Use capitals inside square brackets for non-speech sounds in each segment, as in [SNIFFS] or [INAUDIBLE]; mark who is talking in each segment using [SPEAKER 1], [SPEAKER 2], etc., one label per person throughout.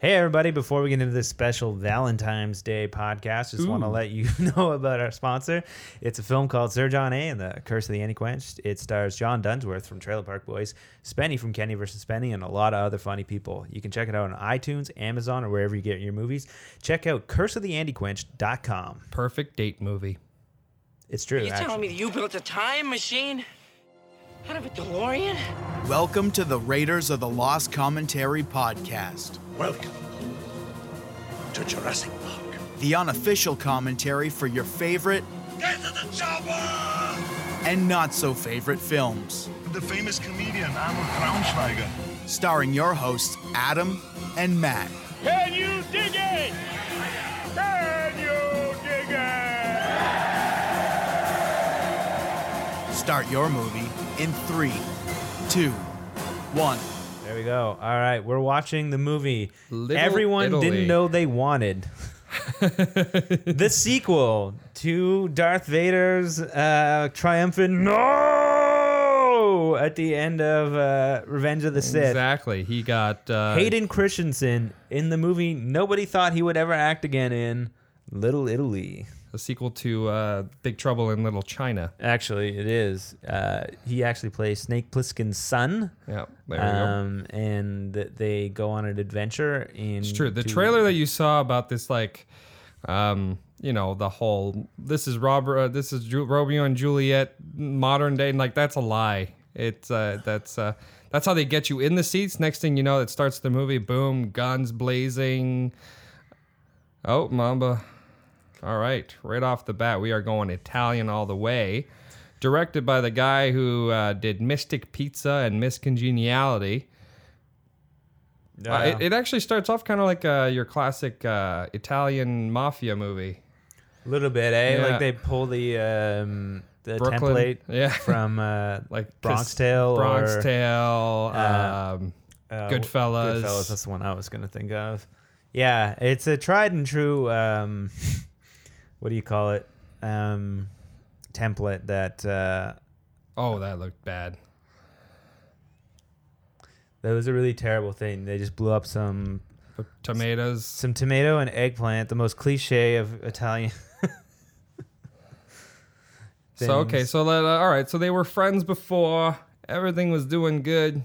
[SPEAKER 1] Hey, everybody, before we get into this special Valentine's Day podcast, just want to let you [LAUGHS] know about our sponsor. It's a film called Sir John A. and the Curse of the Antiquenched. It stars John Dunsworth from Trailer Park Boys, Spenny from Kenny vs. Spenny, and a lot of other funny people. You can check it out on iTunes, Amazon, or wherever you get your movies. Check out curseoftheantiquenched.com.
[SPEAKER 2] Perfect date movie.
[SPEAKER 1] It's true.
[SPEAKER 3] You telling
[SPEAKER 1] actually.
[SPEAKER 3] me that you built a time machine out of a DeLorean?
[SPEAKER 4] Welcome to the Raiders of the Lost Commentary podcast,
[SPEAKER 5] Welcome to Jurassic Park.
[SPEAKER 4] the unofficial commentary for your favorite
[SPEAKER 5] Get to the chopper!
[SPEAKER 4] and not so favorite films,
[SPEAKER 5] The famous comedian Arnold Braunschweiger.
[SPEAKER 4] starring your hosts Adam and Matt.
[SPEAKER 5] Can you dig it? Can you dig it?
[SPEAKER 4] Start your movie in three, two, one.
[SPEAKER 1] There we go. All right, we're watching the movie
[SPEAKER 2] Little
[SPEAKER 1] everyone
[SPEAKER 2] Italy.
[SPEAKER 1] didn't know they
[SPEAKER 2] [LAUGHS]
[SPEAKER 1] wanted. the sequel to Darth Vader's uh, triumphant no at the end of uh, Revenge of the Sith.
[SPEAKER 2] Exactly. He got uh,
[SPEAKER 1] Hayden Christensen in the movie nobody thought he would ever act again in Little Italy.
[SPEAKER 2] a sequel to uh, Big Trouble in Little China.
[SPEAKER 1] Actually, it is. Uh, he actually plays Snake Plissken's son.
[SPEAKER 2] Yeah, there we go.
[SPEAKER 1] Um, and they go on an adventure in.
[SPEAKER 2] It's true. The trailer that you saw about this, like, um, you know, the whole this is Robert, uh, this is Ju- Romeo and Juliet, modern day, and like that's a lie. It's uh, that's uh, that's how they get you in the seats. Next thing you know, it starts the movie. Boom, guns blazing. Oh, Mamba. All right, right off the bat, we are going Italian all the way. Directed by the guy who uh, did Mystic Pizza and Miss Congeniality. Uh, it, it actually starts off kind of like uh, your classic uh, Italian mafia movie.
[SPEAKER 1] A little bit, eh?
[SPEAKER 2] Yeah.
[SPEAKER 1] Like they pull the um, the
[SPEAKER 2] Brooklyn.
[SPEAKER 1] template [LAUGHS]
[SPEAKER 2] Yeah.
[SPEAKER 1] from uh,
[SPEAKER 2] [LAUGHS] Like
[SPEAKER 1] Bronx
[SPEAKER 2] Cas-
[SPEAKER 1] Tale
[SPEAKER 2] Bronx
[SPEAKER 1] or
[SPEAKER 2] Tale,
[SPEAKER 1] uh,
[SPEAKER 2] um,
[SPEAKER 1] uh,
[SPEAKER 2] Goodfellas.
[SPEAKER 1] Goodfellas. That's the one I was gonna think of. Yeah, it's a tried and true. Um, [LAUGHS] what do you call it? Um, template that uh,
[SPEAKER 2] Oh, that looked bad.
[SPEAKER 1] that was a really terrible thing. They just blew up some
[SPEAKER 2] P- Tomatoes.
[SPEAKER 1] some tomato and eggplant, the most cliche of Italian. [LAUGHS]
[SPEAKER 2] So okay,
[SPEAKER 1] things.
[SPEAKER 2] so let, uh, all right, so they were friends before. Everything was doing good.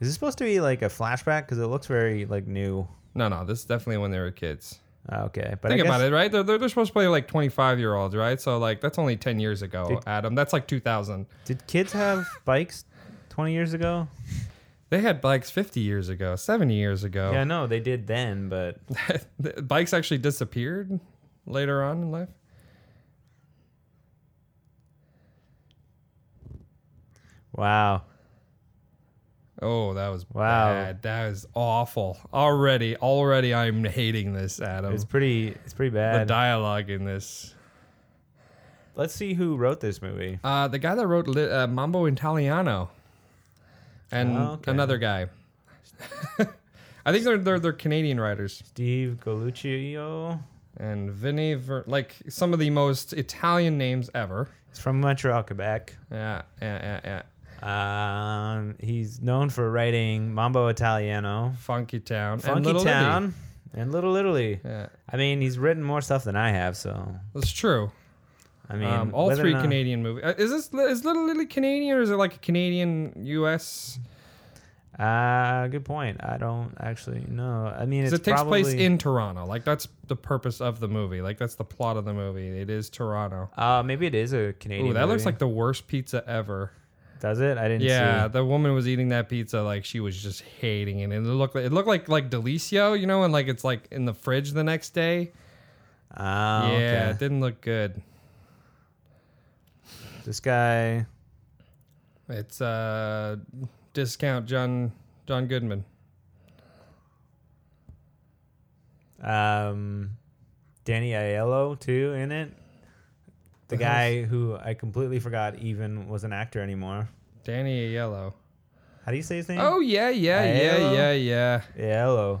[SPEAKER 1] Is this supposed to be like a flashback? Because it looks very like new.
[SPEAKER 2] No, no, this is definitely when they were kids.
[SPEAKER 1] Ah, Okay, but
[SPEAKER 2] Think
[SPEAKER 1] I guess,
[SPEAKER 2] about it, right? They're, they're they're supposed to play like 25 year olds, right? So like that's only 10 years ago, Adam. That's like 2000.
[SPEAKER 1] Did kids have bikes 20 years ago?
[SPEAKER 2] They had bikes 50 years ago, 70 years ago.
[SPEAKER 1] Yeah, no, they did then,
[SPEAKER 2] [LAUGHS]
[SPEAKER 1] but
[SPEAKER 2] The bikes actually disappeared later on in life.
[SPEAKER 1] wow.
[SPEAKER 2] Oh, that was
[SPEAKER 1] Wow.
[SPEAKER 2] bad. That was awful. Already, already, I'm hating this, Adam.
[SPEAKER 1] It's pretty it's pretty
[SPEAKER 2] the
[SPEAKER 1] bad.
[SPEAKER 2] dialogue in this.
[SPEAKER 1] Let's see who wrote this movie.
[SPEAKER 2] Uh, the guy that wrote Lit- uh, Mambo Italiano, and
[SPEAKER 1] Oh, okay.
[SPEAKER 2] another guy. [LAUGHS] I think they're, they're they're Canadian writers.
[SPEAKER 1] Steve Galluccio.
[SPEAKER 2] And Vinny, Ver- like some of the most Italian names ever.
[SPEAKER 1] He's from Montreal, Quebec.
[SPEAKER 2] Yeah, yeah, yeah, yeah.
[SPEAKER 1] Um, he's known for writing Mambo Italiano,
[SPEAKER 2] Funky Town, and
[SPEAKER 1] Funky
[SPEAKER 2] Little Italy.
[SPEAKER 1] Town, and Little Italy.
[SPEAKER 2] Yeah,
[SPEAKER 1] I mean, he's written more stuff than I have, so
[SPEAKER 2] that's true.
[SPEAKER 1] I mean,
[SPEAKER 2] Um, all
[SPEAKER 1] whether or
[SPEAKER 2] three
[SPEAKER 1] not-
[SPEAKER 2] Canadian movies. Uh, Is this is Little Lily Canadian or is it like a Canadian U.S.?
[SPEAKER 1] Uh, good point. I don't actually know. I mean,
[SPEAKER 2] 'Cause
[SPEAKER 1] it's
[SPEAKER 2] it takes place
[SPEAKER 1] probably-
[SPEAKER 2] in Toronto. Like that's the purpose of the movie. Like that's the plot of the movie. It is Toronto.
[SPEAKER 1] Uh, maybe it is a Canadian.
[SPEAKER 2] Ooh, that looks
[SPEAKER 1] movie.
[SPEAKER 2] like the worst pizza ever.
[SPEAKER 1] Does it? I didn't.
[SPEAKER 2] Yeah,
[SPEAKER 1] see.
[SPEAKER 2] the woman was eating that pizza like she was just hating it. And it looked like it looked like like Delicio, you know, and like it's like in the fridge the next day.
[SPEAKER 1] Oh,
[SPEAKER 2] yeah,
[SPEAKER 1] okay.
[SPEAKER 2] it didn't look good.
[SPEAKER 1] This guy.
[SPEAKER 2] It's uh discount John John Goodman.
[SPEAKER 1] Um, Danny Aiello too in it. The guy who I completely forgot even was an actor anymore.
[SPEAKER 2] Danny Yellow.
[SPEAKER 1] How do you say his name?
[SPEAKER 2] Oh yeah, yeah, yeah,
[SPEAKER 1] Aiello?
[SPEAKER 2] yeah, yeah.
[SPEAKER 1] Aiello.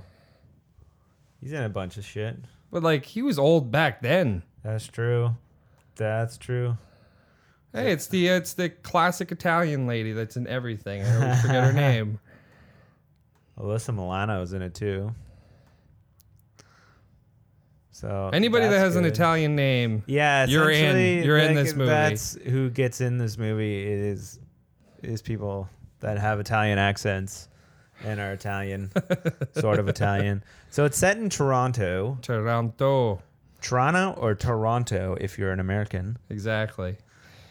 [SPEAKER 1] He's in a bunch of shit.
[SPEAKER 2] But like he was old back then.
[SPEAKER 1] That's true. That's true.
[SPEAKER 2] Hey, it's the
[SPEAKER 1] [LAUGHS]
[SPEAKER 2] it's the classic Italian lady that's in everything. I always forget her name.
[SPEAKER 1] Alyssa Milano's in it too. So
[SPEAKER 2] Anybody that
[SPEAKER 1] that's
[SPEAKER 2] has an
[SPEAKER 1] good.
[SPEAKER 2] Italian name,
[SPEAKER 1] yeah,
[SPEAKER 2] you're in.
[SPEAKER 1] essentially,
[SPEAKER 2] You're in
[SPEAKER 1] like,
[SPEAKER 2] this movie.
[SPEAKER 1] That's who gets in this movie is is people that have Italian accents and are
[SPEAKER 2] [LAUGHS]
[SPEAKER 1] Italian, sort of Italian. So it's set in Toronto,
[SPEAKER 2] Toronto.
[SPEAKER 1] Toronto or Toronto if you're an American.
[SPEAKER 2] Exactly.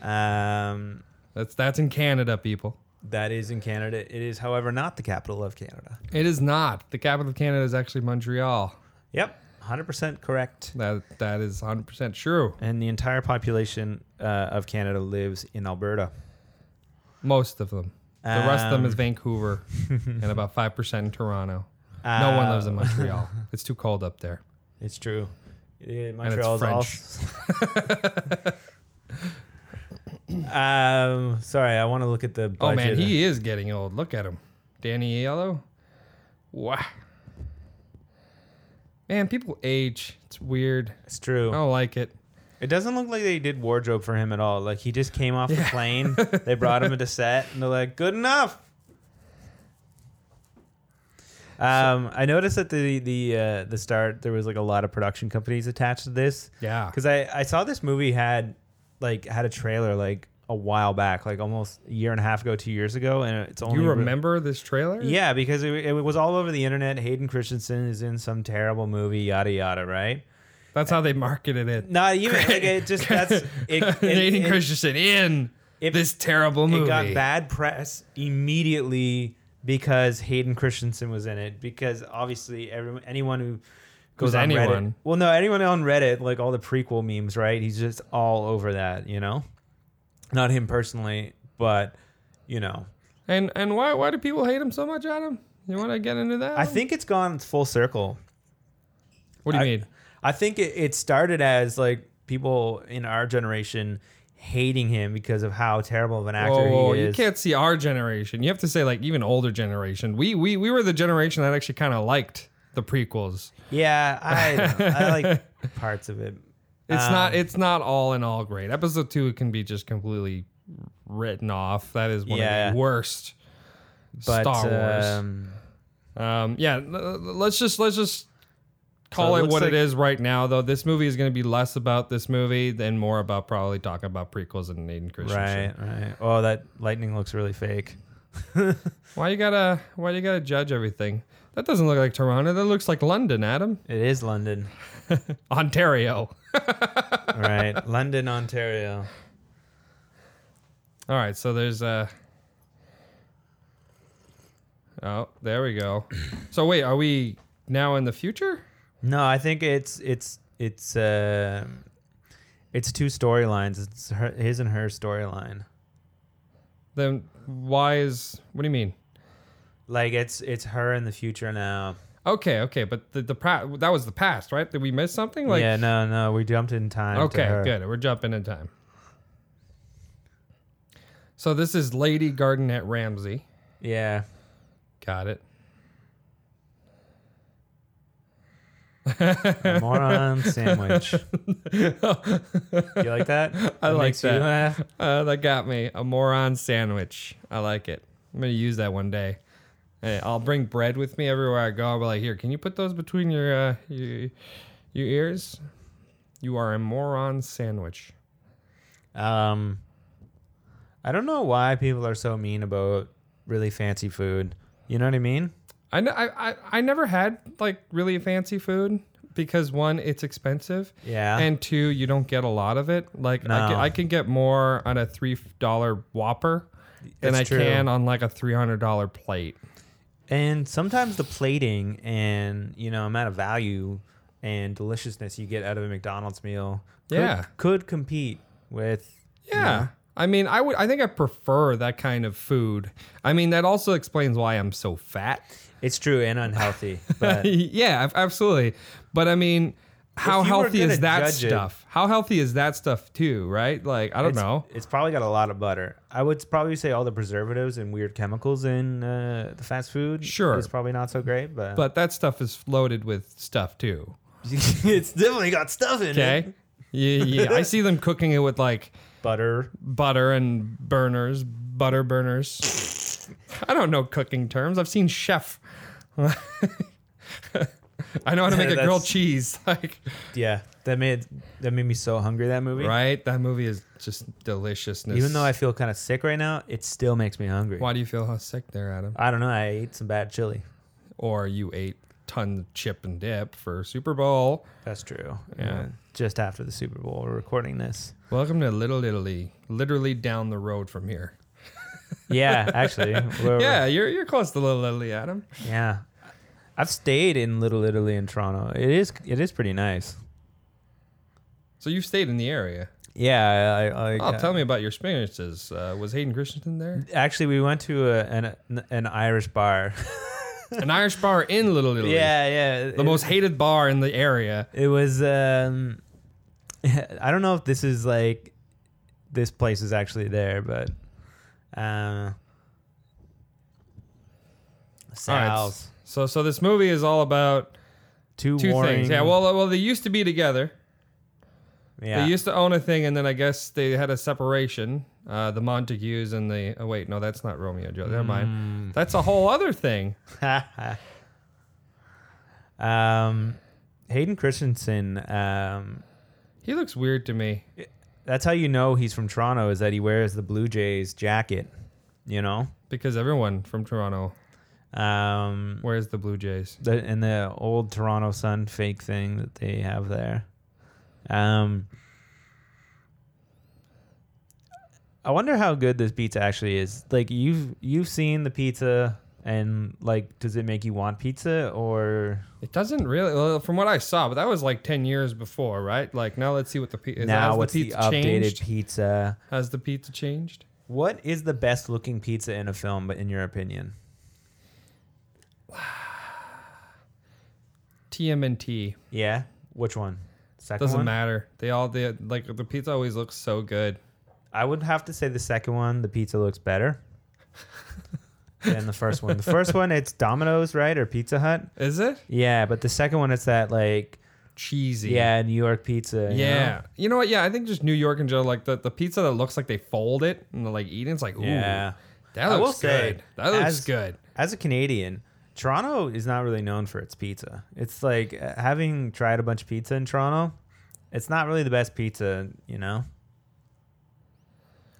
[SPEAKER 1] Um,
[SPEAKER 2] That's that's in Canada, people.
[SPEAKER 1] that is in Canada. It is, however, not the capital of Canada.
[SPEAKER 2] It is not. The capital of Canada is actually Montreal.
[SPEAKER 1] Yep, 100% correct.
[SPEAKER 2] That that is 100% true.
[SPEAKER 1] And the entire population uh, of Canada lives in Alberta.
[SPEAKER 2] Most of them. The rest of them is
[SPEAKER 1] Um, [LAUGHS]
[SPEAKER 2] Vancouver and about 5% in Toronto. No one lives in
[SPEAKER 1] Uh.
[SPEAKER 2] Montreal. It's too cold up there.
[SPEAKER 1] It's true. Yeah,
[SPEAKER 2] it's
[SPEAKER 1] Montreal is also- [LAUGHS] um, sorry, I want to look at the. Budget.
[SPEAKER 2] Oh man, he is getting old. Look at him. Danny Yellow. Wow. Man, people age. It's weird.
[SPEAKER 1] It's true.
[SPEAKER 2] I don't like it.
[SPEAKER 1] It doesn't look like they did wardrobe for him at all. Like he just came off the
[SPEAKER 2] [LAUGHS]
[SPEAKER 1] plane. they brought him into set, and they're like, "Good enough." Um, I noticed at the the uh, the start there was like a lot of production companies attached to this.
[SPEAKER 2] Yeah.
[SPEAKER 1] because I I saw this movie had like had a trailer like a while back, like almost a year and a half ago, two years ago, and it's only
[SPEAKER 2] You
[SPEAKER 1] re-
[SPEAKER 2] remember this trailer?
[SPEAKER 1] yeah, because it, it was all over the internet. Hayden Christensen is in some terrible movie, yada yada, right?
[SPEAKER 2] That's how they marketed it.
[SPEAKER 1] Not even like it just
[SPEAKER 2] [LAUGHS]
[SPEAKER 1] that's it. it,
[SPEAKER 2] Hayden
[SPEAKER 1] it-
[SPEAKER 2] Christensen in
[SPEAKER 1] it-
[SPEAKER 2] this terrible movie.
[SPEAKER 1] it got bad press immediately because Hayden Christensen was in it. Because obviously, everyone, anyone who goes
[SPEAKER 2] Who's
[SPEAKER 1] on Reddit,
[SPEAKER 2] anyone?
[SPEAKER 1] well, no, anyone on Reddit, like all the prequel memes, right? He's just all over that, you know. Not him personally, but you know,
[SPEAKER 2] And and why why do people hate him so much, Adam? You want to get into that?
[SPEAKER 1] I
[SPEAKER 2] one?
[SPEAKER 1] think it's gone full circle.
[SPEAKER 2] What do you
[SPEAKER 1] I-
[SPEAKER 2] mean?
[SPEAKER 1] I think it, it started as like people in our generation hating him because of how terrible of an actor
[SPEAKER 2] Whoa, whoa,
[SPEAKER 1] he
[SPEAKER 2] Oh, you
[SPEAKER 1] is.
[SPEAKER 2] can't see our generation. You have to say like even older generation. We we we were the generation that actually kind of liked the prequels.
[SPEAKER 1] Yeah, I, don't know. I
[SPEAKER 2] [LAUGHS]
[SPEAKER 1] like parts of it.
[SPEAKER 2] It's not
[SPEAKER 1] Um,
[SPEAKER 2] it's not all in all great. Episode two can be just completely written off. That is one
[SPEAKER 1] Yeah.
[SPEAKER 2] of the worst
[SPEAKER 1] But
[SPEAKER 2] Star Wars. Um,
[SPEAKER 1] um,
[SPEAKER 2] yeah, l- l- let's just let's just
[SPEAKER 1] So
[SPEAKER 2] call
[SPEAKER 1] it
[SPEAKER 2] it
[SPEAKER 1] looks
[SPEAKER 2] what
[SPEAKER 1] like-
[SPEAKER 2] it is right now. Though this movie is going to be less about this movie than more about probably talking about prequels and Aiden Christensen.
[SPEAKER 1] Right, right. Oh, that lightning looks really fake.
[SPEAKER 2] Why you gotta why you gotta judge everything? That doesn't look like Toronto. That looks like London, Adam.
[SPEAKER 1] It is London,
[SPEAKER 2] Ontario.
[SPEAKER 1] right? London, Ontario.
[SPEAKER 2] All right, so there's uh Oh, there we go. So wait, are we now in the future?
[SPEAKER 1] No, I think it's it's it's uh, it's two storylines. It's her, his and her storyline.
[SPEAKER 2] Then why is what do you mean?
[SPEAKER 1] Like it's it's her in the future now.
[SPEAKER 2] Okay, okay, but the the pra- that was the past, right? Did we miss something? Like
[SPEAKER 1] yeah, no, no, we jumped in time. to
[SPEAKER 2] Okay,
[SPEAKER 1] her.
[SPEAKER 2] good. We're jumping in time. So this is Lady Gardenette Ramsey. [LAUGHS]
[SPEAKER 1] Yeah,
[SPEAKER 2] Got it.
[SPEAKER 1] moron
[SPEAKER 2] [LAUGHS]
[SPEAKER 1] sandwich. you like that?
[SPEAKER 2] I like
[SPEAKER 1] makes you
[SPEAKER 2] that.
[SPEAKER 1] laugh?
[SPEAKER 2] Uh, that got me a moron sandwich. I like it. I'm gonna use that one day. Hey, I'll bring bread with me everywhere I go. I'll be like, here, can you put those between your uh, your, your ears? You are a moron sandwich.
[SPEAKER 1] Um, I don't know why people are so mean about really fancy food. You know what I mean?
[SPEAKER 2] I, n- I, I, I never had like really fancy food because one, it's expensive.
[SPEAKER 1] Yeah.
[SPEAKER 2] And two, you don't get a lot of it. Like
[SPEAKER 1] No.
[SPEAKER 2] I, can, I can get more on a three dollar Whopper than
[SPEAKER 1] That's
[SPEAKER 2] I
[SPEAKER 1] true.
[SPEAKER 2] can on like a three hundred dollar plate.
[SPEAKER 1] And sometimes the plating and you know amount of value and deliciousness you get out of a McDonald's meal could,
[SPEAKER 2] Yeah.
[SPEAKER 1] could compete with
[SPEAKER 2] Yeah. I mean, I would. I think I prefer that kind of food. I mean, that also explains why I'm so fat. [LAUGHS]
[SPEAKER 1] it's true and unhealthy. But
[SPEAKER 2] yeah, ab- absolutely. But I mean, how
[SPEAKER 1] If you were
[SPEAKER 2] healthy
[SPEAKER 1] gonna
[SPEAKER 2] is that
[SPEAKER 1] judge it-
[SPEAKER 2] stuff? How healthy is that stuff too? Right? Like, I don't
[SPEAKER 1] it's,
[SPEAKER 2] know.
[SPEAKER 1] it's probably got a lot of butter. I would probably say all the preservatives and weird chemicals in uh, the fast food
[SPEAKER 2] Sure.
[SPEAKER 1] is probably not so great, but,
[SPEAKER 2] But that stuff is loaded with stuff too.
[SPEAKER 1] [LAUGHS] it's definitely got stuff in
[SPEAKER 2] Okay.
[SPEAKER 1] it.
[SPEAKER 2] [LAUGHS] yeah, yeah. I see them
[SPEAKER 1] [LAUGHS]
[SPEAKER 2] cooking it with like
[SPEAKER 1] Butter.
[SPEAKER 2] butter and burners, butter burners. I don't know cooking terms. I've seen chef. [LAUGHS] I know how to make a grilled
[SPEAKER 1] That's-
[SPEAKER 2] cheese. [LAUGHS] Like,
[SPEAKER 1] Yeah, that made that made me so hungry. That movie,
[SPEAKER 2] right? That movie is just deliciousness.
[SPEAKER 1] Even though I feel kind of sick right now, it still makes me hungry.
[SPEAKER 2] why do you feel how sick there, Adam?
[SPEAKER 1] I don't know. I ate some bad chili.
[SPEAKER 2] Or you ate ton of chip and dip for Super Bowl.
[SPEAKER 1] That's true.
[SPEAKER 2] Yeah.
[SPEAKER 1] Uh, Just after the Super Bowl, we're recording this.
[SPEAKER 2] Welcome to Little Italy, literally down the road from here. [LAUGHS]
[SPEAKER 1] Yeah, actually. we're-
[SPEAKER 2] Yeah, you're you're close to Little Italy, Adam.
[SPEAKER 1] Yeah. I've stayed in Little Italy in Toronto. It is it is pretty nice.
[SPEAKER 2] So you've stayed in the area.
[SPEAKER 1] Yeah, I, I,
[SPEAKER 2] Oh, tell me about your experiences. Uh, was Hayden Christensen there?
[SPEAKER 1] Actually, we went to a, an an Irish bar.
[SPEAKER 2] An Irish bar in Little Italy.
[SPEAKER 1] yeah, yeah.
[SPEAKER 2] The most hated bar in the area.
[SPEAKER 1] It was. Um, [LAUGHS] I don't know if this is like this place is actually there, but uh,
[SPEAKER 2] All right,
[SPEAKER 1] Sal's
[SPEAKER 2] So so this movie is all about
[SPEAKER 1] two,
[SPEAKER 2] two
[SPEAKER 1] warring-
[SPEAKER 2] things. Yeah, well well they used to be together.
[SPEAKER 1] yeah.
[SPEAKER 2] They used to own a thing, and then I guess they had a separation. Uh, the Montagues and the oh wait, no, that's not Romeo and Juliet. Never
[SPEAKER 1] Mm.
[SPEAKER 2] mind. That's a whole other thing.
[SPEAKER 1] [LAUGHS] um, Hayden Christensen. Um,
[SPEAKER 2] He looks weird to me.
[SPEAKER 1] that's how you know he's from Toronto is that he wears the Blue Jays jacket. You know.
[SPEAKER 2] Because everyone from Toronto
[SPEAKER 1] Um,
[SPEAKER 2] wears the Blue Jays.
[SPEAKER 1] the and the old Toronto Sun fake thing that they have there. Um, I wonder how good this pizza actually is. Like you've you've seen the pizza, and like, does it make you want pizza or
[SPEAKER 2] It doesn't really, well, from what I saw, but that was like ten years before, right? Like now, let's see what the pi- is-
[SPEAKER 1] now
[SPEAKER 2] has
[SPEAKER 1] what's the,
[SPEAKER 2] pizza
[SPEAKER 1] updated
[SPEAKER 2] changed?
[SPEAKER 1] pizza?
[SPEAKER 2] Has the pizza changed?
[SPEAKER 1] What is the best looking pizza in a film, but in your opinion?
[SPEAKER 2] TMNT
[SPEAKER 1] Yeah, which one? Second
[SPEAKER 2] doesn't
[SPEAKER 1] one.
[SPEAKER 2] matter. They all they like the pizza always looks so good.
[SPEAKER 1] I would have to say the second one, the pizza looks better than the first one. The first one, it's Domino's, right, or Pizza Hut.
[SPEAKER 2] Is it
[SPEAKER 1] Yeah, but the second one, it's that like
[SPEAKER 2] cheesy?
[SPEAKER 1] yeah, New York pizza. you
[SPEAKER 2] Yeah.
[SPEAKER 1] know?
[SPEAKER 2] You know what? Yeah, I think just New York in general, like the, the pizza that looks like they fold it and they're like eating, it's like, ooh,
[SPEAKER 1] yeah.
[SPEAKER 2] that
[SPEAKER 1] I
[SPEAKER 2] looks
[SPEAKER 1] will say,
[SPEAKER 2] good. that looks
[SPEAKER 1] as-
[SPEAKER 2] good.
[SPEAKER 1] As a Canadian, Toronto is not really known for its pizza. It's like uh, having tried a bunch of pizza in Toronto, it's not really the best pizza, you know.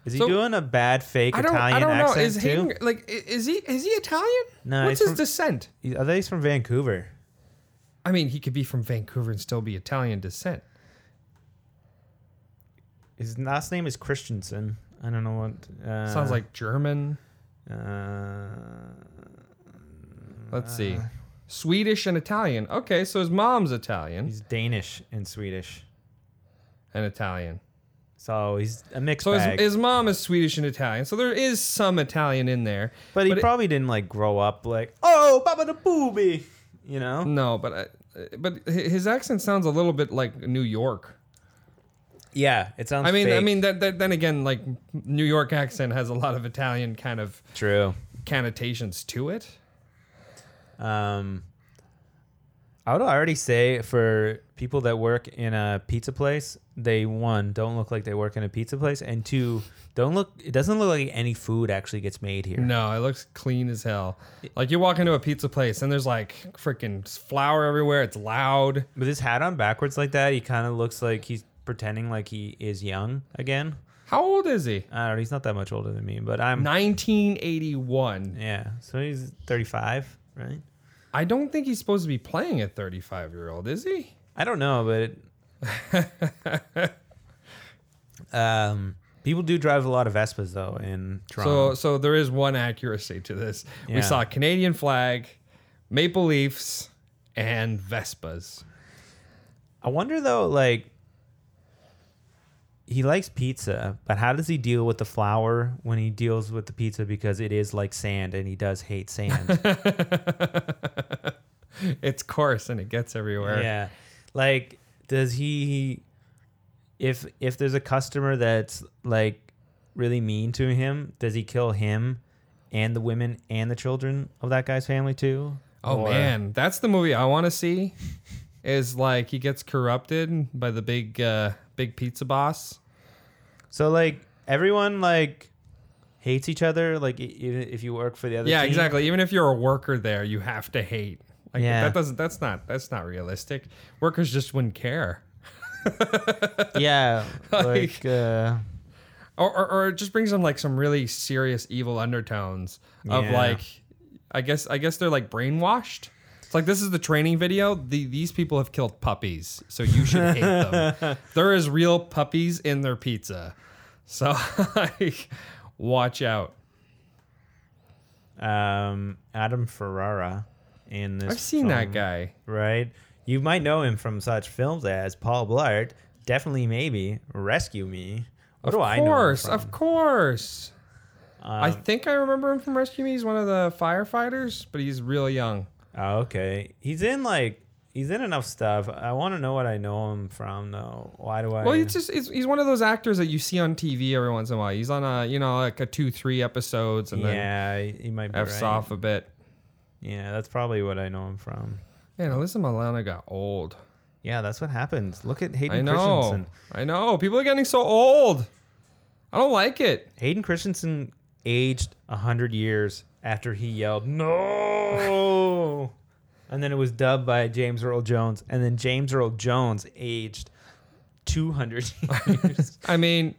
[SPEAKER 1] Is he
[SPEAKER 2] So-
[SPEAKER 1] doing a bad fake
[SPEAKER 2] I don't,
[SPEAKER 1] Italian
[SPEAKER 2] I don't know.
[SPEAKER 1] accent
[SPEAKER 2] Is
[SPEAKER 1] too?
[SPEAKER 2] Hayden, like, i- is he, is he Italian?
[SPEAKER 1] No,
[SPEAKER 2] What's
[SPEAKER 1] he's
[SPEAKER 2] his
[SPEAKER 1] from-
[SPEAKER 2] descent?
[SPEAKER 1] He- I think he's from Vancouver.
[SPEAKER 2] I mean, he could be from Vancouver and still be Italian descent.
[SPEAKER 1] His last name is Christensen. I don't know what. Uh,
[SPEAKER 2] Sounds like German.
[SPEAKER 1] Uh,
[SPEAKER 2] Let's see. Swedish and Italian. Okay, so his mom's Italian
[SPEAKER 1] he's Danish and Swedish,
[SPEAKER 2] and Italian.
[SPEAKER 1] so he's a mixed
[SPEAKER 2] So
[SPEAKER 1] bag.
[SPEAKER 2] his, his mom is Swedish and Italian. So there is some Italian in there.
[SPEAKER 1] but he
[SPEAKER 2] but it-
[SPEAKER 1] probably didn't like grow up like, oh, Baba the Booby, you know.
[SPEAKER 2] No, but I, but hi- his accent sounds a little bit like New York.
[SPEAKER 1] Yeah, it sounds.
[SPEAKER 2] I mean, I
[SPEAKER 1] fake.
[SPEAKER 2] mean that, that. Then again, like New York accent has a lot of Italian kind of
[SPEAKER 1] true.
[SPEAKER 2] connotations to it.
[SPEAKER 1] Um, I would already say for people that work in a pizza place, they one don't look like they work in a pizza place, and two don't look. It doesn't look like any food actually gets made here.
[SPEAKER 2] No, it looks clean as hell. Like you walk into a pizza place and there's like freaking flour everywhere. It's loud.
[SPEAKER 1] With his hat on backwards like that, he kind of looks like he's pretending like he is young again.
[SPEAKER 2] How old is he?
[SPEAKER 1] I don't know. He's not that much older than me, but I'm.
[SPEAKER 2] 1981.
[SPEAKER 1] Yeah, so he's 35, right?
[SPEAKER 2] I don't think he's supposed to be playing a 35 year old, is he?
[SPEAKER 1] I don't know, but um, people do drive a lot of Vespas though in
[SPEAKER 2] So
[SPEAKER 1] Toronto.
[SPEAKER 2] so there is one accuracy to this.
[SPEAKER 1] Yeah.
[SPEAKER 2] We saw a Canadian flag, Maple Leafs, and Vespas.
[SPEAKER 1] I wonder though, like. He likes pizza, but how does he deal with the flour when he deals with the pizza because it is like sand and he does hate sand?
[SPEAKER 2] It's coarse and it gets everywhere.
[SPEAKER 1] Yeah. Like, does he if if there's a customer that's like really mean to him, does he kill him and the women and the children of that guy's family too?
[SPEAKER 2] Oh
[SPEAKER 1] Or-
[SPEAKER 2] man, that's the movie I want to see. Is like he gets corrupted by the big uh, big pizza boss.
[SPEAKER 1] So like everyone like hates each other. Like e- even if you work for the other,
[SPEAKER 2] Yeah,
[SPEAKER 1] team.
[SPEAKER 2] exactly. Even if you're a worker there, you have to hate. Like
[SPEAKER 1] Yeah.
[SPEAKER 2] that doesn't that's not that's not realistic. Workers just wouldn't care.
[SPEAKER 1] [LAUGHS] Yeah, like
[SPEAKER 2] [LAUGHS] Like-
[SPEAKER 1] uh,
[SPEAKER 2] Or, or, or it just brings them like some really serious evil undertones of
[SPEAKER 1] Yeah.
[SPEAKER 2] like I guess I guess they're like brainwashed. It's like this is the training video. The, these people have killed puppies, so you should
[SPEAKER 1] [LAUGHS]
[SPEAKER 2] hate them. There is real puppies in their pizza. So [LAUGHS] like watch out.
[SPEAKER 1] um, Adam Ferrara in this.
[SPEAKER 2] I've seen that
[SPEAKER 1] film,
[SPEAKER 2] guy.
[SPEAKER 1] Right, you might know him from such films as Paul Blart, definitely, maybe Rescue Me. What do
[SPEAKER 2] Of
[SPEAKER 1] I know? him
[SPEAKER 2] course,
[SPEAKER 1] from? Um,
[SPEAKER 2] of course. I think I remember him from Rescue Me. He's one of the firefighters, but he's really young.
[SPEAKER 1] Oh, okay, he's in like he's in enough stuff. I want to know what I know him from though. Why do I?
[SPEAKER 2] Well, he's just it's, he's one of those actors that you see on TV every once in a while. He's on a you know like a two three episodes and then
[SPEAKER 1] yeah, he he might be
[SPEAKER 2] f's
[SPEAKER 1] right.
[SPEAKER 2] off a bit.
[SPEAKER 1] Yeah, that's probably what I know him from.
[SPEAKER 2] Man, Alyssa Milano got old.
[SPEAKER 1] Yeah, that's what happens. Look at Hayden
[SPEAKER 2] I know,
[SPEAKER 1] Christensen.
[SPEAKER 2] I know. People are getting so old. I don't like it.
[SPEAKER 1] Hayden Christensen aged 100 years after he yelled, [LAUGHS] No! and then it was dubbed by James Earl Jones. And then James Earl Jones aged 200 [LAUGHS] years.
[SPEAKER 2] I mean,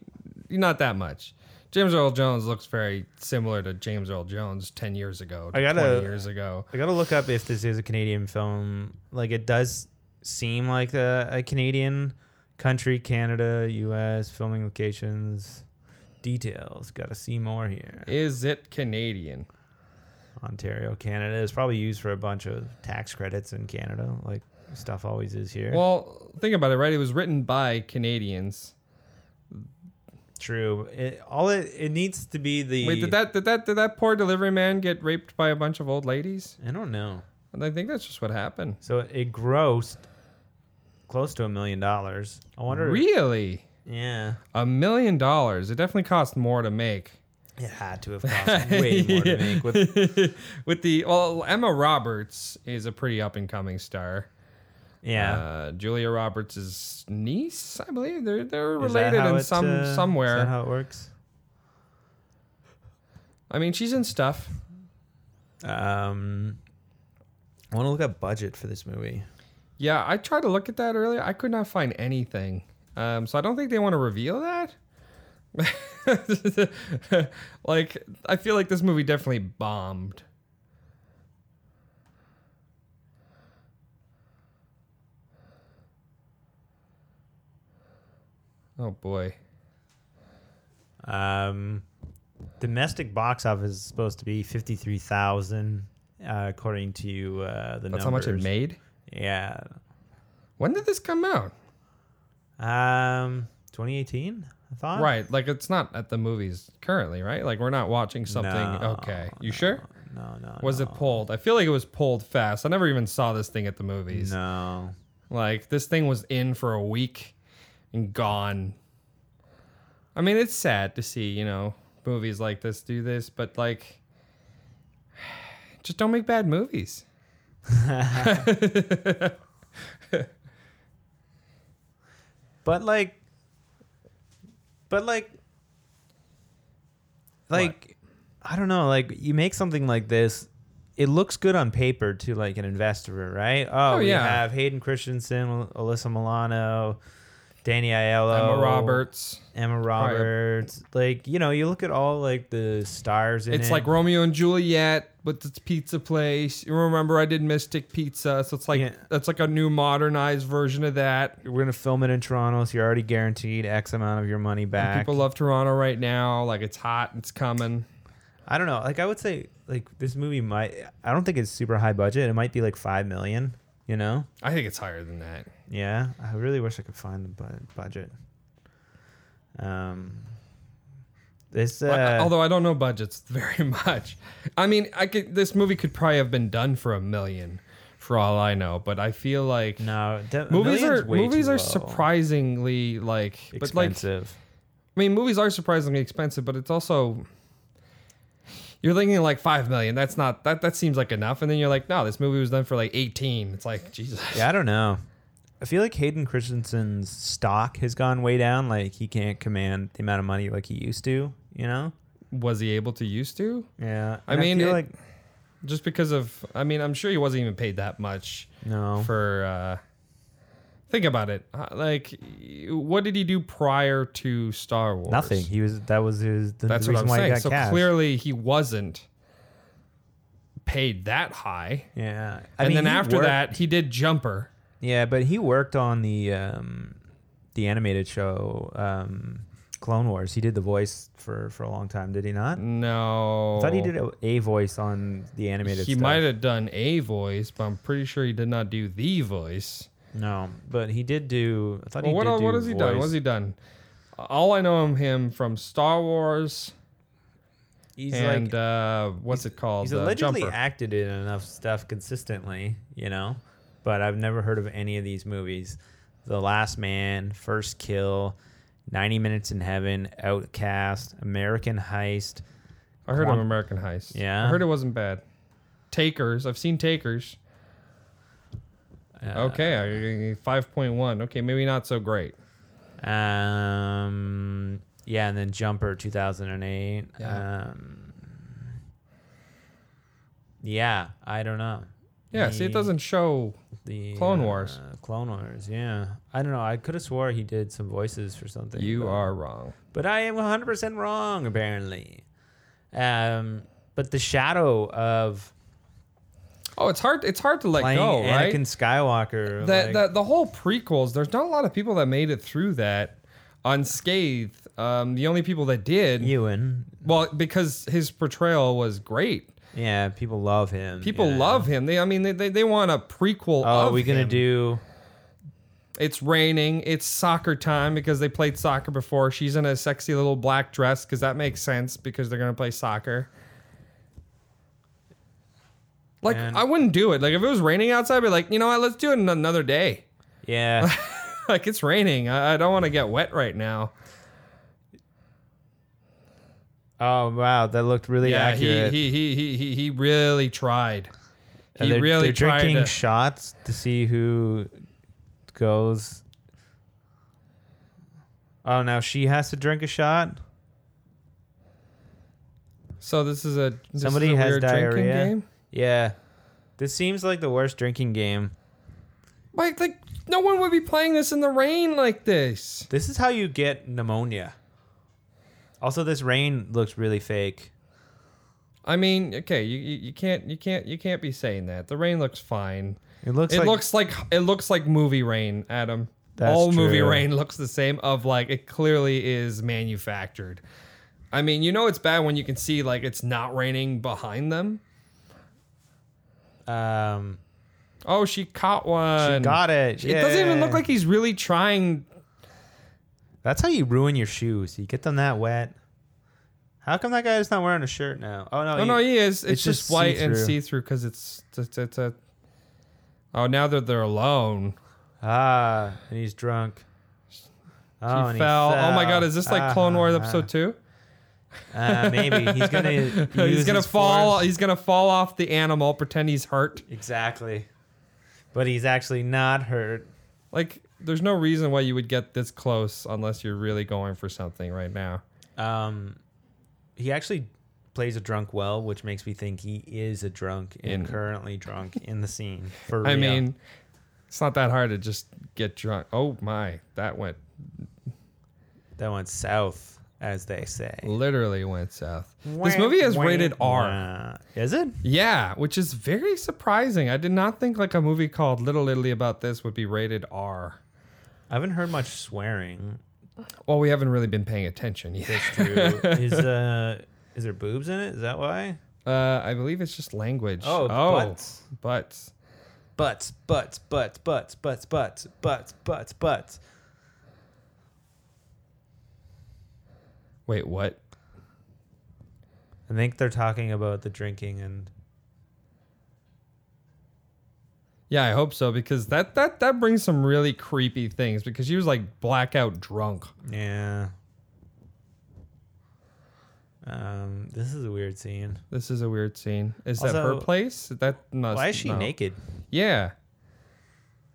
[SPEAKER 2] not that much. James Earl Jones looks very similar to James Earl Jones ten years ago. to
[SPEAKER 1] I gotta-
[SPEAKER 2] 20 years ago.
[SPEAKER 1] I gotta look up if this is a Canadian film. Like, it does seem like a, a Canadian country, Canada, US, filming locations. Details. Gotta see more here.
[SPEAKER 2] Is it Canadian?
[SPEAKER 1] Ontario, Canada is probably used for a bunch of tax credits in Canada, like stuff always is here.
[SPEAKER 2] Well, think about it, right? It was written by Canadians.
[SPEAKER 1] True. It, all it, it needs to be the.
[SPEAKER 2] Wait, did that did that did that poor delivery man get raped by a bunch of old ladies?
[SPEAKER 1] I don't know.
[SPEAKER 2] And I think that's just what happened.
[SPEAKER 1] So it grossed close to a million dollars. I wonder.
[SPEAKER 2] Really?
[SPEAKER 1] Yeah.
[SPEAKER 2] A million dollars. It definitely cost more
[SPEAKER 1] [LAUGHS]
[SPEAKER 2] to make.
[SPEAKER 1] It had
[SPEAKER 2] [LAUGHS]
[SPEAKER 1] to have cost way more to make. With,
[SPEAKER 2] With the well, Emma Roberts is a pretty up and coming star.
[SPEAKER 1] yeah.
[SPEAKER 2] Uh, Julia Roberts' niece, I believe. They're they're
[SPEAKER 1] Is that
[SPEAKER 2] related
[SPEAKER 1] how
[SPEAKER 2] in
[SPEAKER 1] it,
[SPEAKER 2] some
[SPEAKER 1] uh,
[SPEAKER 2] somewhere.
[SPEAKER 1] Is that how it works?
[SPEAKER 2] I mean, she's in stuff.
[SPEAKER 1] Um, I want to look up budget for this movie.
[SPEAKER 2] Yeah, I tried to look at that earlier. I could not find anything. Um, so I don't think they want to reveal that. [LAUGHS] like, I feel like this movie definitely bombed. Oh boy.
[SPEAKER 1] Um, domestic box office is supposed to be fifty three thousand, uh, according to uh, the numbers.
[SPEAKER 2] That's how much it made?
[SPEAKER 1] Yeah.
[SPEAKER 2] When did this come out?
[SPEAKER 1] Um, twenty eighteen. I thought.
[SPEAKER 2] Right, like it's not at the movies currently, right? Like we're not watching something.
[SPEAKER 1] No,
[SPEAKER 2] okay. You sure?
[SPEAKER 1] No, no.
[SPEAKER 2] Was
[SPEAKER 1] no.
[SPEAKER 2] it pulled? I feel like it was pulled fast. I never even saw this thing at the movies.
[SPEAKER 1] No.
[SPEAKER 2] Like this thing was in for a week and gone. I mean, it's sad to see, you know, movies like this do this, but like [SIGHS] just don't make bad movies.
[SPEAKER 1] But like. But like. Like, I don't know. Like you make something like this. It looks good on paper to like an investor, right? Oh,
[SPEAKER 2] Oh,
[SPEAKER 1] we
[SPEAKER 2] yeah.
[SPEAKER 1] have Hayden Christensen, Alyssa Milano, Danny Aiello,
[SPEAKER 2] Emma Roberts.
[SPEAKER 1] Emma
[SPEAKER 2] Probably a-
[SPEAKER 1] Roberts. Like you know, you look at all like the stars in
[SPEAKER 2] It's
[SPEAKER 1] it.
[SPEAKER 2] like Romeo and Juliet, but it's pizza place. You remember I did Mystic Pizza, so it's like
[SPEAKER 1] Yeah.
[SPEAKER 2] that's like a new modernized version of that.
[SPEAKER 1] we're gonna film it in Toronto, so you're already guaranteed X amount of your money back.
[SPEAKER 2] People love Toronto right now. Like it's hot, it's coming.
[SPEAKER 1] I don't know. Like I would say, like this movie might. I don't think it's super high budget. It might be like five million. You know?
[SPEAKER 2] I think it's higher than that.
[SPEAKER 1] Yeah. I really wish I could find the bu- budget. Um. This.
[SPEAKER 2] I-
[SPEAKER 1] Uh,
[SPEAKER 2] although I don't know budgets [LAUGHS] very much. I mean, I could this movie could probably have been done for a million, for all I know. But I feel like
[SPEAKER 1] no, de-
[SPEAKER 2] movies
[SPEAKER 1] million's
[SPEAKER 2] are
[SPEAKER 1] way
[SPEAKER 2] movies
[SPEAKER 1] too
[SPEAKER 2] are
[SPEAKER 1] low.
[SPEAKER 2] surprisingly like but like
[SPEAKER 1] expensive.
[SPEAKER 2] I mean, movies are surprisingly expensive, but it's also you're thinking like five million. That's not that that seems like enough, and then you're like, no, this movie was done for like eighteen. It's like Jesus. [LAUGHS]
[SPEAKER 1] yeah, I don't know. I feel like Hayden Christensen's stock has gone way down. Like he can't command the amount of money like he used to. You know?
[SPEAKER 2] was he able to used to?
[SPEAKER 1] Yeah.
[SPEAKER 2] I
[SPEAKER 1] And
[SPEAKER 2] mean,
[SPEAKER 1] feel
[SPEAKER 2] it-
[SPEAKER 1] like
[SPEAKER 2] Just because of, I mean, I'm sure he wasn't even paid that much
[SPEAKER 1] no.
[SPEAKER 2] for. uh Think about it. Uh, Like, what did he do prior to Star Wars?
[SPEAKER 1] Nothing. He was that was his the
[SPEAKER 2] That's
[SPEAKER 1] reason why
[SPEAKER 2] what I'm
[SPEAKER 1] he
[SPEAKER 2] saying.
[SPEAKER 1] got
[SPEAKER 2] So
[SPEAKER 1] cash.
[SPEAKER 2] clearly, he wasn't paid that high.
[SPEAKER 1] yeah. I
[SPEAKER 2] And
[SPEAKER 1] mean,
[SPEAKER 2] then
[SPEAKER 1] he
[SPEAKER 2] after
[SPEAKER 1] worked-
[SPEAKER 2] that, he did Jumper.
[SPEAKER 1] Yeah, but he worked on the um, the animated show um, Clone Wars. He did the voice for for a long time, did he not?
[SPEAKER 2] No,
[SPEAKER 1] I thought he did a, a voice on the animated.
[SPEAKER 2] He
[SPEAKER 1] stuff.
[SPEAKER 2] might have done a voice, but I'm pretty sure he did not do the voice.
[SPEAKER 1] No, but he did do. I thought
[SPEAKER 2] Well,
[SPEAKER 1] he
[SPEAKER 2] what
[SPEAKER 1] did
[SPEAKER 2] el-
[SPEAKER 1] do
[SPEAKER 2] what has he done? What
[SPEAKER 1] voice.
[SPEAKER 2] has he done? All I know of him from Star Wars
[SPEAKER 1] He's
[SPEAKER 2] and
[SPEAKER 1] like
[SPEAKER 2] uh, what's it called?
[SPEAKER 1] he's
[SPEAKER 2] Uh,
[SPEAKER 1] allegedly
[SPEAKER 2] Jumper.
[SPEAKER 1] acted in enough stuff consistently, you know, but I've never heard of any of these movies. The Last Man, First Kill, 90 Minutes in Heaven, Outcast, American Heist.
[SPEAKER 2] I heard of
[SPEAKER 1] Quan-
[SPEAKER 2] American Heist.
[SPEAKER 1] Yeah.
[SPEAKER 2] I heard it wasn't bad. Takers. I've seen Takers.
[SPEAKER 1] Uh,
[SPEAKER 2] okay, five point one. Okay, maybe not so great.
[SPEAKER 1] Um, yeah, and then Jumper 2008.
[SPEAKER 2] Yeah.
[SPEAKER 1] Um, yeah, I don't know.
[SPEAKER 2] Yeah, see, it
[SPEAKER 1] He-
[SPEAKER 2] doesn't show.
[SPEAKER 1] The
[SPEAKER 2] Clone Wars.
[SPEAKER 1] uh, Clone Wars, yeah. I don't know. I could have swore he did some voices for something.
[SPEAKER 2] You
[SPEAKER 1] but-
[SPEAKER 2] are wrong.
[SPEAKER 1] But I am 100% wrong, apparently. Um, but the shadow of
[SPEAKER 2] Oh, it's hard. It's hard to let
[SPEAKER 1] playing
[SPEAKER 2] go, Oh, right?
[SPEAKER 1] Anakin Skywalker.
[SPEAKER 2] the,
[SPEAKER 1] like-
[SPEAKER 2] the the whole prequels. There's not a lot of people that made it through that unscathed. Um, the only people that did,
[SPEAKER 1] Ewan.
[SPEAKER 2] well, because his portrayal was great.
[SPEAKER 1] Yeah, people love him.
[SPEAKER 2] People
[SPEAKER 1] yeah.
[SPEAKER 2] love him. They, I mean, they, they, they want a prequel.
[SPEAKER 1] Oh,
[SPEAKER 2] of
[SPEAKER 1] are we going to
[SPEAKER 2] him.
[SPEAKER 1] do.
[SPEAKER 2] It's raining. It's soccer time because they played soccer before. She's in a sexy little black dress because that makes sense because they're gonna play soccer. Like
[SPEAKER 1] And-
[SPEAKER 2] I wouldn't do it. Like if it was raining outside, I'd be like, you know what? Let's do it an- another day. [LAUGHS]
[SPEAKER 1] Yeah.
[SPEAKER 2] like it's raining. I, I don't want to get wet right now.
[SPEAKER 1] oh, wow. That looked really
[SPEAKER 2] Yeah, he,
[SPEAKER 1] accurate.
[SPEAKER 2] he he he he he really tried.
[SPEAKER 1] And
[SPEAKER 2] He
[SPEAKER 1] they're,
[SPEAKER 2] really
[SPEAKER 1] they're
[SPEAKER 2] tried
[SPEAKER 1] drinking
[SPEAKER 2] to-
[SPEAKER 1] shots to see who goes. Oh, now she has to drink a shot?
[SPEAKER 2] So this is a this
[SPEAKER 1] Somebody
[SPEAKER 2] is a
[SPEAKER 1] has
[SPEAKER 2] weird drinking
[SPEAKER 1] diarrhea.
[SPEAKER 2] game.
[SPEAKER 1] Yeah. This seems like the worst drinking game.
[SPEAKER 2] Like like no one would be playing this in the rain like this.
[SPEAKER 1] This is how you get pneumonia. Also, this rain looks really fake.
[SPEAKER 2] I mean, okay, you, you, you can't you can't you can't be saying that. The rain looks fine.
[SPEAKER 1] It looks
[SPEAKER 2] it
[SPEAKER 1] like
[SPEAKER 2] looks like it looks like movie rain, Adam.
[SPEAKER 1] That's
[SPEAKER 2] All movie
[SPEAKER 1] true.
[SPEAKER 2] rain [LAUGHS] looks the same. Of like it clearly is manufactured. I mean, you know it's bad when you can see like it's not raining behind them.
[SPEAKER 1] um,
[SPEAKER 2] Oh, she caught
[SPEAKER 1] she
[SPEAKER 2] one.
[SPEAKER 1] got it.
[SPEAKER 2] It doesn't even look
[SPEAKER 1] Yeah.
[SPEAKER 2] like he's really trying.
[SPEAKER 1] That's how you ruin your shoes. You get them that wet. How come that guy is not wearing a shirt now? Oh no!
[SPEAKER 2] Oh no, he is. It's,
[SPEAKER 1] it's
[SPEAKER 2] just,
[SPEAKER 1] just
[SPEAKER 2] white and
[SPEAKER 1] see-through.
[SPEAKER 2] see through because it's, it's it's a. Oh, now that they're alone,
[SPEAKER 1] Ah, and he's drunk. Oh, and
[SPEAKER 2] he, fell. Oh my
[SPEAKER 1] fell.
[SPEAKER 2] God, is this like
[SPEAKER 1] Ah,
[SPEAKER 2] Clone Wars
[SPEAKER 1] ah,
[SPEAKER 2] episode two?
[SPEAKER 1] ah. Uh, maybe he's
[SPEAKER 2] [LAUGHS]
[SPEAKER 1] gonna.
[SPEAKER 2] he's
[SPEAKER 1] use
[SPEAKER 2] gonna
[SPEAKER 1] his
[SPEAKER 2] fall.
[SPEAKER 1] force.
[SPEAKER 2] He's gonna fall off the animal. Pretend he's hurt.
[SPEAKER 1] Exactly, but he's actually not hurt.
[SPEAKER 2] Like, there's no reason why you would get this close unless you're really going for something right now.
[SPEAKER 1] Um, he actually plays a drunk well, which makes me think he is a drunk and
[SPEAKER 2] In-
[SPEAKER 1] currently drunk in the scene. For
[SPEAKER 2] I
[SPEAKER 1] real.
[SPEAKER 2] mean, it's not that hard to just get drunk. Oh my, that went
[SPEAKER 1] that went south, as they say.
[SPEAKER 2] literally went south. This movie is
[SPEAKER 1] Wah,
[SPEAKER 2] rated
[SPEAKER 1] wah.
[SPEAKER 2] R.
[SPEAKER 1] Is it?
[SPEAKER 2] Yeah, which is very surprising. I did not think like a movie called Little Italy about this would be rated R.
[SPEAKER 1] I haven't heard much swearing.
[SPEAKER 2] Well, we haven't really been paying attention [LAUGHS] yet.
[SPEAKER 1] That's true. is uh, is there boobs in it? Is that why?
[SPEAKER 2] Uh, I believe it's just language.
[SPEAKER 1] Oh, butts.
[SPEAKER 2] butts.
[SPEAKER 1] Butts, butts, butts, butts, butts, butts, butts, butts, butts.
[SPEAKER 2] Wait, what?
[SPEAKER 1] I think they're talking about the drinking and
[SPEAKER 2] Yeah, I hope so because that that that brings some really creepy things because she was like blackout drunk.
[SPEAKER 1] yeah. Um, this is a weird scene.
[SPEAKER 2] This is a weird scene. Is that her
[SPEAKER 1] Also-
[SPEAKER 2] place? That must,
[SPEAKER 1] Why is she
[SPEAKER 2] no.
[SPEAKER 1] naked?
[SPEAKER 2] Yeah.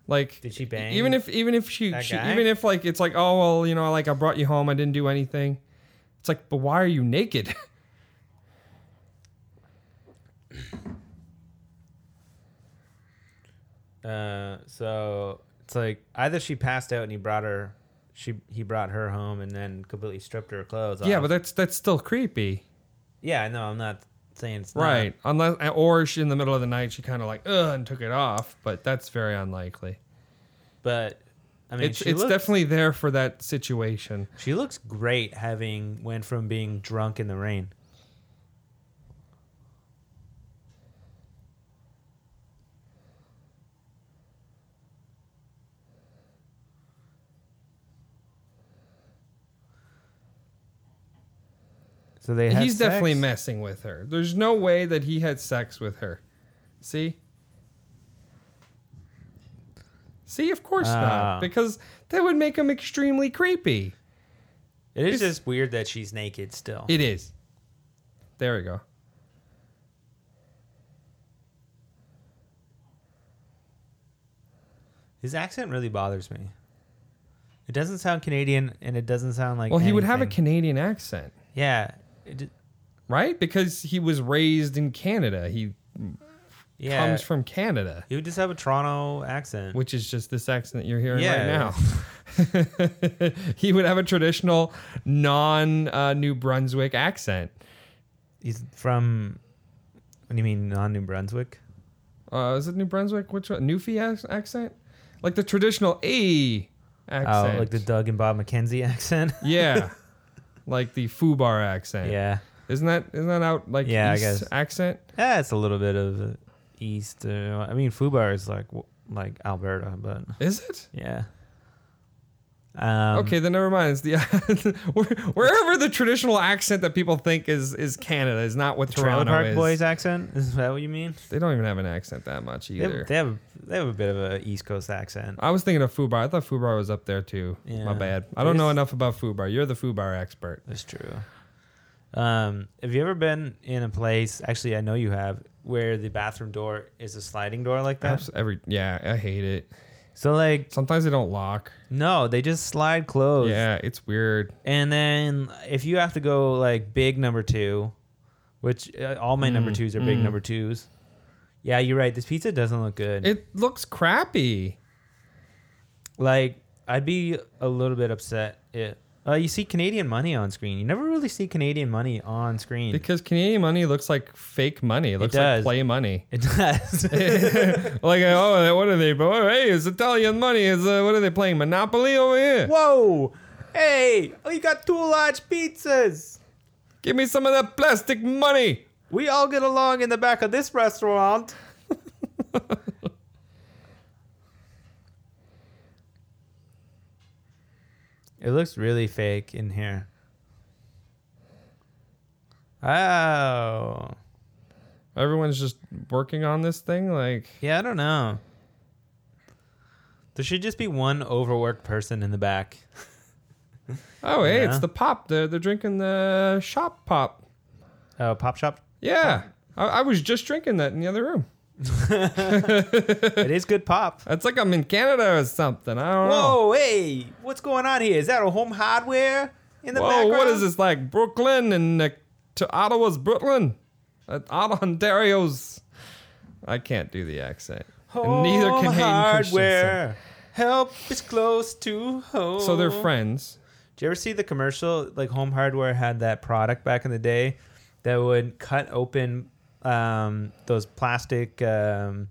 [SPEAKER 2] Like
[SPEAKER 1] Did she bang
[SPEAKER 2] Even if even if she,
[SPEAKER 1] that
[SPEAKER 2] she
[SPEAKER 1] guy?
[SPEAKER 2] even if like it's like oh well you know like I brought you home I didn't do anything. It's like but why are you naked? [LAUGHS]
[SPEAKER 1] Uh, so it's like either she passed out and he brought her, she he brought her home and then completely stripped her clothes.
[SPEAKER 2] Yeah,
[SPEAKER 1] off.
[SPEAKER 2] but that's that's still creepy,
[SPEAKER 1] yeah, no, I'm not saying it's not.
[SPEAKER 2] right? Unless or she in the middle of the night she kind of like ugh and took it off, but that's very unlikely.
[SPEAKER 1] but I mean,
[SPEAKER 2] it's
[SPEAKER 1] she
[SPEAKER 2] it's
[SPEAKER 1] looks-
[SPEAKER 2] definitely there for that situation.
[SPEAKER 1] she looks great having went from being drunk in the rain. So they had
[SPEAKER 2] He's definitely
[SPEAKER 1] sex?
[SPEAKER 2] messing with her. There's no way that he had sex with her. See? See, of course
[SPEAKER 1] Ah.
[SPEAKER 2] not. Because that would make him extremely creepy.
[SPEAKER 1] It is
[SPEAKER 2] It's-
[SPEAKER 1] just weird that she's naked still.
[SPEAKER 2] It is. There we go.
[SPEAKER 1] His accent really bothers me. It doesn't sound Canadian, and it doesn't sound like.
[SPEAKER 2] Well, he would have a
[SPEAKER 1] anything.
[SPEAKER 2] Canadian accent,
[SPEAKER 1] Yeah. It,
[SPEAKER 2] right? Because he was raised in Canada. He
[SPEAKER 1] yeah.
[SPEAKER 2] comes from Canada,
[SPEAKER 1] he would just have a Toronto accent.
[SPEAKER 2] which is just this accent that you're hearing
[SPEAKER 1] Yeah.
[SPEAKER 2] right now. [LAUGHS] he would have a traditional non uh, New Brunswick accent.
[SPEAKER 1] He's from. What do you mean, non New Brunswick?
[SPEAKER 2] uh, is it New Brunswick? Which one? Newfie ac- accent? Like the traditional A accent.
[SPEAKER 1] Oh, like the Doug and Bob McKenzie [LAUGHS] accent. [LAUGHS]
[SPEAKER 2] yeah, like the Fubar accent.
[SPEAKER 1] yeah.
[SPEAKER 2] isn't that isn't that out like
[SPEAKER 1] Yeah, I
[SPEAKER 2] East
[SPEAKER 1] guess.
[SPEAKER 2] accent?
[SPEAKER 1] Yeah, it's a little bit of uh, East. Uh, I mean, Fubar is like w- like Alberta, but
[SPEAKER 2] Is it?
[SPEAKER 1] yeah. Um,
[SPEAKER 2] okay, then never mind. It's the [LAUGHS] where- wherever the traditional accent that people think is is Canada is not what
[SPEAKER 1] Trailer
[SPEAKER 2] Toronto
[SPEAKER 1] Park
[SPEAKER 2] is.
[SPEAKER 1] Boys accent? [LAUGHS] Is that what you mean?
[SPEAKER 2] They don't even have an accent that much
[SPEAKER 1] They
[SPEAKER 2] either.
[SPEAKER 1] have, they have they have a bit of a East Coast accent.
[SPEAKER 2] I was thinking of Fubar. I thought Fubar was up there too.
[SPEAKER 1] Yeah.
[SPEAKER 2] My bad. I don't
[SPEAKER 1] It
[SPEAKER 2] know
[SPEAKER 1] is-
[SPEAKER 2] enough about Fubar. You're the Fubar expert.
[SPEAKER 1] That's true. Um, have you ever been in a place? Actually, I know you have, where the bathroom door is a sliding door like that.
[SPEAKER 2] Abs- Every yeah, I hate it.
[SPEAKER 1] So like,
[SPEAKER 2] Sometimes they don't lock.
[SPEAKER 1] no, they just slide closed.
[SPEAKER 2] Yeah, it's weird.
[SPEAKER 1] And then if you have to go like big number two, which uh, all my
[SPEAKER 2] Mm,
[SPEAKER 1] number twos are big number twos. Yeah, you're right. This pizza doesn't look good.
[SPEAKER 2] It looks crappy.
[SPEAKER 1] like I'd be a little bit upset. It. Uh, you see Canadian money on screen. You never really see Canadian money on screen.
[SPEAKER 2] Because Canadian money looks like fake money. It looks
[SPEAKER 1] does.
[SPEAKER 2] like play money. [LAUGHS]
[SPEAKER 1] it does.
[SPEAKER 2] Like, oh, what are they? Oh, hey, it's Italian money. Is uh, what are they playing? Monopoly over here.
[SPEAKER 1] Whoa! Hey! Oh, you got two large pizzas.
[SPEAKER 2] Give me some of that plastic money.
[SPEAKER 1] We all get along in the back of this restaurant. [LAUGHS] it looks really fake in here. Oh.
[SPEAKER 2] Everyone's just working on this thing. Like,
[SPEAKER 1] Yeah, I don't know. There should just be one overworked person in the back.
[SPEAKER 2] oh, hey,
[SPEAKER 1] Yeah.
[SPEAKER 2] it's the pop. They're they're drinking the shop pop.
[SPEAKER 1] Oh, Pop Shop.
[SPEAKER 2] Yeah, I, I was just drinking that in the other room.
[SPEAKER 1] It is good pop. Oh.
[SPEAKER 2] It's like I'm in Canada or something. I don't
[SPEAKER 1] [LAUGHS]
[SPEAKER 2] know.
[SPEAKER 1] Whoa, hey, what's going on here? Is that a home hardware in the
[SPEAKER 2] Whoa,
[SPEAKER 1] background?
[SPEAKER 2] what is this like Brooklyn and uh, to Ottawa's Brooklyn? Uh, Ottawa, Ontario's. I can't do the accent.
[SPEAKER 1] Home
[SPEAKER 2] And neither can Hayden Christensen.
[SPEAKER 1] hardware. Help is close to home.
[SPEAKER 2] So they're friends.
[SPEAKER 1] Do you ever see the commercial? Like Home Hardware had that product back in the day that would cut open um, those plastic um,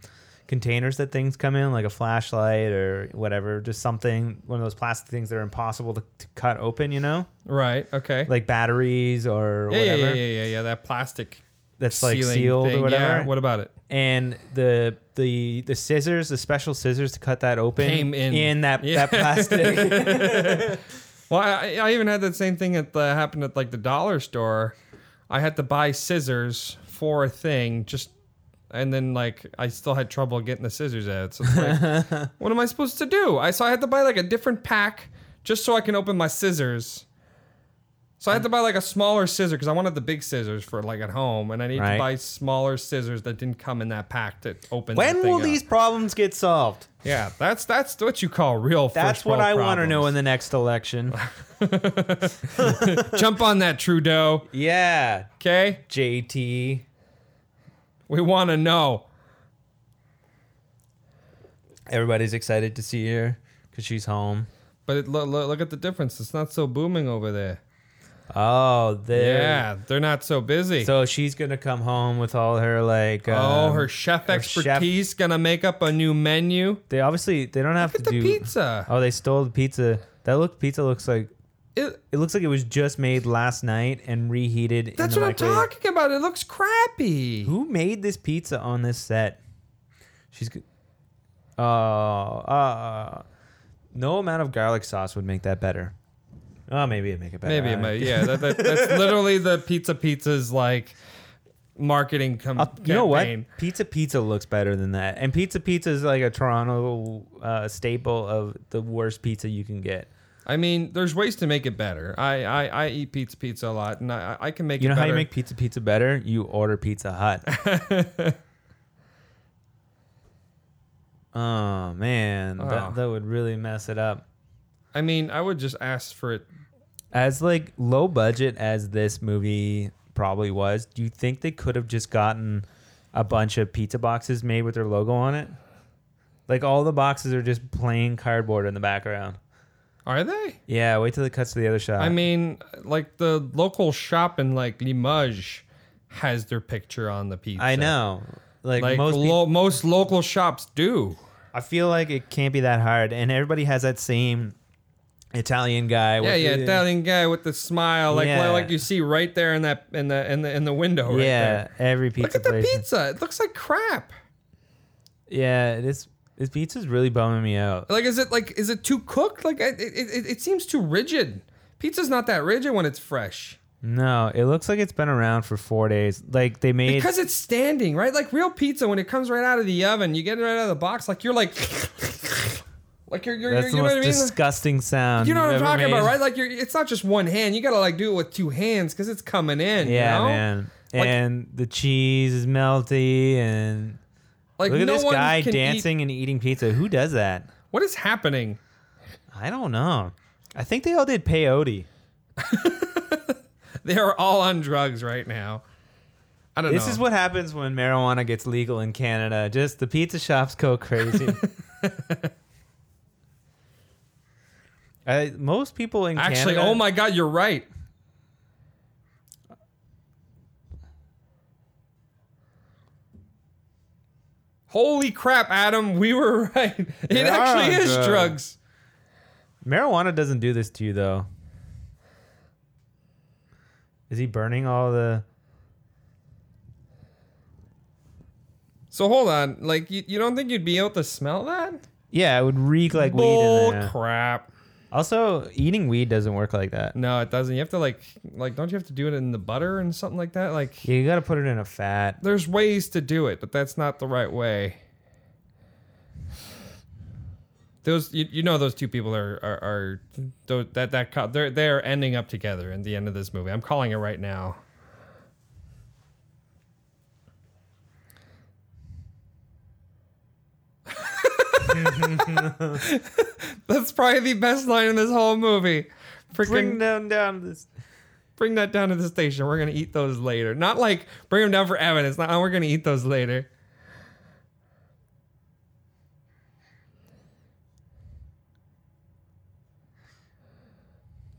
[SPEAKER 1] containers that things come in, like a flashlight or whatever, just something, one of those plastic things that are impossible to, to cut open. You know,
[SPEAKER 2] Right. Okay.
[SPEAKER 1] like batteries or
[SPEAKER 2] yeah, yeah,
[SPEAKER 1] whatever.
[SPEAKER 2] yeah, yeah, yeah, yeah. That plastic.
[SPEAKER 1] That's like
[SPEAKER 2] sealing
[SPEAKER 1] sealed
[SPEAKER 2] thing.
[SPEAKER 1] or whatever.
[SPEAKER 2] Yeah. What about it?
[SPEAKER 1] and the the the scissors, the special scissors to cut that open
[SPEAKER 2] Came in.
[SPEAKER 1] that
[SPEAKER 2] Yeah.
[SPEAKER 1] that
[SPEAKER 2] [LAUGHS]
[SPEAKER 1] plastic.
[SPEAKER 2] Well, I, I even had that same thing that uh, happened at like the dollar store. I had to buy scissors for a thing, just and then like I still had trouble getting the scissors out. So
[SPEAKER 1] [LAUGHS]
[SPEAKER 2] it's like, what am I supposed to do? I so I had to buy like a different pack just so I can open my scissors. So I had to buy like a smaller scissor because I wanted the big scissors for like at home, and I need
[SPEAKER 1] Right.
[SPEAKER 2] to buy smaller scissors that didn't come in that pack to open.
[SPEAKER 1] when
[SPEAKER 2] that thing
[SPEAKER 1] will
[SPEAKER 2] up.
[SPEAKER 1] these problems get solved?
[SPEAKER 2] Yeah, that's that's what you call real.
[SPEAKER 1] That's
[SPEAKER 2] first
[SPEAKER 1] what
[SPEAKER 2] world
[SPEAKER 1] I want to know in
[SPEAKER 2] problems.
[SPEAKER 1] the next
[SPEAKER 2] [LAUGHS]
[SPEAKER 1] election. [LAUGHS]
[SPEAKER 2] jump on that Trudeau.
[SPEAKER 1] yeah,
[SPEAKER 2] Okay.
[SPEAKER 1] JT.
[SPEAKER 2] We want to know.
[SPEAKER 1] Everybody's excited to see her because she's home.
[SPEAKER 2] But it, look, look, look at the difference. It's not so booming over there.
[SPEAKER 1] Oh, there.
[SPEAKER 2] Yeah, they're not so busy.
[SPEAKER 1] So she's gonna come home with all her like.
[SPEAKER 2] oh,
[SPEAKER 1] um,
[SPEAKER 2] her chef
[SPEAKER 1] chef-
[SPEAKER 2] expertise gonna make up a new menu.
[SPEAKER 1] They obviously they don't have
[SPEAKER 2] Look at
[SPEAKER 1] to
[SPEAKER 2] the
[SPEAKER 1] do
[SPEAKER 2] pizza.
[SPEAKER 1] Oh, they stole the pizza. That look pizza looks like
[SPEAKER 2] It-
[SPEAKER 1] it looks like it was just made last night and reheated. in
[SPEAKER 2] that's
[SPEAKER 1] the
[SPEAKER 2] what I'm
[SPEAKER 1] microwave.
[SPEAKER 2] talking about. It looks crappy.
[SPEAKER 1] Who made this pizza on this set? She's. g- Oh, uh, no amount of garlic sauce would make that better. Oh, maybe it'd make it better.
[SPEAKER 2] Maybe
[SPEAKER 1] I
[SPEAKER 2] it
[SPEAKER 1] don't-
[SPEAKER 2] might. Yeah, that, that,
[SPEAKER 1] [LAUGHS]
[SPEAKER 2] that's literally the pizza pizza's like marketing com-
[SPEAKER 1] Uh, you know what?
[SPEAKER 2] campaign.
[SPEAKER 1] Pizza Pizza looks better than that, and Pizza Pizza is like a Toronto uh, staple of the worst pizza you can get.
[SPEAKER 2] I mean, there's ways to make it better. I I, I eat pizza pizza a lot, and I I I can make
[SPEAKER 1] You
[SPEAKER 2] it
[SPEAKER 1] know how
[SPEAKER 2] better.
[SPEAKER 1] you make Pizza Pizza better? You order Pizza Hut.
[SPEAKER 2] [LAUGHS]
[SPEAKER 1] oh man,
[SPEAKER 2] Oh.
[SPEAKER 1] That, that would really mess it up.
[SPEAKER 2] I mean, I would just ask for it.
[SPEAKER 1] As like low budget as this movie probably was, do you think they could have just gotten a bunch of pizza boxes made with their logo on it? Like all the boxes are just plain cardboard in the background.
[SPEAKER 2] Are they?
[SPEAKER 1] Yeah, wait till it cuts to the other shot.
[SPEAKER 2] I mean, like the local shop in like Limoges has their picture on the pizza.
[SPEAKER 1] I know. Like,
[SPEAKER 2] Like
[SPEAKER 1] most people,
[SPEAKER 2] lo- most local shops do.
[SPEAKER 1] I feel like it can't be that hard, and everybody has that same Italian guy.
[SPEAKER 2] Yeah,
[SPEAKER 1] with
[SPEAKER 2] yeah,
[SPEAKER 1] the-
[SPEAKER 2] Italian guy with the smile, like
[SPEAKER 1] Yeah.
[SPEAKER 2] like you see right there in that in the in the in the window. Right
[SPEAKER 1] yeah.
[SPEAKER 2] there.
[SPEAKER 1] Every pizza
[SPEAKER 2] Look at the
[SPEAKER 1] place.
[SPEAKER 2] pizza. It looks like crap.
[SPEAKER 1] Yeah, this this pizza's really bumming me out.
[SPEAKER 2] Like, is it like is it too cooked? Like, it it, it, it seems too rigid. Pizza's not that rigid when it's fresh
[SPEAKER 1] No, it looks like it's been around for four days. Like they made.
[SPEAKER 2] because it's standing, right? Like real pizza when it comes right out of the oven, you get it right out of the box. Like you're like, [LAUGHS] like you're you're,
[SPEAKER 1] that's
[SPEAKER 2] you're
[SPEAKER 1] the
[SPEAKER 2] you know
[SPEAKER 1] most
[SPEAKER 2] what I mean?
[SPEAKER 1] disgusting sound.
[SPEAKER 2] you know what I'm
[SPEAKER 1] you've ever
[SPEAKER 2] talking about,
[SPEAKER 1] made.
[SPEAKER 2] right? Like you're, it's not just one hand. You gotta like do it with two hands because it's coming in.
[SPEAKER 1] Yeah,
[SPEAKER 2] you know?
[SPEAKER 1] man.
[SPEAKER 2] Like-
[SPEAKER 1] and the cheese is melty, and
[SPEAKER 2] Like
[SPEAKER 1] look at
[SPEAKER 2] no
[SPEAKER 1] this
[SPEAKER 2] one
[SPEAKER 1] guy
[SPEAKER 2] can eat-
[SPEAKER 1] dancing and eating pizza. Who does that?
[SPEAKER 2] What is happening? [LAUGHS]
[SPEAKER 1] I don't know. I think they all did peyote.
[SPEAKER 2] They are all on drugs right now. I don't know.
[SPEAKER 1] This is what happens when marijuana gets legal in Canada. Just the pizza shops go
[SPEAKER 2] [LAUGHS]
[SPEAKER 1] crazy. I, most people in
[SPEAKER 2] actually.
[SPEAKER 1] Canada,
[SPEAKER 2] Oh my God, you're right. Holy crap, Adam, [LAUGHS] we were right. It
[SPEAKER 1] They
[SPEAKER 2] actually
[SPEAKER 1] are
[SPEAKER 2] is
[SPEAKER 1] drugs.
[SPEAKER 2] drugs.
[SPEAKER 1] marijuana doesn't do this to you though. Is he burning all the?
[SPEAKER 2] So hold on, like you, you don't think you'd be able to smell that?
[SPEAKER 1] Yeah, it would reek like weed.
[SPEAKER 2] Bull
[SPEAKER 1] In there.
[SPEAKER 2] crap.
[SPEAKER 1] Also, eating weed doesn't work like that.
[SPEAKER 2] No, it doesn't. You have to like like don't you have to do it in the butter and something like that? Like
[SPEAKER 1] Yeah, you got to put it in a fat.
[SPEAKER 2] there's ways to do it, but that's not the right way. Those you, you know those two people are are, are tho- that that co- they're they're ending up together at the end of this movie. I'm calling it right now. [LAUGHS] That's probably the best line in this whole movie. Freaking
[SPEAKER 1] Bring them down to this.
[SPEAKER 2] bring that down to the station. We're gonna eat those later. Not like bring them down for evidence. Not "Oh, we're gonna eat those later.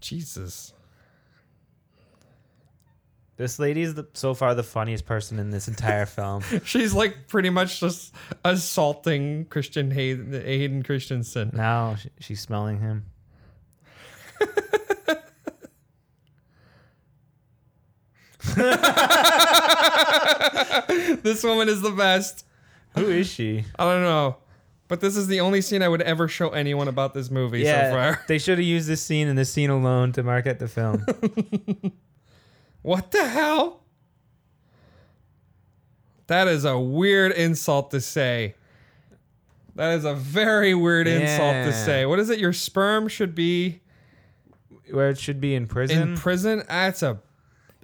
[SPEAKER 2] Jesus. [LAUGHS]
[SPEAKER 1] This lady is the, so far the funniest person in this entire film.
[SPEAKER 2] She's like pretty much just assaulting Christian Hayden, Hayden Christensen.
[SPEAKER 1] [LAUGHS]
[SPEAKER 2] [LAUGHS]
[SPEAKER 1] Now sh- she's smelling him.
[SPEAKER 2] This woman is the best.
[SPEAKER 1] Who is [LAUGHS] she?
[SPEAKER 2] I don't know. But this is the only scene I would ever show anyone about this movie so far. [LAUGHS]
[SPEAKER 1] they should have used this scene and this scene alone to market the [LAUGHS] film.
[SPEAKER 2] What the hell? That is a weird insult to say. That is a very weird insult to
[SPEAKER 1] Yeah.
[SPEAKER 2] say. What is it? Your sperm should be
[SPEAKER 1] Where it should be in prison.
[SPEAKER 2] in prison? That's a.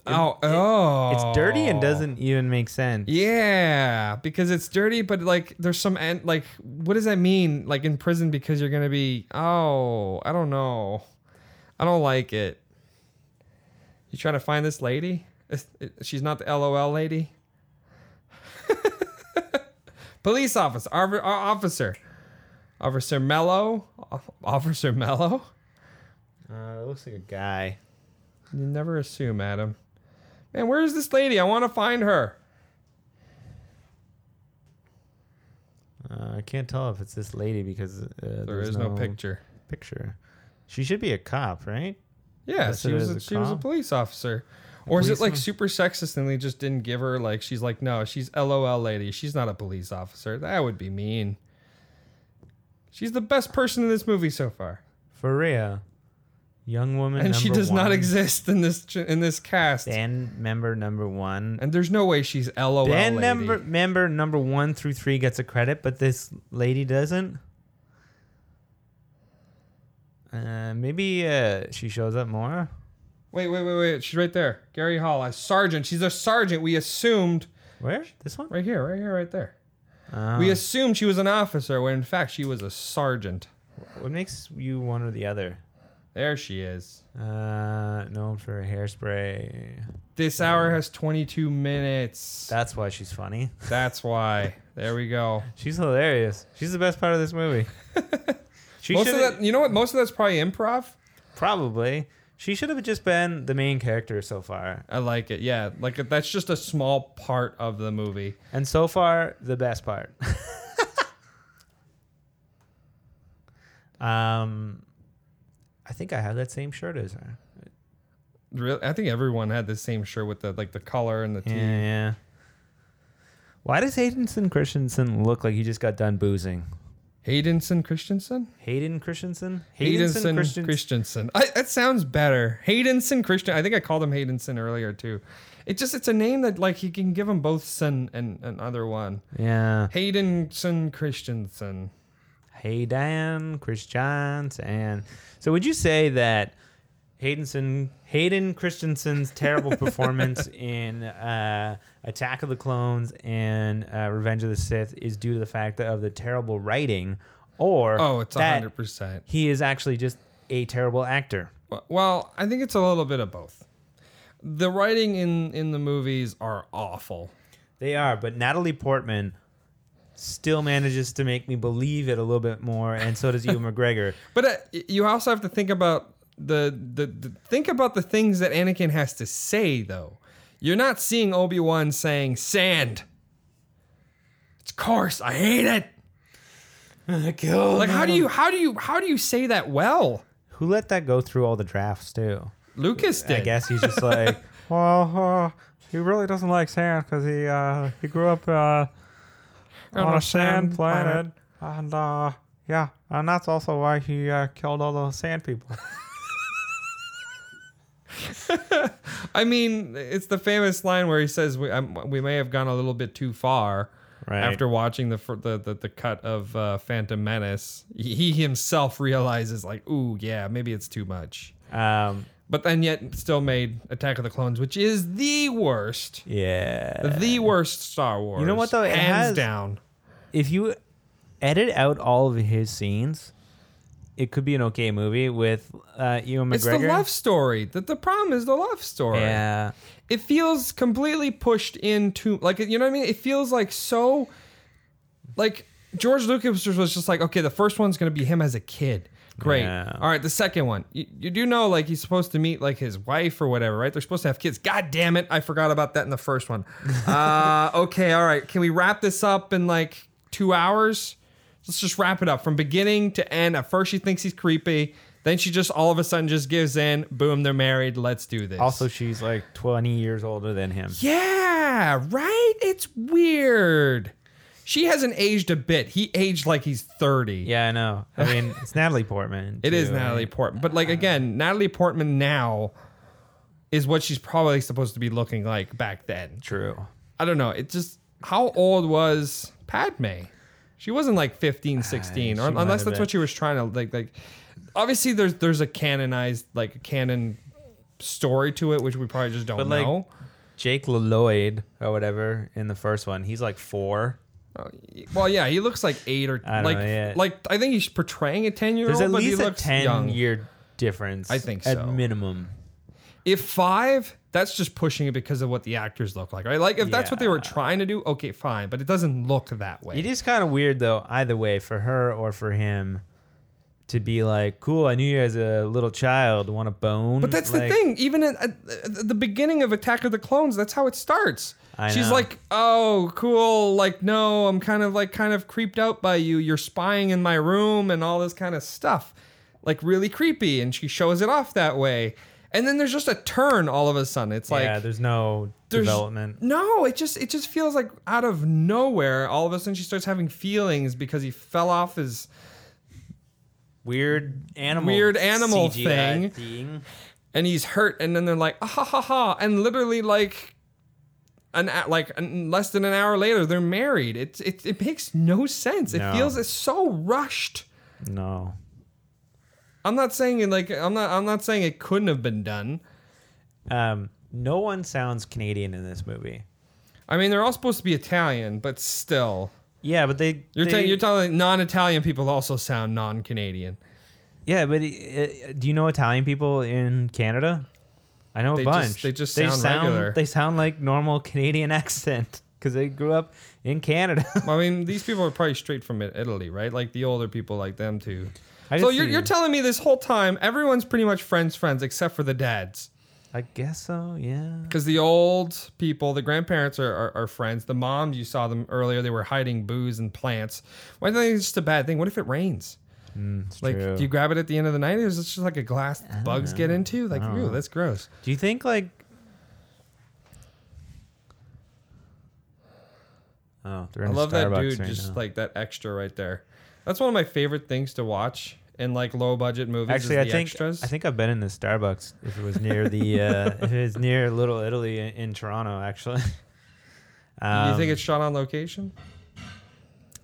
[SPEAKER 2] Oh, oh.
[SPEAKER 1] it's dirty and doesn't even make sense.
[SPEAKER 2] Yeah, because it's dirty, but like there's some end. Like, what does that mean? Like in prison because you're gonna be. Oh, I don't know. I don't like it. You trying to find this lady? Is- She's not the LOL lady. [LAUGHS] Police officer, our, officer, officer Mello, Of- officer Mello.
[SPEAKER 1] Uh, it looks like a guy.
[SPEAKER 2] You never assume, Adam. Man, where is this lady? I want to find her.
[SPEAKER 1] Uh, I can't tell if it's this lady because uh,
[SPEAKER 2] There is no, picture.
[SPEAKER 1] picture. She should be a cop, right?
[SPEAKER 2] Yeah,
[SPEAKER 1] Yes,
[SPEAKER 2] she
[SPEAKER 1] it
[SPEAKER 2] was.
[SPEAKER 1] is
[SPEAKER 2] A,
[SPEAKER 1] a
[SPEAKER 2] she was a
[SPEAKER 1] cop.
[SPEAKER 2] police officer. Or is it like super sexist and they just didn't give her like she's like no she's LOL lady she's not a police officer that would be mean. She's the best person in this movie so far,
[SPEAKER 1] For real. Young woman
[SPEAKER 2] and she
[SPEAKER 1] number
[SPEAKER 2] does not
[SPEAKER 1] one.
[SPEAKER 2] exist in this ch- in this cast.
[SPEAKER 1] Band member number one.
[SPEAKER 2] And there's no way she's LOL
[SPEAKER 1] Band
[SPEAKER 2] lady.
[SPEAKER 1] member member number one through three gets a credit, but this lady doesn't. Uh, maybe uh, she shows up more.
[SPEAKER 2] Wait, wait, wait, wait. She's right there. Gary Hall, a sergeant. She's a sergeant. We assumed
[SPEAKER 1] Where? This one?
[SPEAKER 2] right here, right here, right there.
[SPEAKER 1] Oh.
[SPEAKER 2] We assumed she was an officer when in fact she was a sergeant.
[SPEAKER 1] what makes you one or the other?
[SPEAKER 2] There she is.
[SPEAKER 1] Uh, known for hairspray.
[SPEAKER 2] This hour has 22 minutes.
[SPEAKER 1] That's why she's funny.
[SPEAKER 2] That's why. There we go.
[SPEAKER 1] She's hilarious. She's the best part of this
[SPEAKER 2] [LAUGHS]
[SPEAKER 1] movie. she
[SPEAKER 2] Most of
[SPEAKER 1] should
[SPEAKER 2] that, [LAUGHS] you know what? Most of that's probably improv.
[SPEAKER 1] probably. She should have just been the main character so far,
[SPEAKER 2] I like it. Yeah, like that's just a small part of the movie.
[SPEAKER 1] and so far the best part. um, I think I have that same shirt as her.
[SPEAKER 2] Real, I think everyone had the same shirt with the like the color and the
[SPEAKER 1] Yeah,
[SPEAKER 2] tee.
[SPEAKER 1] yeah. Why does Haydenson Christensen look like he just got done boozing?
[SPEAKER 2] Haydenson Christensen.
[SPEAKER 1] Hayden Christensen.
[SPEAKER 2] Haydenson
[SPEAKER 1] Christens-
[SPEAKER 2] Christensen. I, that sounds better. Haydenson Christian. I think I called him Haydenson earlier too. It just it's a name that like you can give them both son and another one.
[SPEAKER 1] yeah.
[SPEAKER 2] Haydenson Christensen.
[SPEAKER 1] Hey Dan, Chris Johns, and so would you say that Haydenson, Hayden Christensen's terrible
[SPEAKER 2] [LAUGHS]
[SPEAKER 1] performance in uh, Attack of the Clones and uh, Revenge of the Sith is due to the fact that of the terrible writing, or
[SPEAKER 2] Oh, it's
[SPEAKER 1] that
[SPEAKER 2] hundred percent.
[SPEAKER 1] he is actually just a terrible actor?
[SPEAKER 2] Well, I think it's a little bit of both. The writing in in the movies are awful.
[SPEAKER 1] They are, but Natalie Portman still manages to make me believe it a little bit more, and so does
[SPEAKER 2] [LAUGHS]
[SPEAKER 1] Ewan McGregor.
[SPEAKER 2] But uh, you also have to think about the, the the think about the things that Anakin has to say though. You're not seeing Obi-Wan saying sand. It's coarse. I hate it.
[SPEAKER 1] [LAUGHS]
[SPEAKER 2] Like how do you how do you how do you say that well?
[SPEAKER 1] Who let that go through all the drafts too?
[SPEAKER 2] Lucas did.
[SPEAKER 1] I guess he's just
[SPEAKER 2] [LAUGHS]
[SPEAKER 1] like, well, uh, he really doesn't like sand because he uh, he grew up uh, on a sand planet, and uh, yeah, and that's also why he uh, killed all those sand
[SPEAKER 2] [LAUGHS]
[SPEAKER 1] people.
[SPEAKER 2] I mean, it's the famous line where he says we um, we may have gone a little bit too far.
[SPEAKER 1] Right.
[SPEAKER 2] After watching the, fir- the the the cut of uh, Phantom Menace, he he himself [LAUGHS] realizes like, ooh, yeah, maybe it's too much.
[SPEAKER 1] Um,
[SPEAKER 2] But then yet still made Attack of the Clones, which is the worst,
[SPEAKER 1] yeah.
[SPEAKER 2] the worst Star Wars.
[SPEAKER 1] know what, though? It
[SPEAKER 2] hands
[SPEAKER 1] has-
[SPEAKER 2] down.
[SPEAKER 1] If you edit out all of his scenes, it could be an okay movie with uh, Ewan McGregor.
[SPEAKER 2] It's the love story. The, the problem is the love story.
[SPEAKER 1] Yeah.
[SPEAKER 2] it feels completely pushed into like you know what I mean. It feels like so like George Lucas was just like, okay, the first one's gonna be him as a kid. Great.
[SPEAKER 1] Yeah.
[SPEAKER 2] All right, the second one. You, you do know like he's supposed to meet like his wife or whatever, right? They're supposed to have kids. God damn it, I forgot about that in the
[SPEAKER 1] [LAUGHS]
[SPEAKER 2] first one. uh, okay, all right. Can we wrap this up in like two hours? Let's just wrap it up from beginning to end. At first, she thinks he's creepy. Then she just all of a sudden just gives in. Boom, they're married. Let's do this.
[SPEAKER 1] Also, she's like 20 years older than him.
[SPEAKER 2] Yeah, right? It's weird. She hasn't aged a bit. He aged like he's 30.
[SPEAKER 1] Yeah, I know. I
[SPEAKER 2] [LAUGHS]
[SPEAKER 1] mean, it's Natalie Portman.
[SPEAKER 2] It is
[SPEAKER 1] too, right? Uh-huh.
[SPEAKER 2] Natalie Portman. But like again, Natalie Portman now is what she's probably supposed to be looking like back then.
[SPEAKER 1] True.
[SPEAKER 2] I don't know. It just how old was Padme? She wasn't like 15, 16 or
[SPEAKER 1] Ah, she might
[SPEAKER 2] unless
[SPEAKER 1] have
[SPEAKER 2] that's
[SPEAKER 1] been.
[SPEAKER 2] what she was trying to like like obviously there's there's a canonized like a canon story to it which we probably just don't
[SPEAKER 1] But, like,
[SPEAKER 2] know.
[SPEAKER 1] Jake Lloyd or whatever in the first one. He's like four.
[SPEAKER 2] Well, yeah, he looks like eight or
[SPEAKER 1] I don't
[SPEAKER 2] like
[SPEAKER 1] know, yeah.
[SPEAKER 2] like I think he's portraying a ten year old.
[SPEAKER 1] There's at
[SPEAKER 2] but he
[SPEAKER 1] least a
[SPEAKER 2] looks
[SPEAKER 1] ten
[SPEAKER 2] young.
[SPEAKER 1] year difference.
[SPEAKER 2] I think so.
[SPEAKER 1] At minimum.
[SPEAKER 2] If five, that's just pushing it because of what the actors look like, right? Like if that's what they were
[SPEAKER 1] Yeah.
[SPEAKER 2] trying to do, okay, fine, but it doesn't look that way.
[SPEAKER 1] It is kind of weird though, either way, for her or for him, to be like, "Cool, I knew you as a little child. Want a bone?"
[SPEAKER 2] But that's
[SPEAKER 1] Like,
[SPEAKER 2] the thing. Even at, at at the beginning of Attack of the Clones, that's how it starts.
[SPEAKER 1] I
[SPEAKER 2] She's
[SPEAKER 1] know.
[SPEAKER 2] like, "Oh, cool. Like, no, I'm kind of like kind of creeped out by you. You're spying in my room and all this kind of stuff. Like, really creepy." And she shows it off that way. And then there's just a turn all of a sudden. It's like
[SPEAKER 1] yeah, there's no
[SPEAKER 2] there's-
[SPEAKER 1] development.
[SPEAKER 2] No, it just it just feels like out of nowhere. All of a sudden, she starts having feelings because he fell off his.
[SPEAKER 1] Weird animal.
[SPEAKER 2] Weird animal
[SPEAKER 1] CGI
[SPEAKER 2] thing.
[SPEAKER 1] thing.
[SPEAKER 2] and he's hurt and then they're like ah, ha ha ha and literally like an a- like an, less than an hour later they're married it it, it makes no sense
[SPEAKER 1] No.
[SPEAKER 2] it feels it's so rushed
[SPEAKER 1] No.
[SPEAKER 2] i'm not saying it like i'm not i'm not saying it couldn't have been done
[SPEAKER 1] Um, no one sounds Canadian in this movie.
[SPEAKER 2] i mean they're all supposed to be italian but still
[SPEAKER 1] Yeah, but they.
[SPEAKER 2] you're,
[SPEAKER 1] they,
[SPEAKER 2] ta- you're telling non-italian people also sound non-canadian
[SPEAKER 1] Yeah, but uh, do you know Italian people in Canada? I know a
[SPEAKER 2] They
[SPEAKER 1] bunch.
[SPEAKER 2] just- they just sound regular.
[SPEAKER 1] They sound like normal Canadian [LAUGHS] accent because they grew up in Canada.
[SPEAKER 2] i mean these people are probably straight from I- italy right like the older people like them too
[SPEAKER 1] I just
[SPEAKER 2] so you're,
[SPEAKER 1] see-
[SPEAKER 2] you're telling me this whole time everyone's pretty much friends friends except for the dads
[SPEAKER 1] I guess so. Yeah.
[SPEAKER 2] Because the old people, the grandparents are, are, are friends. The moms, you saw them earlier, they were hiding booze and plants. Why don't they just a bad thing? What if it rains? like,
[SPEAKER 1] Mm, true.
[SPEAKER 2] do you grab it at the end of the night? Or is it just like a glass that bugs get into? Like, ooh, that's gross.
[SPEAKER 1] Do you think like? Oh, they're in
[SPEAKER 2] I
[SPEAKER 1] a
[SPEAKER 2] love that
[SPEAKER 1] Starbucks
[SPEAKER 2] dude,
[SPEAKER 1] right
[SPEAKER 2] just
[SPEAKER 1] now.
[SPEAKER 2] like that extra right there. That's one of my favorite things to watch in like low budget movies.
[SPEAKER 1] Actually,
[SPEAKER 2] is
[SPEAKER 1] I
[SPEAKER 2] the
[SPEAKER 1] think
[SPEAKER 2] extras.
[SPEAKER 1] I think I've been in the Starbucks if it was near the
[SPEAKER 2] [LAUGHS]
[SPEAKER 1] uh, if it was near Little Italy in, in Toronto. Actually, [LAUGHS]
[SPEAKER 2] you
[SPEAKER 1] Um,
[SPEAKER 2] think it's shot on location?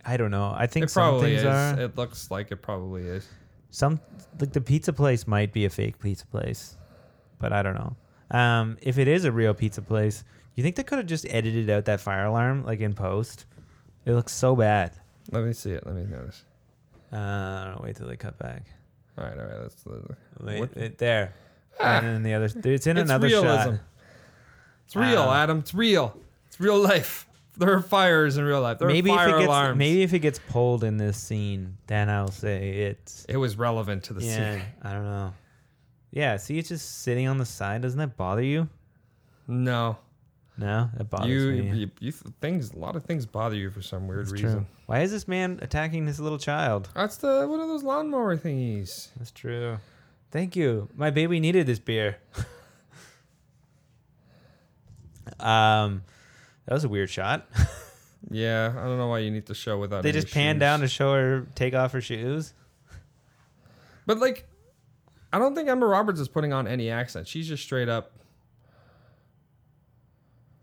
[SPEAKER 1] I don't know. I think
[SPEAKER 2] It
[SPEAKER 1] some
[SPEAKER 2] probably
[SPEAKER 1] things
[SPEAKER 2] is.
[SPEAKER 1] are
[SPEAKER 2] It looks like it probably is.
[SPEAKER 1] some like the pizza place might be a fake pizza place, but I don't know. Um, if it is a real pizza place, you think they could have just edited out that fire alarm like in post? It looks so bad.
[SPEAKER 2] Let me see it. Let me notice.
[SPEAKER 1] Uh, I don't know, wait till they cut back.
[SPEAKER 2] All right, all right. Let's.
[SPEAKER 1] Wait,
[SPEAKER 2] what- Ah.
[SPEAKER 1] it- there. And then the other, it's in
[SPEAKER 2] It's
[SPEAKER 1] another
[SPEAKER 2] realism.
[SPEAKER 1] shot.
[SPEAKER 2] It's real,
[SPEAKER 1] Um,
[SPEAKER 2] Adam. It's real. It's real life. There are fires in real life. There
[SPEAKER 1] Maybe
[SPEAKER 2] are
[SPEAKER 1] if
[SPEAKER 2] fire
[SPEAKER 1] it gets
[SPEAKER 2] alarms.
[SPEAKER 1] maybe if it gets pulled in this scene, then I'll say it's
[SPEAKER 2] it was relevant to the
[SPEAKER 1] yeah.
[SPEAKER 2] scene.
[SPEAKER 1] I don't know. Yeah, see, it's just sitting on the side. Doesn't that bother you?
[SPEAKER 2] No,
[SPEAKER 1] No, it bothers
[SPEAKER 2] you,
[SPEAKER 1] me.
[SPEAKER 2] you, you things. A lot of things bother you for some weird
[SPEAKER 1] It's
[SPEAKER 2] reason.
[SPEAKER 1] true. Why is this man attacking this little child?
[SPEAKER 2] That's the one of those lawnmower thingies.
[SPEAKER 1] That's true. Thank you. My baby needed this beer. [LAUGHS] um, that was a weird shot.
[SPEAKER 2] Yeah, I don't know why you need to show without.
[SPEAKER 1] they
[SPEAKER 2] any
[SPEAKER 1] just pan
[SPEAKER 2] shoes.
[SPEAKER 1] down to show her take off her shoes.
[SPEAKER 2] But like, I don't think Emma Roberts is putting on any accent. She's just straight up.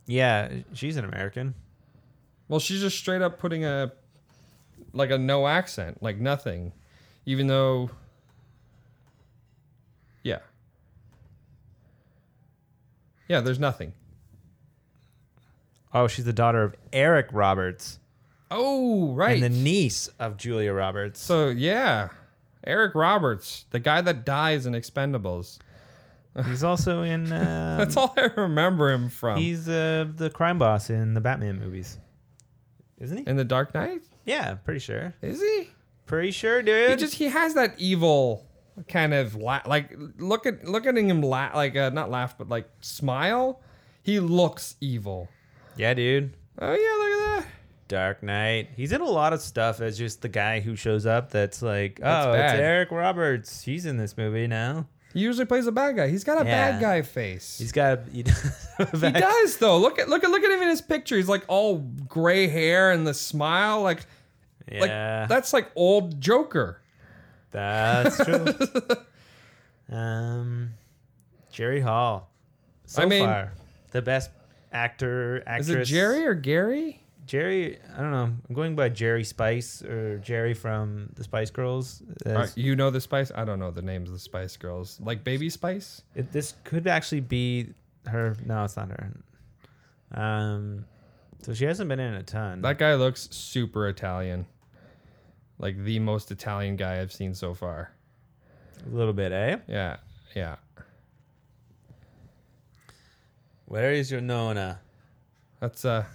[SPEAKER 1] Yeah, she's an American.
[SPEAKER 2] Well, she's just straight up putting a like a no accent, like nothing. Even though Yeah. Yeah, there's nothing.
[SPEAKER 1] Oh, she's the daughter of Eric Roberts
[SPEAKER 2] Oh,
[SPEAKER 1] and
[SPEAKER 2] right.
[SPEAKER 1] the niece of Julia Roberts.
[SPEAKER 2] so, yeah. Eric Roberts, the guy that dies in Expendables.
[SPEAKER 1] [LAUGHS] he's also [LAUGHS] in. Uh,
[SPEAKER 2] That's all I remember him from.
[SPEAKER 1] He's uh, the crime boss in the Batman movies, isn't he?
[SPEAKER 2] in The Dark Knight?
[SPEAKER 1] yeah, pretty sure.
[SPEAKER 2] Is he?
[SPEAKER 1] Pretty sure, dude.
[SPEAKER 2] He just he has that evil kind of la- like look at look at him la- like uh, not laugh but like smile. He looks evil.
[SPEAKER 1] yeah, dude.
[SPEAKER 2] Oh yeah, look at that.
[SPEAKER 1] Dark Knight. He's in a lot of stuff as just the guy who shows up that's like, oh,
[SPEAKER 2] bad.
[SPEAKER 1] it's Eric Roberts. He's in this movie now.
[SPEAKER 2] He usually plays a bad guy. He's got a
[SPEAKER 1] Yeah.
[SPEAKER 2] bad guy face.
[SPEAKER 1] He's got [LAUGHS] a, he does.
[SPEAKER 2] he does though. Look at look at look at him in his picture. He's like all gray hair and the smile. Like
[SPEAKER 1] Yeah,
[SPEAKER 2] like that's like old Joker.
[SPEAKER 1] that's
[SPEAKER 2] [LAUGHS]
[SPEAKER 1] true. um, Jerry Hall. So
[SPEAKER 2] I mean-
[SPEAKER 1] far, the best actor,
[SPEAKER 2] Is
[SPEAKER 1] actress.
[SPEAKER 2] it Jerry or Gary?
[SPEAKER 1] Jerry, I don't know. I'm going by Jerry Spice or Jerry from the Spice Girls.
[SPEAKER 2] Uh,
[SPEAKER 1] As-
[SPEAKER 2] you know the Spice? I don't know the names of the Spice Girls. Like Baby Spice.
[SPEAKER 1] it, this could actually be her. No, it's not her. Um, so she hasn't been in a ton.
[SPEAKER 2] That guy looks super Italian. Like the most Italian guy I've seen so far.
[SPEAKER 1] a little bit, eh?
[SPEAKER 2] Yeah, yeah.
[SPEAKER 1] Where is your Nona?
[SPEAKER 2] That's uh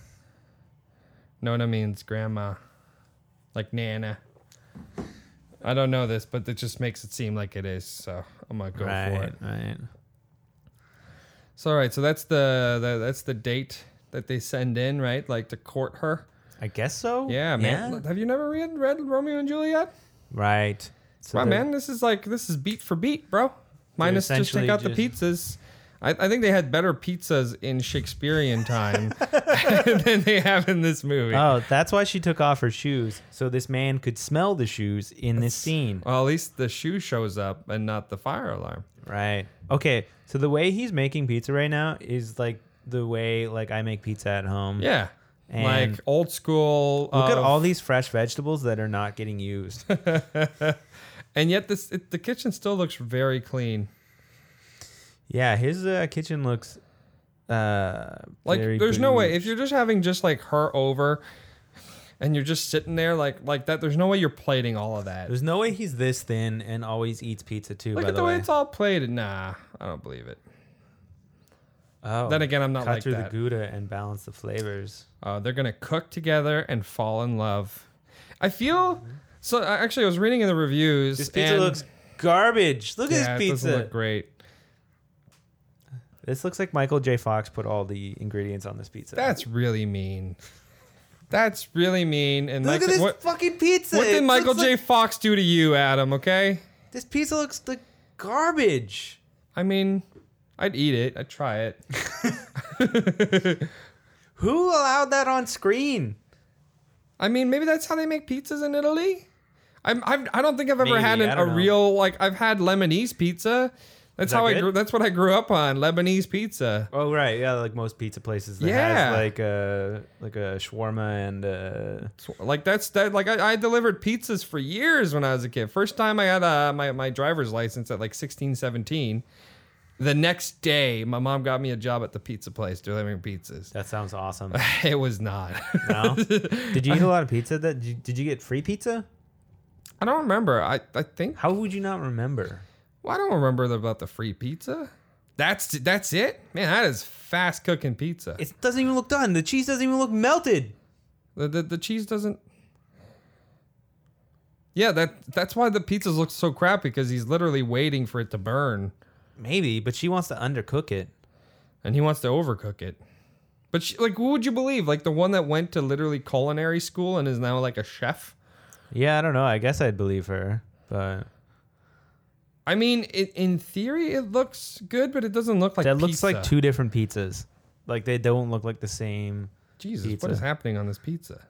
[SPEAKER 2] Nona means grandma. Like Nana. I don't know this, but it just makes it seem like it is, so I'm gonna go for
[SPEAKER 1] right,
[SPEAKER 2] it.
[SPEAKER 1] right.
[SPEAKER 2] So all right, so that's the, the that's the date that they send in, right? Like to court her.
[SPEAKER 1] I guess so.
[SPEAKER 2] Yeah, man. Have you never read read Romeo and Juliet?
[SPEAKER 1] Right. So
[SPEAKER 2] Wow,
[SPEAKER 1] the-
[SPEAKER 2] man, this is like this is beat for beat, bro. Minus just
[SPEAKER 1] essentially
[SPEAKER 2] take out the
[SPEAKER 1] just-
[SPEAKER 2] pizzas. I, I think they had better pizzas in Shakespearean time [LAUGHS] than they have in this [LAUGHS] movie.
[SPEAKER 1] Oh, that's why she took off her shoes, so this man could smell the shoes in this scene.
[SPEAKER 2] Well, at least the shoe shows up and not the fire alarm.
[SPEAKER 1] Right. Okay. So the way he's making pizza right now is like the way like I make pizza at home.
[SPEAKER 2] Yeah.
[SPEAKER 1] And-
[SPEAKER 2] like old school. uh,
[SPEAKER 1] Look at
[SPEAKER 2] of-
[SPEAKER 1] all these fresh vegetables that are not getting used. [LAUGHS]
[SPEAKER 2] And yet this it, the kitchen still looks very clean.
[SPEAKER 1] yeah, his uh, kitchen looks uh
[SPEAKER 2] Like
[SPEAKER 1] very
[SPEAKER 2] there's no way
[SPEAKER 1] bougie.
[SPEAKER 2] if you're just having just like her over and you're just sitting there like like that there's no way you're plating all of that.
[SPEAKER 1] There's no way he's this thin and always eats pizza too.
[SPEAKER 2] Look
[SPEAKER 1] by
[SPEAKER 2] at the way.
[SPEAKER 1] way,
[SPEAKER 2] it's all plated. Nah, I don't believe it.
[SPEAKER 1] Oh,
[SPEAKER 2] Then again, I'm not
[SPEAKER 1] cut
[SPEAKER 2] like
[SPEAKER 1] through
[SPEAKER 2] that.
[SPEAKER 1] the gouda and balance the flavors.
[SPEAKER 2] Uh, they're gonna cook together and fall in love. I feel so. I- Actually, I was reading in the reviews.
[SPEAKER 1] This pizza
[SPEAKER 2] and-
[SPEAKER 1] looks garbage. Look
[SPEAKER 2] yeah,
[SPEAKER 1] at
[SPEAKER 2] it
[SPEAKER 1] this
[SPEAKER 2] doesn't
[SPEAKER 1] pizza.
[SPEAKER 2] look great.
[SPEAKER 1] This looks like Michael J. Fox put all the ingredients on this pizza.
[SPEAKER 2] That's really mean. That's really mean. And
[SPEAKER 1] look
[SPEAKER 2] Michael,
[SPEAKER 1] at this
[SPEAKER 2] what,
[SPEAKER 1] fucking pizza.
[SPEAKER 2] what
[SPEAKER 1] It
[SPEAKER 2] did
[SPEAKER 1] looks
[SPEAKER 2] Michael J.
[SPEAKER 1] like-
[SPEAKER 2] Fox do to you, Adam? Okay.
[SPEAKER 1] this pizza looks like garbage.
[SPEAKER 2] I mean, I'd eat it. I'd try it.
[SPEAKER 1] Who allowed that on screen?
[SPEAKER 2] I mean, maybe that's how they make pizzas in Italy. I'm, I've, I don't think I've ever
[SPEAKER 1] Maybe,
[SPEAKER 2] had an,
[SPEAKER 1] I
[SPEAKER 2] a
[SPEAKER 1] don't know.
[SPEAKER 2] real like. I've had Lebanese pizza. That's
[SPEAKER 1] that
[SPEAKER 2] how I
[SPEAKER 1] good?
[SPEAKER 2] grew. That's what I grew up on. Lebanese pizza.
[SPEAKER 1] Oh right, yeah, like most pizza places that
[SPEAKER 2] Yeah.
[SPEAKER 1] has like a like a shawarma and uh
[SPEAKER 2] Tw- Like that's that. Like I, I delivered pizzas for years when I was a kid. First time I got uh, my my driver's license at like 16, 17. The next day, my mom got me a job at the pizza place delivering pizzas. [LAUGHS]
[SPEAKER 1] that sounds [LAUGHS] awesome.
[SPEAKER 2] It was not. [LAUGHS]
[SPEAKER 1] No? did you eat a lot of pizza? That did you, did you get free pizza?
[SPEAKER 2] I don't remember. I I think.
[SPEAKER 1] How would you not remember?
[SPEAKER 2] Well, I don't remember the- about the free pizza. That's that's it, man. That is fast cooking pizza.
[SPEAKER 1] It doesn't even look done. The cheese doesn't even look melted.
[SPEAKER 2] The, the the cheese doesn't. Yeah, that that's why the pizzas look so crappy because he's literally waiting for it to burn.
[SPEAKER 1] Maybe, but she wants to undercook it.
[SPEAKER 2] and he wants to overcook it. But she, like, who would you believe? Like the one that went to literally culinary school and is now like a chef.
[SPEAKER 1] Yeah, I don't know. I guess I'd believe her, but
[SPEAKER 2] I mean, it, in theory, it looks good, but it doesn't look like
[SPEAKER 1] that looks like
[SPEAKER 2] pizza.
[SPEAKER 1] two different pizzas. Like they don't look like the same.
[SPEAKER 2] Jesus,
[SPEAKER 1] pizza.
[SPEAKER 2] what is happening on this pizza?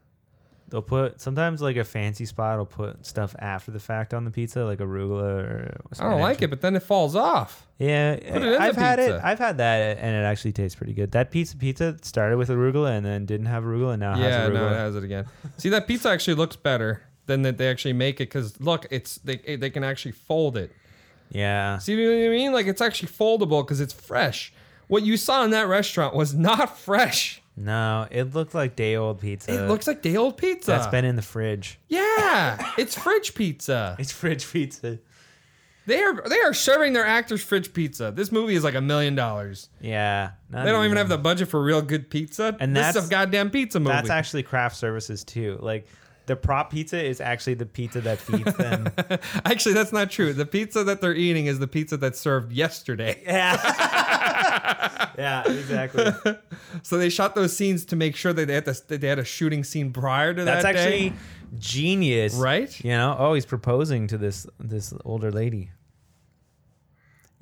[SPEAKER 1] They'll put sometimes like a fancy spot will put stuff after the fact on the pizza, like arugula or.
[SPEAKER 2] I don't like it, but then it falls off.
[SPEAKER 1] Yeah,
[SPEAKER 2] it in the
[SPEAKER 1] I've had it.
[SPEAKER 2] pizza.
[SPEAKER 1] I've had that, and it actually tastes pretty good. That pizza pizza started with arugula and then didn't have arugula, and now
[SPEAKER 2] yeah,
[SPEAKER 1] has arugula.
[SPEAKER 2] no, it has it again. [LAUGHS] See, that pizza actually looks better than that they actually make it because look, it's they they can actually fold it.
[SPEAKER 1] yeah,
[SPEAKER 2] See what I mean? Like it's actually foldable because it's fresh. What you saw in that restaurant was not [LAUGHS] fresh.
[SPEAKER 1] no, it looked like day old pizza.
[SPEAKER 2] it looks uh, like day old pizza.
[SPEAKER 1] Uh, that's been in the fridge. [LAUGHS]
[SPEAKER 2] Yeah, it's fridge pizza.
[SPEAKER 1] It's fridge pizza.
[SPEAKER 2] They are they are serving their actors fridge pizza. This movie is like a million dollars.
[SPEAKER 1] Yeah, not
[SPEAKER 2] They don't even have the budget for real good pizza.
[SPEAKER 1] And
[SPEAKER 2] this is
[SPEAKER 1] that's-
[SPEAKER 2] a goddamn pizza movie.
[SPEAKER 1] That's actually craft services too. Like the prop pizza is actually the pizza that
[SPEAKER 2] [LAUGHS]
[SPEAKER 1] feeds them.
[SPEAKER 2] Actually, that's not true. The pizza that they're eating is the pizza that's served yesterday.
[SPEAKER 1] [LAUGHS] yeah. yeah, [LAUGHS]
[SPEAKER 2] [LAUGHS]
[SPEAKER 1] exactly.
[SPEAKER 2] So they shot those scenes to make sure that they had to, that they had a shooting scene prior to
[SPEAKER 1] That's
[SPEAKER 2] that. day.
[SPEAKER 1] actually genius,
[SPEAKER 2] Right?
[SPEAKER 1] You know, oh, he's proposing to this this older lady,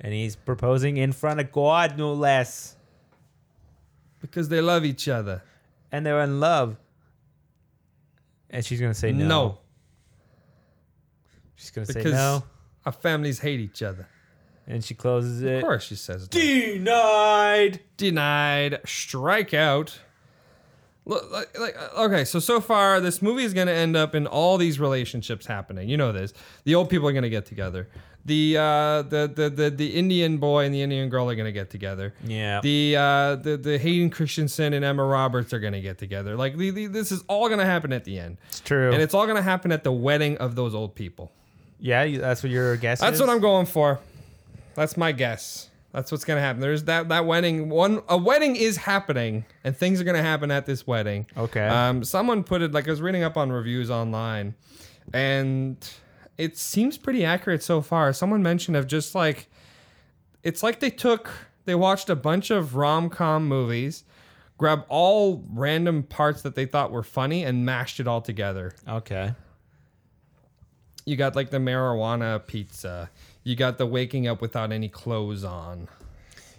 [SPEAKER 1] and he's proposing in front of God, no less.
[SPEAKER 2] because they love each other.
[SPEAKER 1] And they're in love, and she's gonna say no.
[SPEAKER 2] No,
[SPEAKER 1] she's gonna say
[SPEAKER 2] because
[SPEAKER 1] no,
[SPEAKER 2] our families hate each other.
[SPEAKER 1] and she closes it.
[SPEAKER 2] Of course, she says. no.
[SPEAKER 1] Denied.
[SPEAKER 2] denied strikeout. Look, like, like, uh, okay, so so far this movie is going to end up in all these relationships happening. You know this. The old people are going to get together. The, uh, the the the the Indian boy and the Indian girl are going to get together.
[SPEAKER 1] Yeah.
[SPEAKER 2] The uh, the the Hayden Christensen and Emma Roberts are going to get together. Like the, the, this is all going to happen at the end,
[SPEAKER 1] It's true.
[SPEAKER 2] and it's all going to happen at the wedding of those old people.
[SPEAKER 1] yeah, you- that's what your guess.
[SPEAKER 2] That's
[SPEAKER 1] is?
[SPEAKER 2] what I'm going for. That's my guess. That's what's gonna happen. There's that that wedding. One a wedding is happening, and things are gonna happen at this wedding.
[SPEAKER 1] Okay.
[SPEAKER 2] Um, someone put it like I was reading up on reviews online, and it seems pretty accurate so far. Someone mentioned of just like, it's like they took they watched a bunch of rom com movies, grab all random parts that they thought were funny, and mashed it all together
[SPEAKER 1] Okay.
[SPEAKER 2] you got like the marijuana pizza. You got the waking up without any clothes on.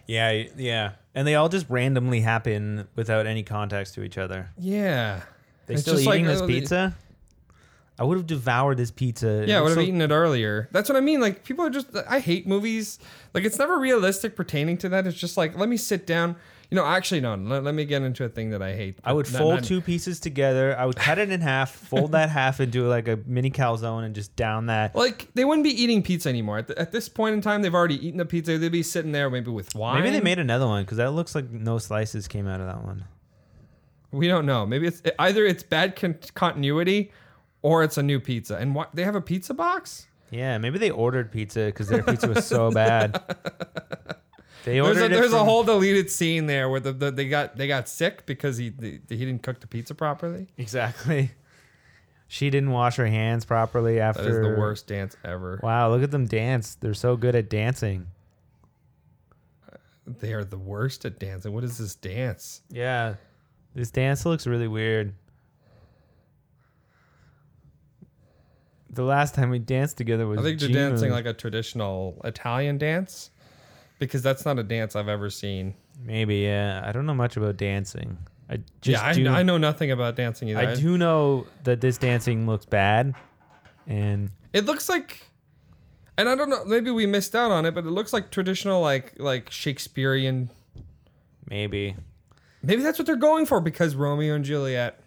[SPEAKER 1] Yeah, y- yeah. And they all just randomly happen without any context to each other.
[SPEAKER 2] Yeah.
[SPEAKER 1] They
[SPEAKER 2] It's
[SPEAKER 1] still
[SPEAKER 2] just
[SPEAKER 1] eating
[SPEAKER 2] like,
[SPEAKER 1] this
[SPEAKER 2] uh, they-
[SPEAKER 1] pizza? I would have devoured this pizza.
[SPEAKER 2] Yeah, I
[SPEAKER 1] It
[SPEAKER 2] would
[SPEAKER 1] looks
[SPEAKER 2] have
[SPEAKER 1] so-
[SPEAKER 2] eaten it earlier. That's what I mean. Like people are just I hate movies. Like it's never realistic pertaining to that. It's just like let me sit down. You know, actually no, let, let me get into a thing that I hate.
[SPEAKER 1] I would
[SPEAKER 2] Not-
[SPEAKER 1] fold
[SPEAKER 2] not-
[SPEAKER 1] two pieces together. I would cut it in half, fold
[SPEAKER 2] [LAUGHS]
[SPEAKER 1] that half into like a mini calzone, and just down that.
[SPEAKER 2] like they wouldn't be eating pizza anymore. At, the, at this point in time, they've already eaten the pizza. They'd be sitting there maybe with wine.
[SPEAKER 1] Maybe they made another one because that looks like no slices came out of that one.
[SPEAKER 2] We don't know. Maybe it's either it's bad con- continuity, or it's a new pizza. And what they have a pizza box.
[SPEAKER 1] Yeah, maybe they ordered pizza because their pizza was
[SPEAKER 2] [LAUGHS]
[SPEAKER 1] so bad. They ordered
[SPEAKER 2] There's a,
[SPEAKER 1] it
[SPEAKER 2] there's a
[SPEAKER 1] from-
[SPEAKER 2] whole deleted scene there where the, the they got they got sick because he the, he didn't cook the pizza properly.
[SPEAKER 1] [LAUGHS] exactly. She didn't wash her hands properly after
[SPEAKER 2] That is the worst dance ever.
[SPEAKER 1] Wow, look at them dance. They're so good at dancing.
[SPEAKER 2] They are the worst at dancing. What is this dance?
[SPEAKER 1] Yeah. This dance looks really weird. The last time we danced together was
[SPEAKER 2] I think they're
[SPEAKER 1] G-Moon.
[SPEAKER 2] dancing like a traditional Italian dance because that's not a dance I've ever seen.
[SPEAKER 1] maybe yeah. I don't know much about dancing. I just
[SPEAKER 2] yeah, I,
[SPEAKER 1] do,
[SPEAKER 2] I know nothing about dancing either.
[SPEAKER 1] I do know that this dancing looks bad, and
[SPEAKER 2] It looks like, and I don't know. Maybe we missed out on it, but it looks like traditional like like Shakespearean.
[SPEAKER 1] maybe
[SPEAKER 2] Maybe that's what they're going for because Romeo and Juliet.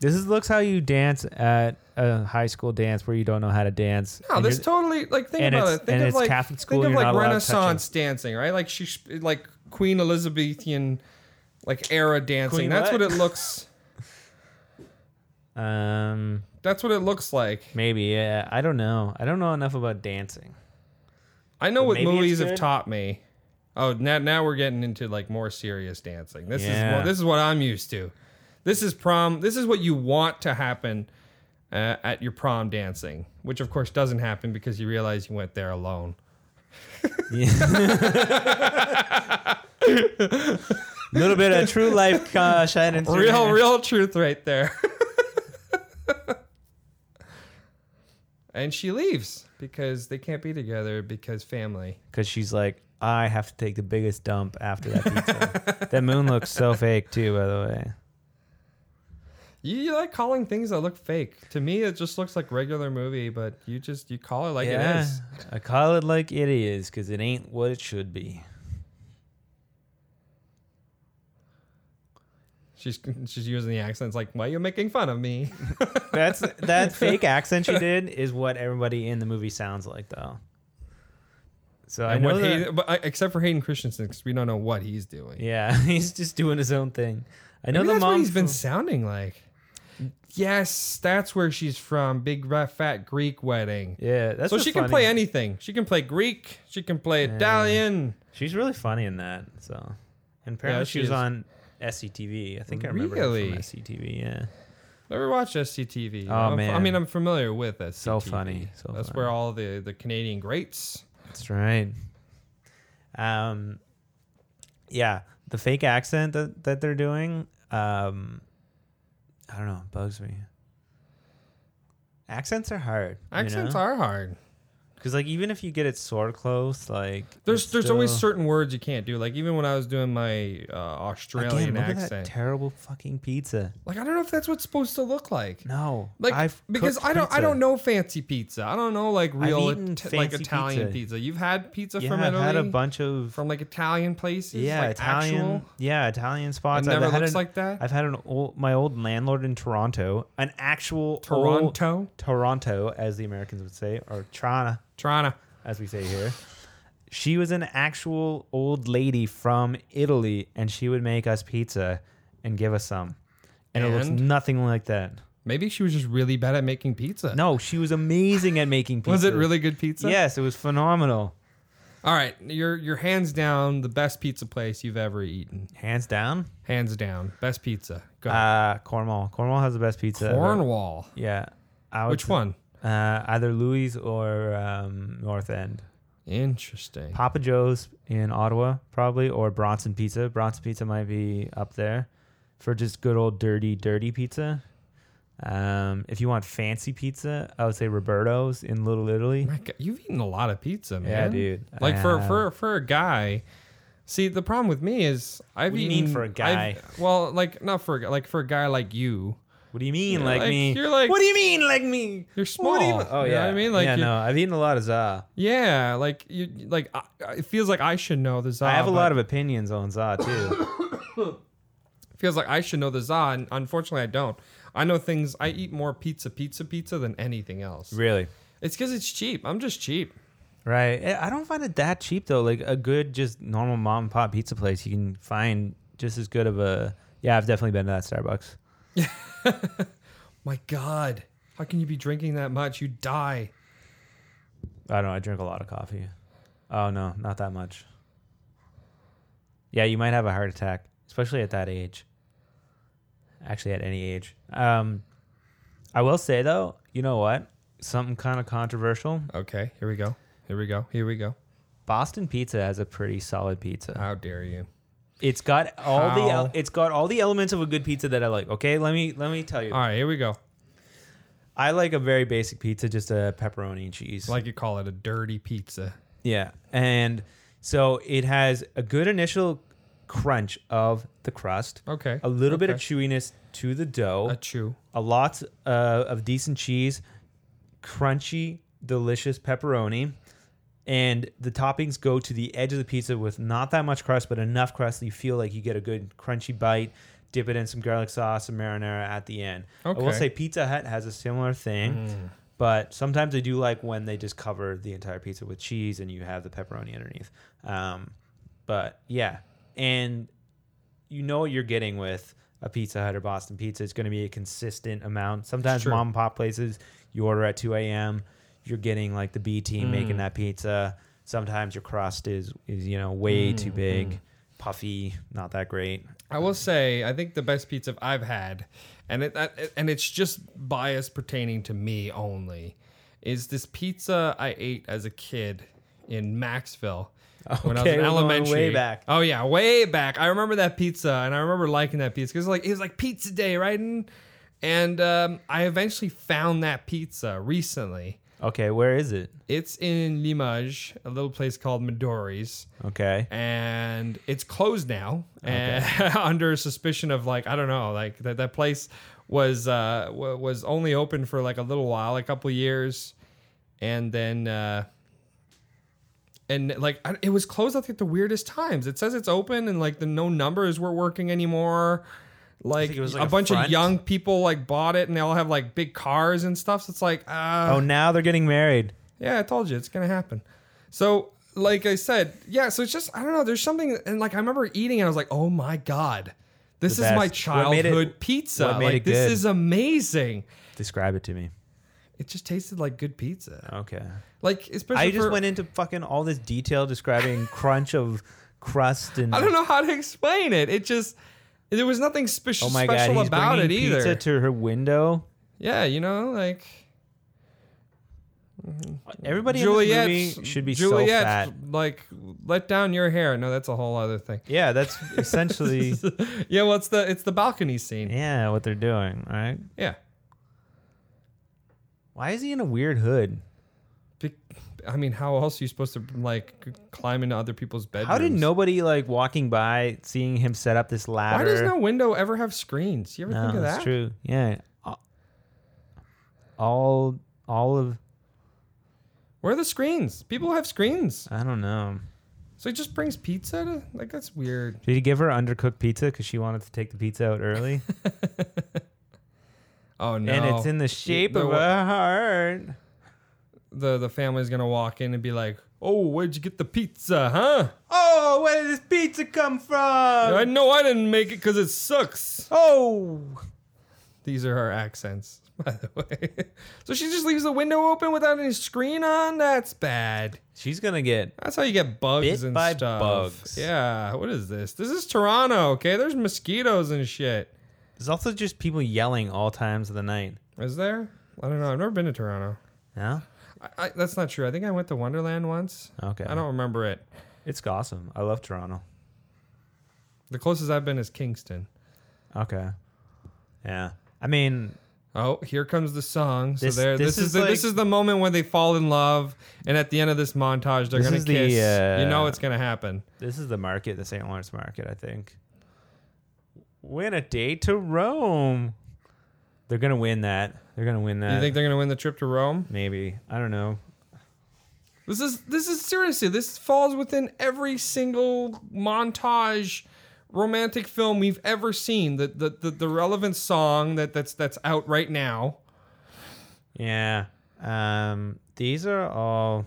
[SPEAKER 1] this is looks how you dance at a high school dance where you don't know how to dance.
[SPEAKER 2] No,
[SPEAKER 1] and
[SPEAKER 2] this
[SPEAKER 1] you're-
[SPEAKER 2] totally like think
[SPEAKER 1] and
[SPEAKER 2] about
[SPEAKER 1] it's-
[SPEAKER 2] it. Think
[SPEAKER 1] and
[SPEAKER 2] of
[SPEAKER 1] it's
[SPEAKER 2] like
[SPEAKER 1] Catholic school,
[SPEAKER 2] think
[SPEAKER 1] you're
[SPEAKER 2] of
[SPEAKER 1] not
[SPEAKER 2] like
[SPEAKER 1] allowed
[SPEAKER 2] Renaissance dancing, right? Like she's like Queen Elizabethan, like era dancing.
[SPEAKER 1] Queen
[SPEAKER 2] that's
[SPEAKER 1] what?
[SPEAKER 2] what it looks.
[SPEAKER 1] um,
[SPEAKER 2] That's what it looks like.
[SPEAKER 1] maybe yeah. I don't know. I don't know enough about dancing.
[SPEAKER 2] I know what
[SPEAKER 1] maybe it's
[SPEAKER 2] movies have
[SPEAKER 1] good.
[SPEAKER 2] taught me. Oh, now now we're getting into like more serious dancing. This is
[SPEAKER 1] Yeah.
[SPEAKER 2] more, this is what I'm used to. This is prom. This is what you want to happen uh, at your prom dancing, which of course doesn't happen because you realize you went there alone.
[SPEAKER 1] A little bit of true life uh, [LAUGHS] shining through.
[SPEAKER 2] real
[SPEAKER 1] here.
[SPEAKER 2] real truth right there and she leaves because they can't be together because family
[SPEAKER 1] because she's like, I have to take the biggest dump after that pizza. that moon looks so fake too, by the way.
[SPEAKER 2] you, you like calling things that look fake to me it just looks like regular movie but you just you call it like it is
[SPEAKER 1] I call it like it is because it ain't what it should be.
[SPEAKER 2] she's she's using the accents like why are you making fun of me
[SPEAKER 1] That's that fake accent she did is what everybody in the movie sounds like though. So I
[SPEAKER 2] and
[SPEAKER 1] know
[SPEAKER 2] what
[SPEAKER 1] that,
[SPEAKER 2] Hayden, but, I- except for hayden christensen because we don't know what he's doing
[SPEAKER 1] yeah, [LAUGHS] he's just doing his own thing. I know
[SPEAKER 2] Maybe
[SPEAKER 1] the
[SPEAKER 2] that's what
[SPEAKER 1] mom.
[SPEAKER 2] he's been
[SPEAKER 1] from-
[SPEAKER 2] sounding like yes that's where she's from big rat, fat greek wedding
[SPEAKER 1] yeah, that's
[SPEAKER 2] so
[SPEAKER 1] what's
[SPEAKER 2] she can
[SPEAKER 1] funny.
[SPEAKER 2] play anything. She can play Greek. She can play Italian.
[SPEAKER 1] She's really funny in that. So, and apparently
[SPEAKER 2] Yeah,
[SPEAKER 1] she,
[SPEAKER 2] she
[SPEAKER 1] was
[SPEAKER 2] is.
[SPEAKER 1] on SCTV. I think I remember her
[SPEAKER 2] Really?
[SPEAKER 1] from SCTV. Yeah.
[SPEAKER 2] Never watched SCTV.
[SPEAKER 1] Oh,
[SPEAKER 2] I'm- I
[SPEAKER 1] man.
[SPEAKER 2] mean, I'm familiar with SCTV.
[SPEAKER 1] So funny, so
[SPEAKER 2] That's
[SPEAKER 1] funny.
[SPEAKER 2] where all the the Canadian greats.
[SPEAKER 1] That's right. Um, yeah, the fake accent that, that they're doing, um, I don't know, it bugs me. Accents are hard.
[SPEAKER 2] Accents are hard.
[SPEAKER 1] because like even if you get it sort of close, like
[SPEAKER 2] There's
[SPEAKER 1] it's
[SPEAKER 2] there's always
[SPEAKER 1] still-
[SPEAKER 2] certain words you can't do. Like even when I was doing my uh, Australian
[SPEAKER 1] Again, look at that
[SPEAKER 2] accent,
[SPEAKER 1] terrible fucking pizza.
[SPEAKER 2] like I don't know if that's what's supposed to look like.
[SPEAKER 1] No,
[SPEAKER 2] Like
[SPEAKER 1] I've
[SPEAKER 2] because
[SPEAKER 1] cooked
[SPEAKER 2] I don't I
[SPEAKER 1] pizza.
[SPEAKER 2] don't know fancy pizza. I don't know like real
[SPEAKER 1] eaten
[SPEAKER 2] It- like
[SPEAKER 1] fancy
[SPEAKER 2] Italian pizza.
[SPEAKER 1] pizza.
[SPEAKER 2] You've had pizza
[SPEAKER 1] Yeah,
[SPEAKER 2] from
[SPEAKER 1] I've
[SPEAKER 2] Italy,
[SPEAKER 1] had a bunch of
[SPEAKER 2] from like Italian places.
[SPEAKER 1] yeah
[SPEAKER 2] like
[SPEAKER 1] Italian
[SPEAKER 2] actual?
[SPEAKER 1] yeah Italian spots.
[SPEAKER 2] It
[SPEAKER 1] I've
[SPEAKER 2] never
[SPEAKER 1] had
[SPEAKER 2] looks
[SPEAKER 1] an-
[SPEAKER 2] like that?
[SPEAKER 1] I've had an old my old landlord in Toronto, an actual old-
[SPEAKER 2] Toronto?
[SPEAKER 1] Toronto as the Americans would say, or Toronto
[SPEAKER 2] Toronto.
[SPEAKER 1] as we say here. She was an actual old lady from Italy, and she would make us pizza and give us some, and, it looks
[SPEAKER 2] And?
[SPEAKER 1] nothing like that.
[SPEAKER 2] Maybe she was just really bad at making pizza. [LAUGHS]
[SPEAKER 1] No, she was amazing at making pizza.
[SPEAKER 2] Was it really good pizza?
[SPEAKER 1] Yes, it was phenomenal.
[SPEAKER 2] All right, you're you're hands down the best pizza place you've ever eaten.
[SPEAKER 1] Hands down,
[SPEAKER 2] Hands down, best pizza. Go ahead.
[SPEAKER 1] uh, Cornwall. Cornwall has the best pizza. but-
[SPEAKER 2] Cornwall.
[SPEAKER 1] Yeah. I would
[SPEAKER 2] Which
[SPEAKER 1] say-
[SPEAKER 2] one?
[SPEAKER 1] Uh, either Louis or um, North End.
[SPEAKER 2] Interesting.
[SPEAKER 1] Papa Joe's in Ottawa, probably, or Bronson Pizza. Bronson Pizza might be up there for just good old dirty, dirty pizza. Um, if you want fancy pizza, I would say Roberto's in Little Italy.
[SPEAKER 2] My God, you've eaten a lot of pizza, man.
[SPEAKER 1] Yeah, dude.
[SPEAKER 2] Like for
[SPEAKER 1] Um,
[SPEAKER 2] for for a guy. See, the problem with me is I've
[SPEAKER 1] What do you
[SPEAKER 2] eaten.
[SPEAKER 1] mean for a
[SPEAKER 2] I've- well, like not for a guy- like for a guy like you.
[SPEAKER 1] What do you mean,
[SPEAKER 2] Yeah,
[SPEAKER 1] like,
[SPEAKER 2] like,
[SPEAKER 1] me?
[SPEAKER 2] you're like-
[SPEAKER 1] what do you mean, like me?
[SPEAKER 2] You're small.
[SPEAKER 1] What do you- Oh,
[SPEAKER 2] you know what I mean, like
[SPEAKER 1] yeah,
[SPEAKER 2] you-
[SPEAKER 1] no, I've eaten a lot of za.
[SPEAKER 2] yeah, like you, like I, I- it feels like I should know the za.
[SPEAKER 1] I have a
[SPEAKER 2] but
[SPEAKER 1] lot of opinions on za too.
[SPEAKER 2] [COUGHS] It feels like I should know the za, and unfortunately, I don't. I know things. I eat more pizza, pizza, pizza than anything else.
[SPEAKER 1] really.
[SPEAKER 2] It's because it's cheap. I'm just cheap.
[SPEAKER 1] Right. Eh, I I don't find it that cheap though. Like a good, just normal mom and pop pizza place, you can find just as good of a. Yeah, I've definitely been to that Starbucks.
[SPEAKER 2] My God, how can you be drinking that much? You die.
[SPEAKER 1] I don't know. I drink a lot of coffee. Oh no, not that much. Yeah, you might have a heart attack, especially at that age. Actually, at any age. Um, I will say though, you know what? Something kind of controversial.
[SPEAKER 2] Okay, here we go. Here we go. Here we go.
[SPEAKER 1] Boston Pizza has a pretty solid pizza.
[SPEAKER 2] How dare you?
[SPEAKER 1] It's got all the
[SPEAKER 2] How?
[SPEAKER 1] el- it's got all the elements of a good pizza that I like. Okay, let me let me tell you.
[SPEAKER 2] All right, here we go.
[SPEAKER 1] I like a very basic pizza, just a pepperoni and cheese.
[SPEAKER 2] Like you call it a dirty pizza.
[SPEAKER 1] yeah. And so it has a good initial crunch of the crust.
[SPEAKER 2] Okay,
[SPEAKER 1] A little bit of
[SPEAKER 2] okay.
[SPEAKER 1] chewiness to the dough.
[SPEAKER 2] A chew.
[SPEAKER 1] a lot uh, of decent cheese, crunchy, delicious pepperoni, and the toppings go to the edge of the pizza with not that much crust, but enough crust that you feel like you get a good crunchy bite. Dip it in some garlic sauce, some marinara at the end. I will
[SPEAKER 2] Okay.
[SPEAKER 1] say Pizza Hut has a similar thing, but sometimes I do like when they just cover the entire pizza with cheese and you have the pepperoni underneath. Um, but yeah, and you know what you're getting with a Pizza Hut or Boston Pizza. It's going to be a consistent amount. Sometimes
[SPEAKER 2] true.
[SPEAKER 1] mom and pop places, you order at 2 a.m. You're getting like the B team making that pizza. Sometimes your crust is is you know way too big, puffy, not that great.
[SPEAKER 2] I will say, I think the best pizza I've had, and it, that- and it's just bias pertaining to me only, is this pizza I ate as a kid in Maxville when I was
[SPEAKER 1] Okay,
[SPEAKER 2] in
[SPEAKER 1] we're going
[SPEAKER 2] elementary.
[SPEAKER 1] way back.
[SPEAKER 2] Oh yeah, way back. I remember that pizza, and I remember liking that pizza because like it was like pizza day, right? And, and um, I eventually found that pizza recently.
[SPEAKER 1] Okay, where is it?
[SPEAKER 2] It's in Limoges, a little place called Midori's
[SPEAKER 1] Okay,
[SPEAKER 2] and it's closed now and [LAUGHS] under suspicion of like i don't know like that, that place was uh wa- was only open for like a little while a couple years and then uh and like I- it was closed I think, at the weirdest times it says it's open and like the no numbers were working anymore like,
[SPEAKER 1] it was,
[SPEAKER 2] a
[SPEAKER 1] like, a
[SPEAKER 2] bunch
[SPEAKER 1] front?
[SPEAKER 2] of young people like bought it and they all have like big cars and stuff so it's like uh,
[SPEAKER 1] Oh, now they're getting married.
[SPEAKER 2] yeah, I told you it's gonna happen. So, like I said, yeah. So it's just I don't know. There's something, and like I remember eating, and I was like, oh my god, this
[SPEAKER 1] The
[SPEAKER 2] is my
[SPEAKER 1] best. What made
[SPEAKER 2] childhood
[SPEAKER 1] it-
[SPEAKER 2] pizza.
[SPEAKER 1] what made
[SPEAKER 2] like
[SPEAKER 1] it
[SPEAKER 2] this
[SPEAKER 1] good?
[SPEAKER 2] is amazing.
[SPEAKER 1] Describe it to me.
[SPEAKER 2] It just tasted like good pizza.
[SPEAKER 1] Okay,
[SPEAKER 2] Like especially
[SPEAKER 1] I just
[SPEAKER 2] for-
[SPEAKER 1] went into fucking all this detail describing crunch of crust and
[SPEAKER 2] I don't know how to explain it. It just there was nothing spe-
[SPEAKER 1] Oh my god,
[SPEAKER 2] special
[SPEAKER 1] he's
[SPEAKER 2] about it
[SPEAKER 1] bringing
[SPEAKER 2] either.
[SPEAKER 1] pizza to her window.
[SPEAKER 2] yeah, you know, like
[SPEAKER 1] Everybody in this
[SPEAKER 2] Juliet
[SPEAKER 1] movie should be
[SPEAKER 2] Juliet,
[SPEAKER 1] so fat.
[SPEAKER 2] like let down your hair. No, that's a whole other thing.
[SPEAKER 1] Yeah, that's essentially
[SPEAKER 2] [LAUGHS] yeah, well, it's the it's the balcony scene.
[SPEAKER 1] yeah what they're doing, right?
[SPEAKER 2] Yeah.
[SPEAKER 1] Why is he in a weird hood?
[SPEAKER 2] Be- I mean, how else are you supposed to like c- climb into other people's bedrooms?
[SPEAKER 1] How did nobody like walking by seeing him set up this
[SPEAKER 2] Why
[SPEAKER 1] ladder?
[SPEAKER 2] does no window ever have screens? You ever
[SPEAKER 1] No,
[SPEAKER 2] think of that?
[SPEAKER 1] that's true. Yeah, all all of
[SPEAKER 2] Where are the screens? People have screens.
[SPEAKER 1] I don't know.
[SPEAKER 2] So he just brings pizza. To, like that's weird.
[SPEAKER 1] Did he give her undercooked pizza because she wanted to take the pizza out
[SPEAKER 2] [LAUGHS]
[SPEAKER 1] early?
[SPEAKER 2] Oh no!
[SPEAKER 1] And it's in the shape
[SPEAKER 2] the
[SPEAKER 1] of
[SPEAKER 2] wa-
[SPEAKER 1] a heart.
[SPEAKER 2] the the family's gonna walk in and be like, "Oh, where'd you get the pizza, huh?
[SPEAKER 1] Oh, where did this pizza come from? Oh.
[SPEAKER 2] I know I didn't make it because it sucks."
[SPEAKER 1] Oh,
[SPEAKER 2] These are our accents. [LAUGHS] by the way. [LAUGHS] so she just leaves the window open without any screen on? That's bad.
[SPEAKER 1] She's gonna get
[SPEAKER 2] That's how you get bugs
[SPEAKER 1] Bit
[SPEAKER 2] and
[SPEAKER 1] by
[SPEAKER 2] stuff.
[SPEAKER 1] bugs.
[SPEAKER 2] Yeah, what is this? This is Toronto, okay? There's mosquitoes and shit.
[SPEAKER 1] There's also just people yelling all times of the night.
[SPEAKER 2] Is there? I don't know. I've never been to Toronto.
[SPEAKER 1] No?
[SPEAKER 2] I, I, that's not true. I think I went to Wonderland once.
[SPEAKER 1] Okay.
[SPEAKER 2] I don't remember it.
[SPEAKER 1] It's awesome. I love Toronto.
[SPEAKER 2] The closest I've been is Kingston.
[SPEAKER 1] Okay. Yeah. I mean,
[SPEAKER 2] Oh, here comes the song. So
[SPEAKER 1] This-
[SPEAKER 2] there,
[SPEAKER 1] this
[SPEAKER 2] this, is,
[SPEAKER 1] is
[SPEAKER 2] the,
[SPEAKER 1] like-
[SPEAKER 2] this is the moment when they fall in love, and at the end of this montage, they're
[SPEAKER 1] This
[SPEAKER 2] gonna
[SPEAKER 1] is the,
[SPEAKER 2] kiss. you know
[SPEAKER 1] uh,
[SPEAKER 2] it's gonna happen.
[SPEAKER 1] this is the market, the St. Lawrence market, I think. Win a day to Rome. They're gonna win that. They're gonna win that.
[SPEAKER 2] You think they're gonna win the trip to Rome?
[SPEAKER 1] Maybe. I don't know.
[SPEAKER 2] This is this is seriously. This falls within every single montage romantic film we've ever seen. The the the, the relevant song that that's that's out right now.
[SPEAKER 1] Yeah. Um these are all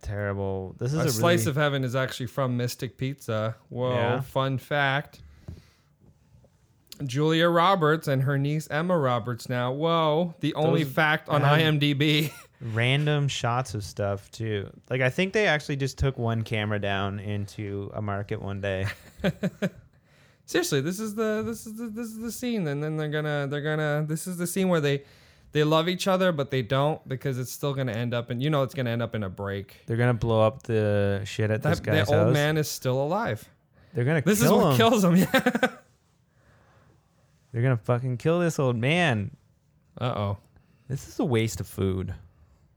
[SPEAKER 1] terrible. This is
[SPEAKER 2] A,
[SPEAKER 1] a,
[SPEAKER 2] slice
[SPEAKER 1] really,
[SPEAKER 2] of heaven is actually from Mystic Pizza. Whoa!
[SPEAKER 1] Yeah.
[SPEAKER 2] Fun fact. Julia Roberts and her niece Emma Roberts now. Whoa! The only
[SPEAKER 1] Those-
[SPEAKER 2] fact on
[SPEAKER 1] I-
[SPEAKER 2] IMDb. [LAUGHS]
[SPEAKER 1] random shots of stuff too. Like I think they actually just took one camera down into a market one day.
[SPEAKER 2] seriously this is the this is the, this is the scene and then they're gonna they're gonna this is the scene where they they love each other but they don't because it's still gonna end up in you know it's gonna end up in a break
[SPEAKER 1] They're gonna blow up the shit at this
[SPEAKER 2] that,
[SPEAKER 1] guy's
[SPEAKER 2] that old
[SPEAKER 1] house.
[SPEAKER 2] man is still alive
[SPEAKER 1] They're gonna
[SPEAKER 2] this
[SPEAKER 1] kill
[SPEAKER 2] is what
[SPEAKER 1] him.
[SPEAKER 2] kills him [LAUGHS] yeah
[SPEAKER 1] They're gonna fucking kill this old man.
[SPEAKER 2] uh-oh
[SPEAKER 1] This is a waste of food.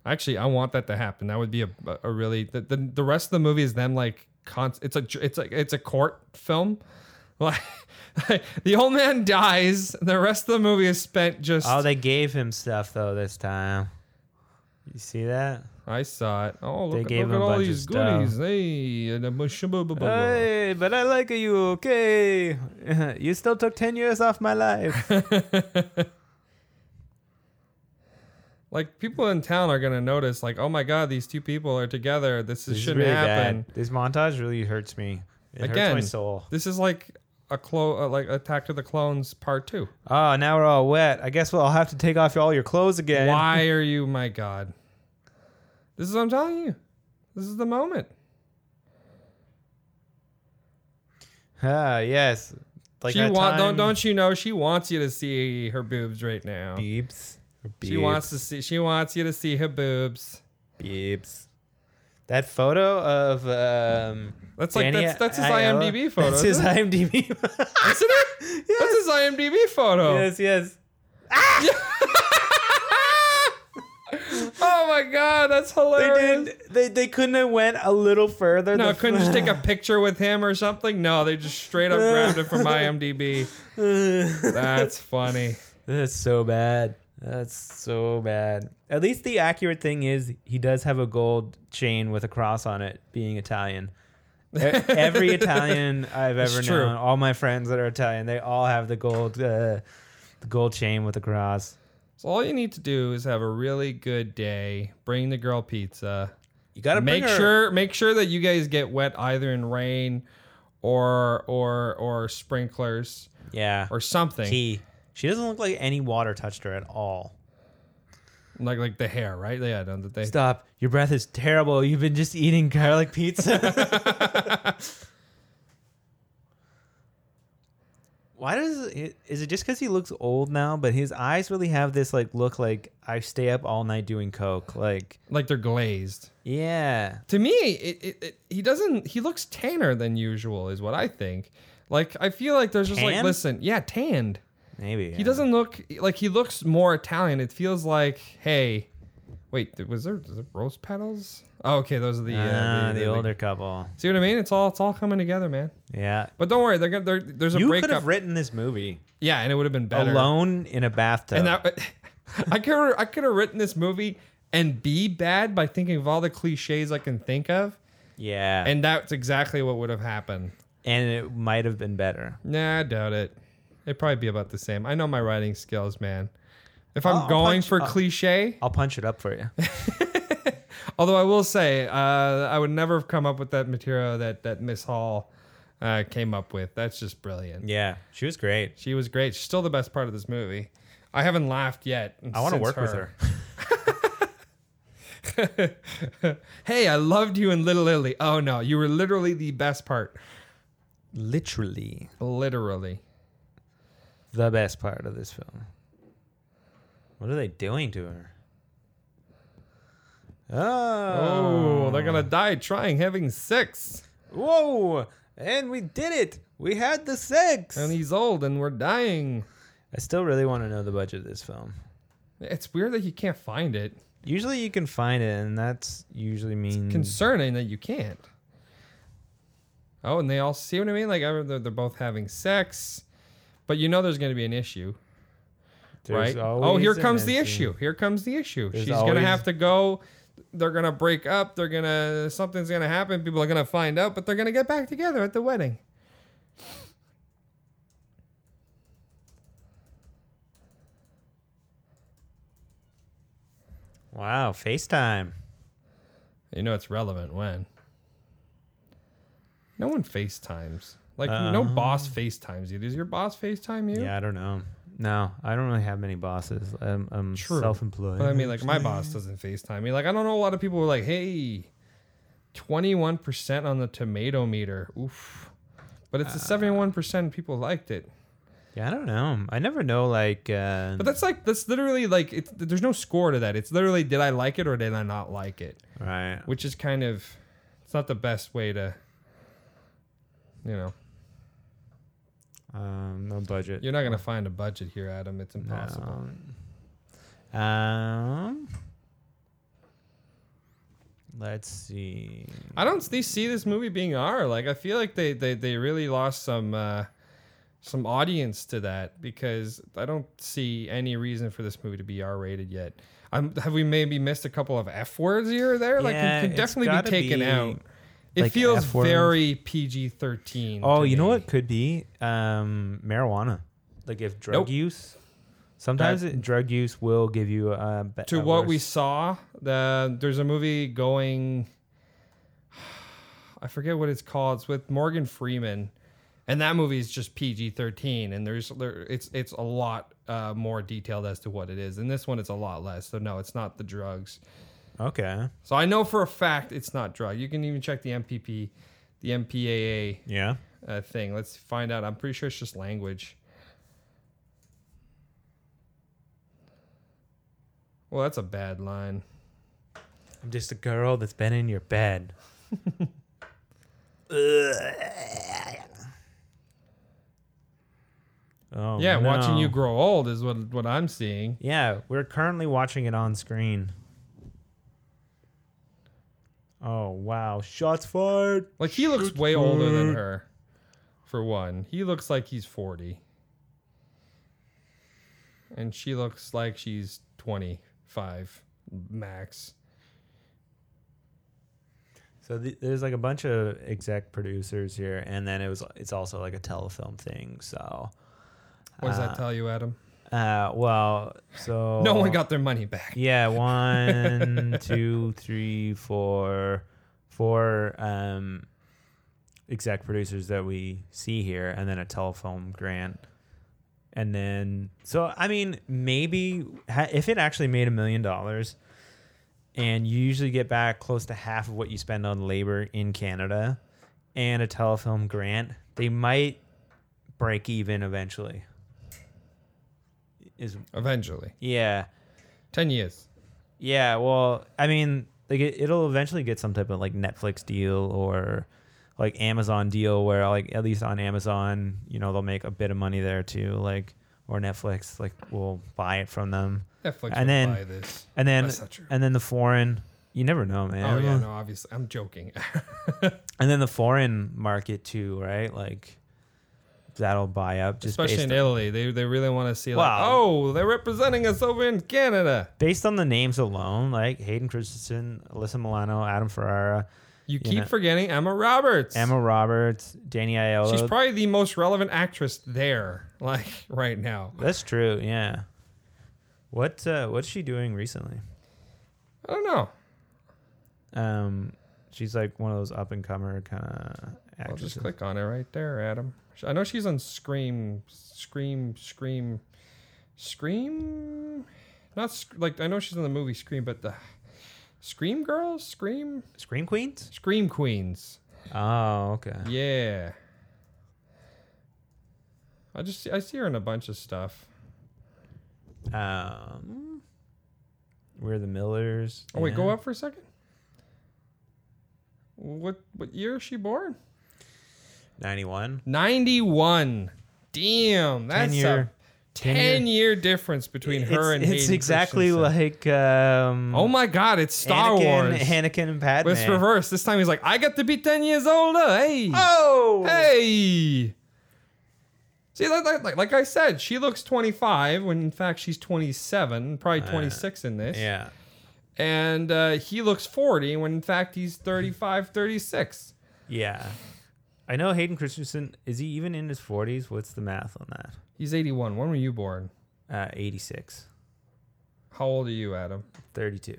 [SPEAKER 2] actually i want that to happen that would be a, a really the, the, the rest of the movie is them like const, it's a dr- it's a it's a court film [LAUGHS] like the old man dies the rest of the movie is spent just
[SPEAKER 1] Oh, they gave him stuff though this time. You see
[SPEAKER 2] [LAUGHS]
[SPEAKER 1] that?
[SPEAKER 2] i saw it oh
[SPEAKER 1] They
[SPEAKER 2] look,
[SPEAKER 1] gave
[SPEAKER 2] look
[SPEAKER 1] him a
[SPEAKER 2] at all
[SPEAKER 1] bunch of
[SPEAKER 2] these
[SPEAKER 1] stuff.
[SPEAKER 2] goodies hey and a mush- blah, blah, blah, blah.
[SPEAKER 1] Hey, but I like you, okay? you still took ten years off my life.
[SPEAKER 2] Like people in town are gonna notice, like, oh my god, these two people are together.
[SPEAKER 1] [LAUGHS]
[SPEAKER 2] This,
[SPEAKER 1] This is
[SPEAKER 2] shouldn't
[SPEAKER 1] really
[SPEAKER 2] happen.
[SPEAKER 1] bad. This montage really hurts me. It hurts
[SPEAKER 2] Again,
[SPEAKER 1] my soul.
[SPEAKER 2] this is like a clo- uh, like Attack of the Clones Part Two.
[SPEAKER 1] Oh, now we're all wet. I guess we'll have to take off all your clothes again.
[SPEAKER 2] Why are you, my god? This is what I'm telling you. This is the moment.
[SPEAKER 1] Ah, yes. Like
[SPEAKER 2] she
[SPEAKER 1] that
[SPEAKER 2] want
[SPEAKER 1] time-
[SPEAKER 2] don't don't you know she wants you to see her boobs right now.
[SPEAKER 1] beeps.
[SPEAKER 2] She wants to see she wants you to see
[SPEAKER 1] [LAUGHS]
[SPEAKER 2] her boobs.
[SPEAKER 1] beeps. That photo of um.
[SPEAKER 2] That's like-
[SPEAKER 1] Danny
[SPEAKER 2] that's- that's his
[SPEAKER 1] Aiello-
[SPEAKER 2] IMDb photo,
[SPEAKER 1] That's
[SPEAKER 2] isn't
[SPEAKER 1] his
[SPEAKER 2] it?
[SPEAKER 1] IMDb. [LAUGHS]
[SPEAKER 2] Isn't it? That's his IMDb photo.
[SPEAKER 1] yes, yes.
[SPEAKER 2] Oh my god, that's
[SPEAKER 1] They
[SPEAKER 2] hilarious.
[SPEAKER 1] did. They they couldn't have went a little further.
[SPEAKER 2] No,
[SPEAKER 1] The
[SPEAKER 2] I couldn't
[SPEAKER 1] [LAUGHS]
[SPEAKER 2] just take a picture with him or something. No, they just straight up grabbed it
[SPEAKER 1] [LAUGHS]
[SPEAKER 2] from IMDb. That's funny.
[SPEAKER 1] That's so bad. That's so bad. At least the accurate thing is he does have a gold chain with a cross on it, being Italian. E-
[SPEAKER 2] [LAUGHS]
[SPEAKER 1] Every Italian I've ever
[SPEAKER 2] true.
[SPEAKER 1] known, all my friends that are Italian, they all have the gold, uh, the gold chain with a cross.
[SPEAKER 2] So all you need to do is have a really good day. Bring the girl pizza.
[SPEAKER 1] You gotta
[SPEAKER 2] Make sure make sure that you guys get wet either in rain or or or sprinklers
[SPEAKER 1] yeah,
[SPEAKER 2] or something.
[SPEAKER 1] tea. She doesn't look like any water touched her at all.
[SPEAKER 2] Like like the hair, right? Yeah, don't that they
[SPEAKER 1] Stop! Your breath is terrible. You've been just eating garlic pizza. [LAUGHS] Why does it? Is it just because he looks old now? But his eyes really have this like look like I stay up all night doing coke. Like
[SPEAKER 2] like they're glazed.
[SPEAKER 1] yeah,
[SPEAKER 2] to me, it, it, it he doesn't. He looks tanner than usual, is what I think. Like I feel like there's just like
[SPEAKER 1] Tan?
[SPEAKER 2] listen, yeah, tanned.
[SPEAKER 1] maybe
[SPEAKER 2] He doesn't look like he looks more Italian. It feels like hey, wait, th- was there, was there rose petals? Oh, okay, those are the uh,
[SPEAKER 1] Ah, the older couple.
[SPEAKER 2] See what I mean? It's all it's all coming together, man.
[SPEAKER 1] Yeah,
[SPEAKER 2] But don't worry, they're gonna there, there's a
[SPEAKER 1] you could
[SPEAKER 2] breakup.
[SPEAKER 1] have written this movie
[SPEAKER 2] yeah, and it would have been better
[SPEAKER 1] alone in a bathtub.
[SPEAKER 2] And that [LAUGHS] I could I could have written this movie and be bad by thinking of all the cliches I can think of.
[SPEAKER 1] yeah, and
[SPEAKER 2] And that's exactly what would have happened.
[SPEAKER 1] and it might have been better.
[SPEAKER 2] Nah, I doubt it. It'd probably be about the same. I know my writing skills, man. If I'm
[SPEAKER 1] I'll- I'll
[SPEAKER 2] going
[SPEAKER 1] punch-
[SPEAKER 2] for
[SPEAKER 1] I'll-
[SPEAKER 2] cliche,
[SPEAKER 1] I'll punch it up for you.
[SPEAKER 2] although I will say, uh, I would never have come up with that material that that Miss Hall uh, came up with. That's just brilliant.
[SPEAKER 1] yeah, she was great.
[SPEAKER 2] She was great. She's still the best part of this movie. I haven't laughed yet.
[SPEAKER 1] I want to work with her.
[SPEAKER 2] Hey, I loved you in Little Italy. Oh no, you were literally the best part.
[SPEAKER 1] [LAUGHS] Literally
[SPEAKER 2] Literally.
[SPEAKER 1] the best part of this film. What are they doing to her? Oh.
[SPEAKER 2] Oh, they're gonna die trying having sex.
[SPEAKER 1] Whoa! And we did it! We had the sex!
[SPEAKER 2] And he's old and we're dying.
[SPEAKER 1] I still really want to know the budget of this film.
[SPEAKER 2] It's weird that you can't find it.
[SPEAKER 1] Usually you can find it, and that's usually means.
[SPEAKER 2] Concerning that you can't. Oh, and they all see what I mean? Like I- they're, they're both having sex, but you know there's gonna be an issue,
[SPEAKER 1] there's
[SPEAKER 2] right?
[SPEAKER 1] always
[SPEAKER 2] Oh, here
[SPEAKER 1] an
[SPEAKER 2] comes the issue. Here comes the issue.
[SPEAKER 1] There's
[SPEAKER 2] She's
[SPEAKER 1] always-
[SPEAKER 2] gonna have to go. They're gonna break up. They're gonna something's gonna happen. People are gonna find out, but they're gonna get back together at the wedding.
[SPEAKER 1] Wow, FaceTime.
[SPEAKER 2] You know it's relevant when. No one FaceTimes. Like no
[SPEAKER 1] Um,
[SPEAKER 2] boss FaceTimes you. Does your boss FaceTime you?
[SPEAKER 1] Yeah, I don't know. No, I don't really have many bosses. I'm, I'm
[SPEAKER 2] True.
[SPEAKER 1] self-employed.
[SPEAKER 2] But I mean, like my boss doesn't FaceTime me. Like I don't know. A lot of people were like, "Hey, twenty-one percent on the tomato meter." Oof. But it's the seventy-one percent people liked it.
[SPEAKER 1] yeah, I don't know. I never know. Like, uh,
[SPEAKER 2] But that's like that's literally like it's, there's no score to that. It's literally did I like it or did I not like it,
[SPEAKER 1] right?
[SPEAKER 2] which is kind of it's not the best way to, you know.
[SPEAKER 1] Um, no budget.
[SPEAKER 2] You're not gonna find a budget here, Adam. It's impossible.
[SPEAKER 1] Um, let's see.
[SPEAKER 2] I don't see- see this movie being R. Like I feel like they they, they really lost some uh, some audience to that because I don't see any reason for this movie to be R rated yet. Um have we maybe missed a couple of F words here or there? Like
[SPEAKER 1] Yeah,
[SPEAKER 2] it could
[SPEAKER 1] it's
[SPEAKER 2] definitely
[SPEAKER 1] gotta
[SPEAKER 2] be taken
[SPEAKER 1] be,
[SPEAKER 2] out. It
[SPEAKER 1] like,
[SPEAKER 2] feels
[SPEAKER 1] F words.
[SPEAKER 2] very PG thirteen.
[SPEAKER 1] Oh, you know what could be? Um, marijuana. Like if drug
[SPEAKER 2] Nope.
[SPEAKER 1] use. Sometimes
[SPEAKER 2] That-
[SPEAKER 1] it, drug use will give you a, be-
[SPEAKER 2] To
[SPEAKER 1] a
[SPEAKER 2] what we
[SPEAKER 1] worse-
[SPEAKER 2] saw, the there's a movie going. [SIGHS] I forget what it's called. It's with Morgan Freeman, and that movie is just PG thirteen. And there's there, it's it's a lot uh, more detailed as to what it is. And this one, it's a lot less. So no, it's not the drugs.
[SPEAKER 1] Okay.
[SPEAKER 2] So I know for a fact it's not drug. You can even check the MPP, the MPAA
[SPEAKER 1] Yeah.
[SPEAKER 2] uh, thing. Let's find out. I'm pretty sure it's just language. Well, that's a bad line.
[SPEAKER 1] I'm just a girl that's been in your [LAUGHS] bed. oh
[SPEAKER 2] Yeah, watching
[SPEAKER 1] no.
[SPEAKER 2] you grow old is what what I'm seeing.
[SPEAKER 1] Yeah, we're currently watching it on screen. Oh wow! Shots fired.
[SPEAKER 2] Like he looks way older than her. For one, he looks like he's 40. And she looks like she's 25 max.
[SPEAKER 1] So th- there's like a bunch of exec producers here, and then it was it's also like a telefilm thing. So,
[SPEAKER 2] What does that tell you, Adam?
[SPEAKER 1] uh, well, so
[SPEAKER 2] [LAUGHS] No one got their money back.
[SPEAKER 1] Yeah, one, [LAUGHS] two, three, four, four um, exec producers that we see here, and then a telephone grant. And then, so I mean, maybe ha- if it actually made a million dollars, and you usually get back close to half of what you spend on labor in Canada, and a telefilm grant, they might break even eventually. Is
[SPEAKER 2] Eventually,
[SPEAKER 1] yeah.
[SPEAKER 2] 10 years.
[SPEAKER 1] Yeah, well, I mean, like it, it'll eventually get some type of like Netflix deal or like Amazon deal where like at least on Amazon, you know, they'll make a bit of money there too, like or Netflix like will buy it from them.
[SPEAKER 2] Netflix
[SPEAKER 1] And
[SPEAKER 2] will
[SPEAKER 1] then- Oh,
[SPEAKER 2] buy this.
[SPEAKER 1] And then
[SPEAKER 2] That's not true.
[SPEAKER 1] and then the foreign, you never know, man.
[SPEAKER 2] Oh yeah, no, obviously,
[SPEAKER 1] [LAUGHS]
[SPEAKER 2] I'm joking.
[SPEAKER 1] And then the foreign market too, right? Like that'll buy up just
[SPEAKER 2] Especially
[SPEAKER 1] based
[SPEAKER 2] in Italy, they they really want to see like,
[SPEAKER 1] Wow.
[SPEAKER 2] oh, they're representing us over in Canada.
[SPEAKER 1] based on the names alone, like Hayden Christensen, Alyssa Milano, Adam Ferrara,
[SPEAKER 2] You keep
[SPEAKER 1] know-
[SPEAKER 2] forgetting Emma Roberts.
[SPEAKER 1] Emma Roberts, Danny Aiello.
[SPEAKER 2] She's probably the most relevant actress there, [LAUGHS] like right now.
[SPEAKER 1] That's true. Yeah. What uh, what's she doing recently?
[SPEAKER 2] I don't know.
[SPEAKER 1] Um, she's like one of those up and comer kind of
[SPEAKER 2] I'll just
[SPEAKER 1] actresses.
[SPEAKER 2] click on it right there, Adam. I know she's on Scream, Scream, Scream, Scream, not sc- like I know she's in the movie Scream, but the Scream girls, Scream,
[SPEAKER 1] Scream Queens?
[SPEAKER 2] Scream Queens.
[SPEAKER 1] Oh, okay.
[SPEAKER 2] Yeah. I just I see her in a bunch of stuff.
[SPEAKER 1] Um, we're the Millers.
[SPEAKER 2] Oh wait, go
[SPEAKER 1] yeah.
[SPEAKER 2] up for a second. What what year is she born?
[SPEAKER 1] 91.
[SPEAKER 2] Ninety one. Damn, that's
[SPEAKER 1] year-
[SPEAKER 2] a ten year difference between her
[SPEAKER 1] it's,
[SPEAKER 2] and
[SPEAKER 1] it's
[SPEAKER 2] Hayden
[SPEAKER 1] exactly
[SPEAKER 2] Christensen.
[SPEAKER 1] like um,
[SPEAKER 2] Oh my god, it's Star
[SPEAKER 1] Anakin,
[SPEAKER 2] Wars.
[SPEAKER 1] Anakin and Padme.
[SPEAKER 2] but it's reversed. This time he's like, I got to be ten years older. Hey.
[SPEAKER 1] Oh,
[SPEAKER 2] Hey. See, like, like- like, like I said, she looks 25 when in fact she's 27, probably 26 in this.
[SPEAKER 1] Uh, yeah.
[SPEAKER 2] And uh, he looks 40 when in fact he's 35, 36.
[SPEAKER 1] Yeah. I know Hayden Christensen. Is he even in his 40s? What's the math on that?
[SPEAKER 2] He's 81. When were you born?
[SPEAKER 1] Uh, 86,
[SPEAKER 2] How old are you, Adam?
[SPEAKER 1] 32.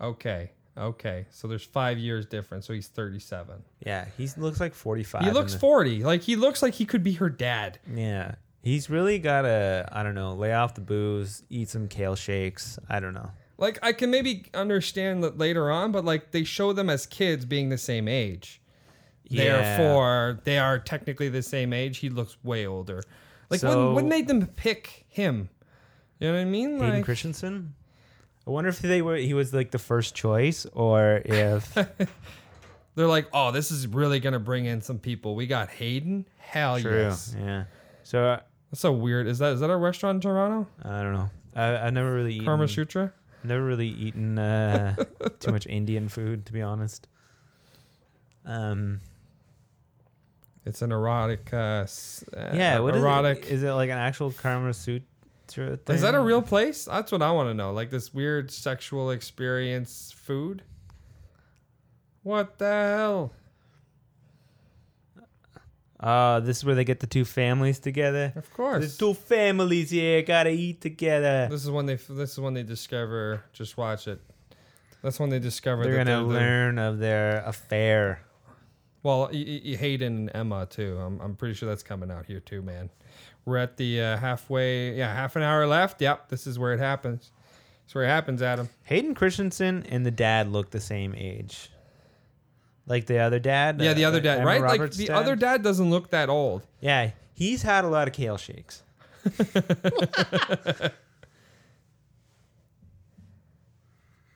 [SPEAKER 2] Okay. Okay. So there's five years difference. So he's 37.
[SPEAKER 1] Yeah, he looks like 45.
[SPEAKER 2] He
[SPEAKER 1] in
[SPEAKER 2] looks
[SPEAKER 1] the-
[SPEAKER 2] 40. Like he looks like he could be her dad.
[SPEAKER 1] Yeah. He's really got to, I don't know, lay off the booze, eat some kale shakes. I don't know.
[SPEAKER 2] Like I can maybe understand that later on, but like they show them as kids being the same age.
[SPEAKER 1] Yeah.
[SPEAKER 2] Therefore, they are technically the same age. He looks way older. Like
[SPEAKER 1] So-
[SPEAKER 2] when, what made them pick him? You know what I mean?
[SPEAKER 1] Hayden
[SPEAKER 2] Like,
[SPEAKER 1] Christensen? I wonder if they were he was like the first choice or
[SPEAKER 2] [LAUGHS]
[SPEAKER 1] if
[SPEAKER 2] they're like, oh, this is really gonna bring in some people. We got Hayden. Hell
[SPEAKER 1] true.
[SPEAKER 2] yes.
[SPEAKER 1] Yeah. So uh,
[SPEAKER 2] That's so weird. Is that is that a restaurant in Toronto?
[SPEAKER 1] I don't know. I, I've never really eaten,
[SPEAKER 2] Karma Sutra.
[SPEAKER 1] never really eaten
[SPEAKER 2] [LAUGHS]
[SPEAKER 1] uh, too much Indian food to be honest. Um.
[SPEAKER 2] It's an erotic. Uh, s- uh,
[SPEAKER 1] Yeah. What is
[SPEAKER 2] erotic.
[SPEAKER 1] it? Is it like an actual Karma Sutra thing?
[SPEAKER 2] Is that a real place? That's what I want to know. Like this weird sexual experience food. What the hell?
[SPEAKER 1] Uh, this is where they get the two families together.
[SPEAKER 2] Of course.
[SPEAKER 1] There's two families here. Gotta eat together.
[SPEAKER 2] This is when they. This is when they discover. Just watch it. That's when they discover.
[SPEAKER 1] They're
[SPEAKER 2] that
[SPEAKER 1] gonna
[SPEAKER 2] the-
[SPEAKER 1] learn of their affair.
[SPEAKER 2] well, y- y- y- Hayden and Emma too. I'm, I'm pretty sure that's coming out here too, man. We're at the uh, halfway. Yeah, half an hour left. Yep, this is where it happens. It's where it happens, Adam.
[SPEAKER 1] Hayden Christensen and the dad look the same age. Like the other dad.
[SPEAKER 2] Yeah, the
[SPEAKER 1] uh,
[SPEAKER 2] other dad,
[SPEAKER 1] Emma
[SPEAKER 2] right?
[SPEAKER 1] Roberts'
[SPEAKER 2] like the other dad doesn't look that old.
[SPEAKER 1] Yeah, he's had a lot of kale shakes.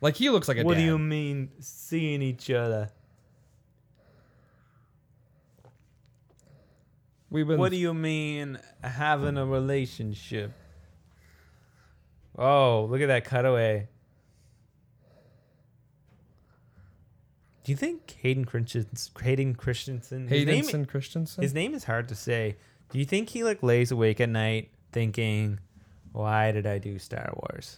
[SPEAKER 2] Like he looks like a
[SPEAKER 1] what
[SPEAKER 2] dad.
[SPEAKER 1] do you mean seeing each other?
[SPEAKER 2] We've been
[SPEAKER 1] What do you mean having a relationship? Oh, look at that cutaway. Do you think Hayden Christensen? Hayden Christensen. his name-
[SPEAKER 2] Haydenson Christensen.
[SPEAKER 1] His name is hard to say. Do you think he like lays awake at night thinking, "Why did I do Star
[SPEAKER 2] [LAUGHS]
[SPEAKER 1] Wars?"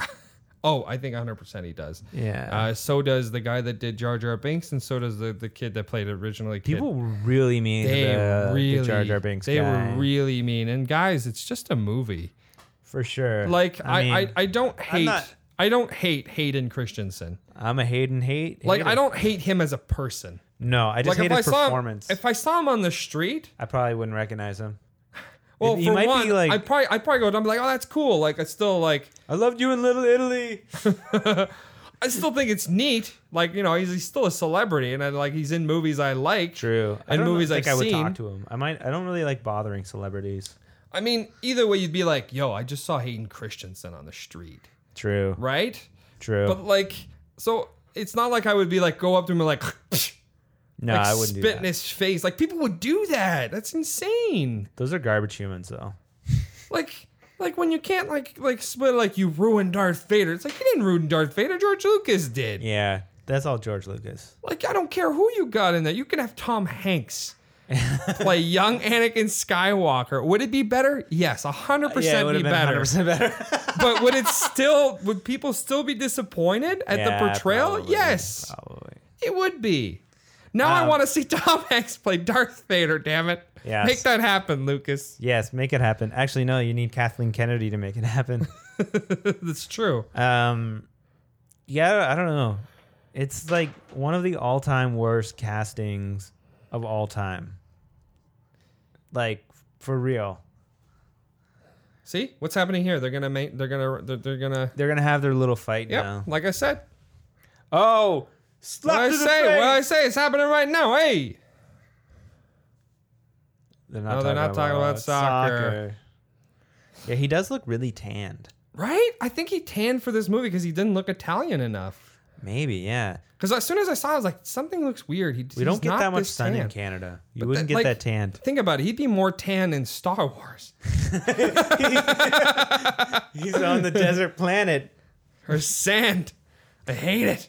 [SPEAKER 2] oh, I think 100% he does.
[SPEAKER 1] Yeah.
[SPEAKER 2] Uh, so does the guy that did Jar Jar Binks, and so does the, the kid that played originally. Kid.
[SPEAKER 1] People really mean
[SPEAKER 2] they
[SPEAKER 1] the, the
[SPEAKER 2] really,
[SPEAKER 1] Jar Jar Binks
[SPEAKER 2] they
[SPEAKER 1] guy,
[SPEAKER 2] were really mean. And guys, it's just a movie.
[SPEAKER 1] for sure.
[SPEAKER 2] Like I, I,
[SPEAKER 1] mean,
[SPEAKER 2] I, don't hate,
[SPEAKER 1] not-
[SPEAKER 2] I don't hate Hayden Christensen.
[SPEAKER 1] I'm a Hayden hate.
[SPEAKER 2] Like
[SPEAKER 1] hater.
[SPEAKER 2] I don't hate him as a person.
[SPEAKER 1] No, I just
[SPEAKER 2] Like
[SPEAKER 1] hate
[SPEAKER 2] if I
[SPEAKER 1] his
[SPEAKER 2] saw him,
[SPEAKER 1] performance.
[SPEAKER 2] if I saw him on the street,
[SPEAKER 1] I probably wouldn't recognize him.
[SPEAKER 2] well,
[SPEAKER 1] He
[SPEAKER 2] for
[SPEAKER 1] might be
[SPEAKER 2] one,
[SPEAKER 1] like-
[SPEAKER 2] I probably, I probably go down and be like, oh, that's cool. Like I still like,
[SPEAKER 1] I loved you in Little Italy.
[SPEAKER 2] I still think it's neat. Like you know, he's, he's still a celebrity, and I like he's in movies I like.
[SPEAKER 1] True. I
[SPEAKER 2] And
[SPEAKER 1] don't
[SPEAKER 2] movies
[SPEAKER 1] think
[SPEAKER 2] I've
[SPEAKER 1] I would
[SPEAKER 2] seen.
[SPEAKER 1] talk to him. I might. I don't really like bothering celebrities.
[SPEAKER 2] I mean, either way, you'd be like, yo, I just saw Hayden Christensen on the street,
[SPEAKER 1] True.
[SPEAKER 2] right?
[SPEAKER 1] True.
[SPEAKER 2] But like, so it's not like I would be like, go up to him and like, [SNIFFS]
[SPEAKER 1] no,
[SPEAKER 2] like
[SPEAKER 1] I wouldn't
[SPEAKER 2] spit
[SPEAKER 1] do
[SPEAKER 2] in
[SPEAKER 1] that.
[SPEAKER 2] his face. Like, people would do that. That's insane.
[SPEAKER 1] Those are garbage humans, though.
[SPEAKER 2] Like, like when you can't like like spit like you ruined Darth Vader. It's like you didn't ruin Darth Vader. George Lucas did.
[SPEAKER 1] Yeah, that's all George Lucas.
[SPEAKER 2] Like I don't care who you got in there. You can have
[SPEAKER 1] [LAUGHS]
[SPEAKER 2] Tom Hanks play young Anakin Skywalker. Would it be better? Yes, hundred
[SPEAKER 1] yeah, it
[SPEAKER 2] percent
[SPEAKER 1] would've
[SPEAKER 2] be
[SPEAKER 1] been
[SPEAKER 2] better.
[SPEAKER 1] 100%
[SPEAKER 2] [LAUGHS]
[SPEAKER 1] better. [LAUGHS]
[SPEAKER 2] but would it still would people still be disappointed at the
[SPEAKER 1] Yeah,
[SPEAKER 2] portrayal?
[SPEAKER 1] probably,
[SPEAKER 2] yes,
[SPEAKER 1] Probably. Um,
[SPEAKER 2] it would be. Now I want to see [LAUGHS] Tom Hanks play Darth Vader. Damn it!
[SPEAKER 1] Yes.
[SPEAKER 2] Make that happen, Lucas. [LAUGHS]
[SPEAKER 1] Yes, make it happen. Actually, no, you need Kathleen Kennedy to make it
[SPEAKER 2] [LAUGHS]
[SPEAKER 1] happen.
[SPEAKER 2] That's true.
[SPEAKER 1] um, yeah, I don't know. It's like one of the all-time worst castings of all time. Like for real.
[SPEAKER 2] See what's happening here? They're gonna make. They're gonna. They're, they're gonna.
[SPEAKER 1] They're gonna have their little fight
[SPEAKER 2] Yep.
[SPEAKER 1] now.
[SPEAKER 2] Like I said.
[SPEAKER 1] Oh,
[SPEAKER 2] What
[SPEAKER 1] slap
[SPEAKER 2] I
[SPEAKER 1] to the
[SPEAKER 2] say. What I
[SPEAKER 1] face.
[SPEAKER 2] say. It's happening right now. Hey.
[SPEAKER 1] They're
[SPEAKER 2] No, they're not talking about soccer.
[SPEAKER 1] Yeah, he does look really tanned.
[SPEAKER 2] Right. I think he tanned for this movie because he didn't look Italian enough.
[SPEAKER 1] Maybe, yeah.
[SPEAKER 2] Because as soon as I saw, it, I was like, something looks weird. He,
[SPEAKER 1] We don't get that much sun in Canada. You wouldn't get that tanned.
[SPEAKER 2] [LAUGHS] Think about it. He'd be more tan in Star Wars [LAUGHS]
[SPEAKER 1] He's on the desert planet.
[SPEAKER 2] or sand. I hate it.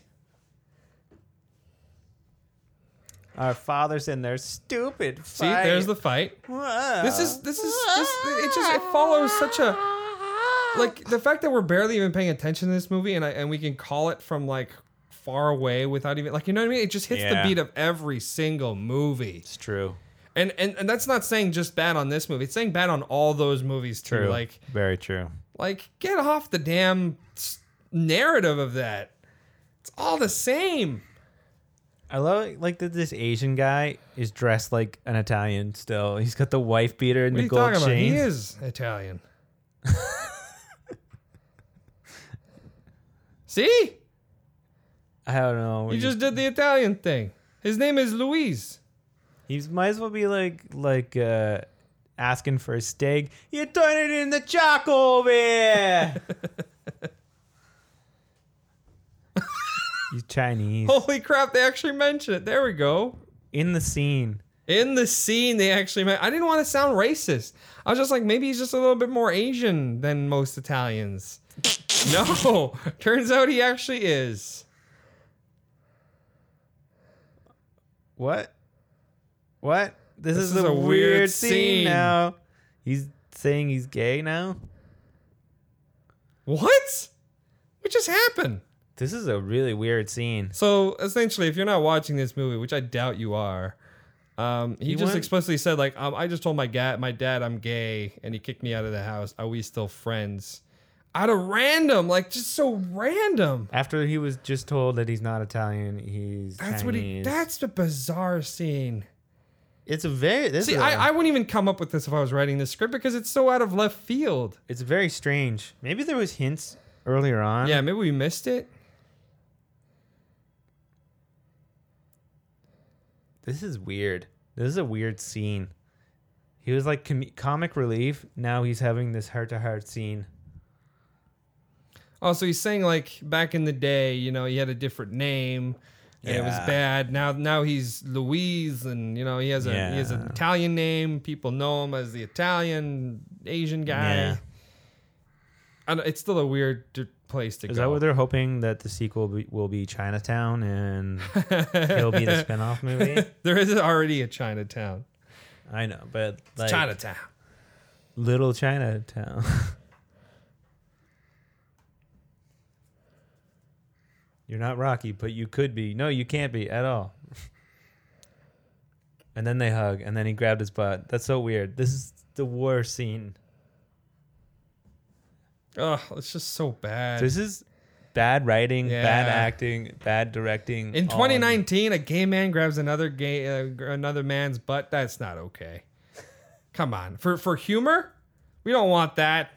[SPEAKER 1] Our fathers and their stupid fight.
[SPEAKER 2] See, there's the fight. This is this is this, it just it follows such a like the fact that we're barely even paying attention to this movie and I, and we can call it from like far away without even like you know what I mean? It just hits
[SPEAKER 1] Yeah.
[SPEAKER 2] the beat of every single movie.
[SPEAKER 1] It's true.
[SPEAKER 2] And, and and that's not saying just bad on this movie. It's saying bad on all those movies too.
[SPEAKER 1] True.
[SPEAKER 2] Like
[SPEAKER 1] very true.
[SPEAKER 2] like get off the damn s- narrative of that. It's all the same.
[SPEAKER 1] I love like that this Asian guy is dressed like an Italian still. He's got the wife beater and
[SPEAKER 2] What are
[SPEAKER 1] the
[SPEAKER 2] you
[SPEAKER 1] gold
[SPEAKER 2] talking about? He
[SPEAKER 1] chain.
[SPEAKER 2] is Italian. See?
[SPEAKER 1] I don't know.
[SPEAKER 2] You just did the Italian thing. His name is Luis.
[SPEAKER 1] He might as well be like like uh asking for a steak. You turn it in the charcoal
[SPEAKER 2] [LAUGHS]
[SPEAKER 1] beer. you Chinese.
[SPEAKER 2] Holy crap, they actually mentioned it. There we go.
[SPEAKER 1] In the scene.
[SPEAKER 2] In the scene, they actually met. I didn't want to sound racist. I was just like, maybe he's just a little bit more Asian than most Italians. [LAUGHS] no, [LAUGHS] turns out he actually is.
[SPEAKER 1] What? What? This, is,
[SPEAKER 2] is
[SPEAKER 1] a,
[SPEAKER 2] a
[SPEAKER 1] weird,
[SPEAKER 2] weird
[SPEAKER 1] scene.
[SPEAKER 2] scene.
[SPEAKER 1] now. He's saying he's gay now.
[SPEAKER 2] What? What just happened?
[SPEAKER 1] This is a really weird scene.
[SPEAKER 2] So essentially, if you're not watching this movie, which I doubt you are, um, he
[SPEAKER 1] You
[SPEAKER 2] just
[SPEAKER 1] weren't?
[SPEAKER 2] explicitly said like, um, "I just told my dad, my dad, I'm gay, and he kicked me out of the house. Are we still friends?" Out of random, like just so random.
[SPEAKER 1] After he was just told that he's not Italian, he's
[SPEAKER 2] That's what he.
[SPEAKER 1] Chinese.
[SPEAKER 2] That's the bizarre scene.
[SPEAKER 1] it's a very. This
[SPEAKER 2] See,
[SPEAKER 1] is a-
[SPEAKER 2] I, I wouldn't even come up with this if I was writing this script because it's so out of left field.
[SPEAKER 1] It's very strange. Maybe there was hints earlier on.
[SPEAKER 2] Yeah, maybe we missed it.
[SPEAKER 1] This is weird. This is a weird scene. He was like com- comic relief. Now he's having this heart to heart scene.
[SPEAKER 2] Also, he's saying like back in the day, you know, he had a different name and it was
[SPEAKER 1] Yeah.
[SPEAKER 2] bad. Now, now he's Louise, and you know, he has a he has an
[SPEAKER 1] Yeah.
[SPEAKER 2] Italian name. People know him as the Italian Asian guy.
[SPEAKER 1] Yeah.
[SPEAKER 2] I don't, it's still a weird d- place to
[SPEAKER 1] Is
[SPEAKER 2] go.
[SPEAKER 1] that what they're hoping that the sequel be- will be Chinatown and it'll be the spinoff movie?
[SPEAKER 2] there is already a Chinatown.
[SPEAKER 1] I know, but like
[SPEAKER 2] Chinatown.
[SPEAKER 1] Little Chinatown. [LAUGHS] You're not Rocky, but you could be. No, you can't be at all. [LAUGHS] and then they hug, and then he grabbed his butt. That's so weird. This is the war scene.
[SPEAKER 2] Ugh, it's just so bad.
[SPEAKER 1] This is bad writing, bad
[SPEAKER 2] Yeah.
[SPEAKER 1] acting, bad directing.
[SPEAKER 2] in
[SPEAKER 1] all
[SPEAKER 2] 2019, a gay man grabs another gay uh, gr- another man's butt. That's not okay. Come on, for for humor, we don't want that.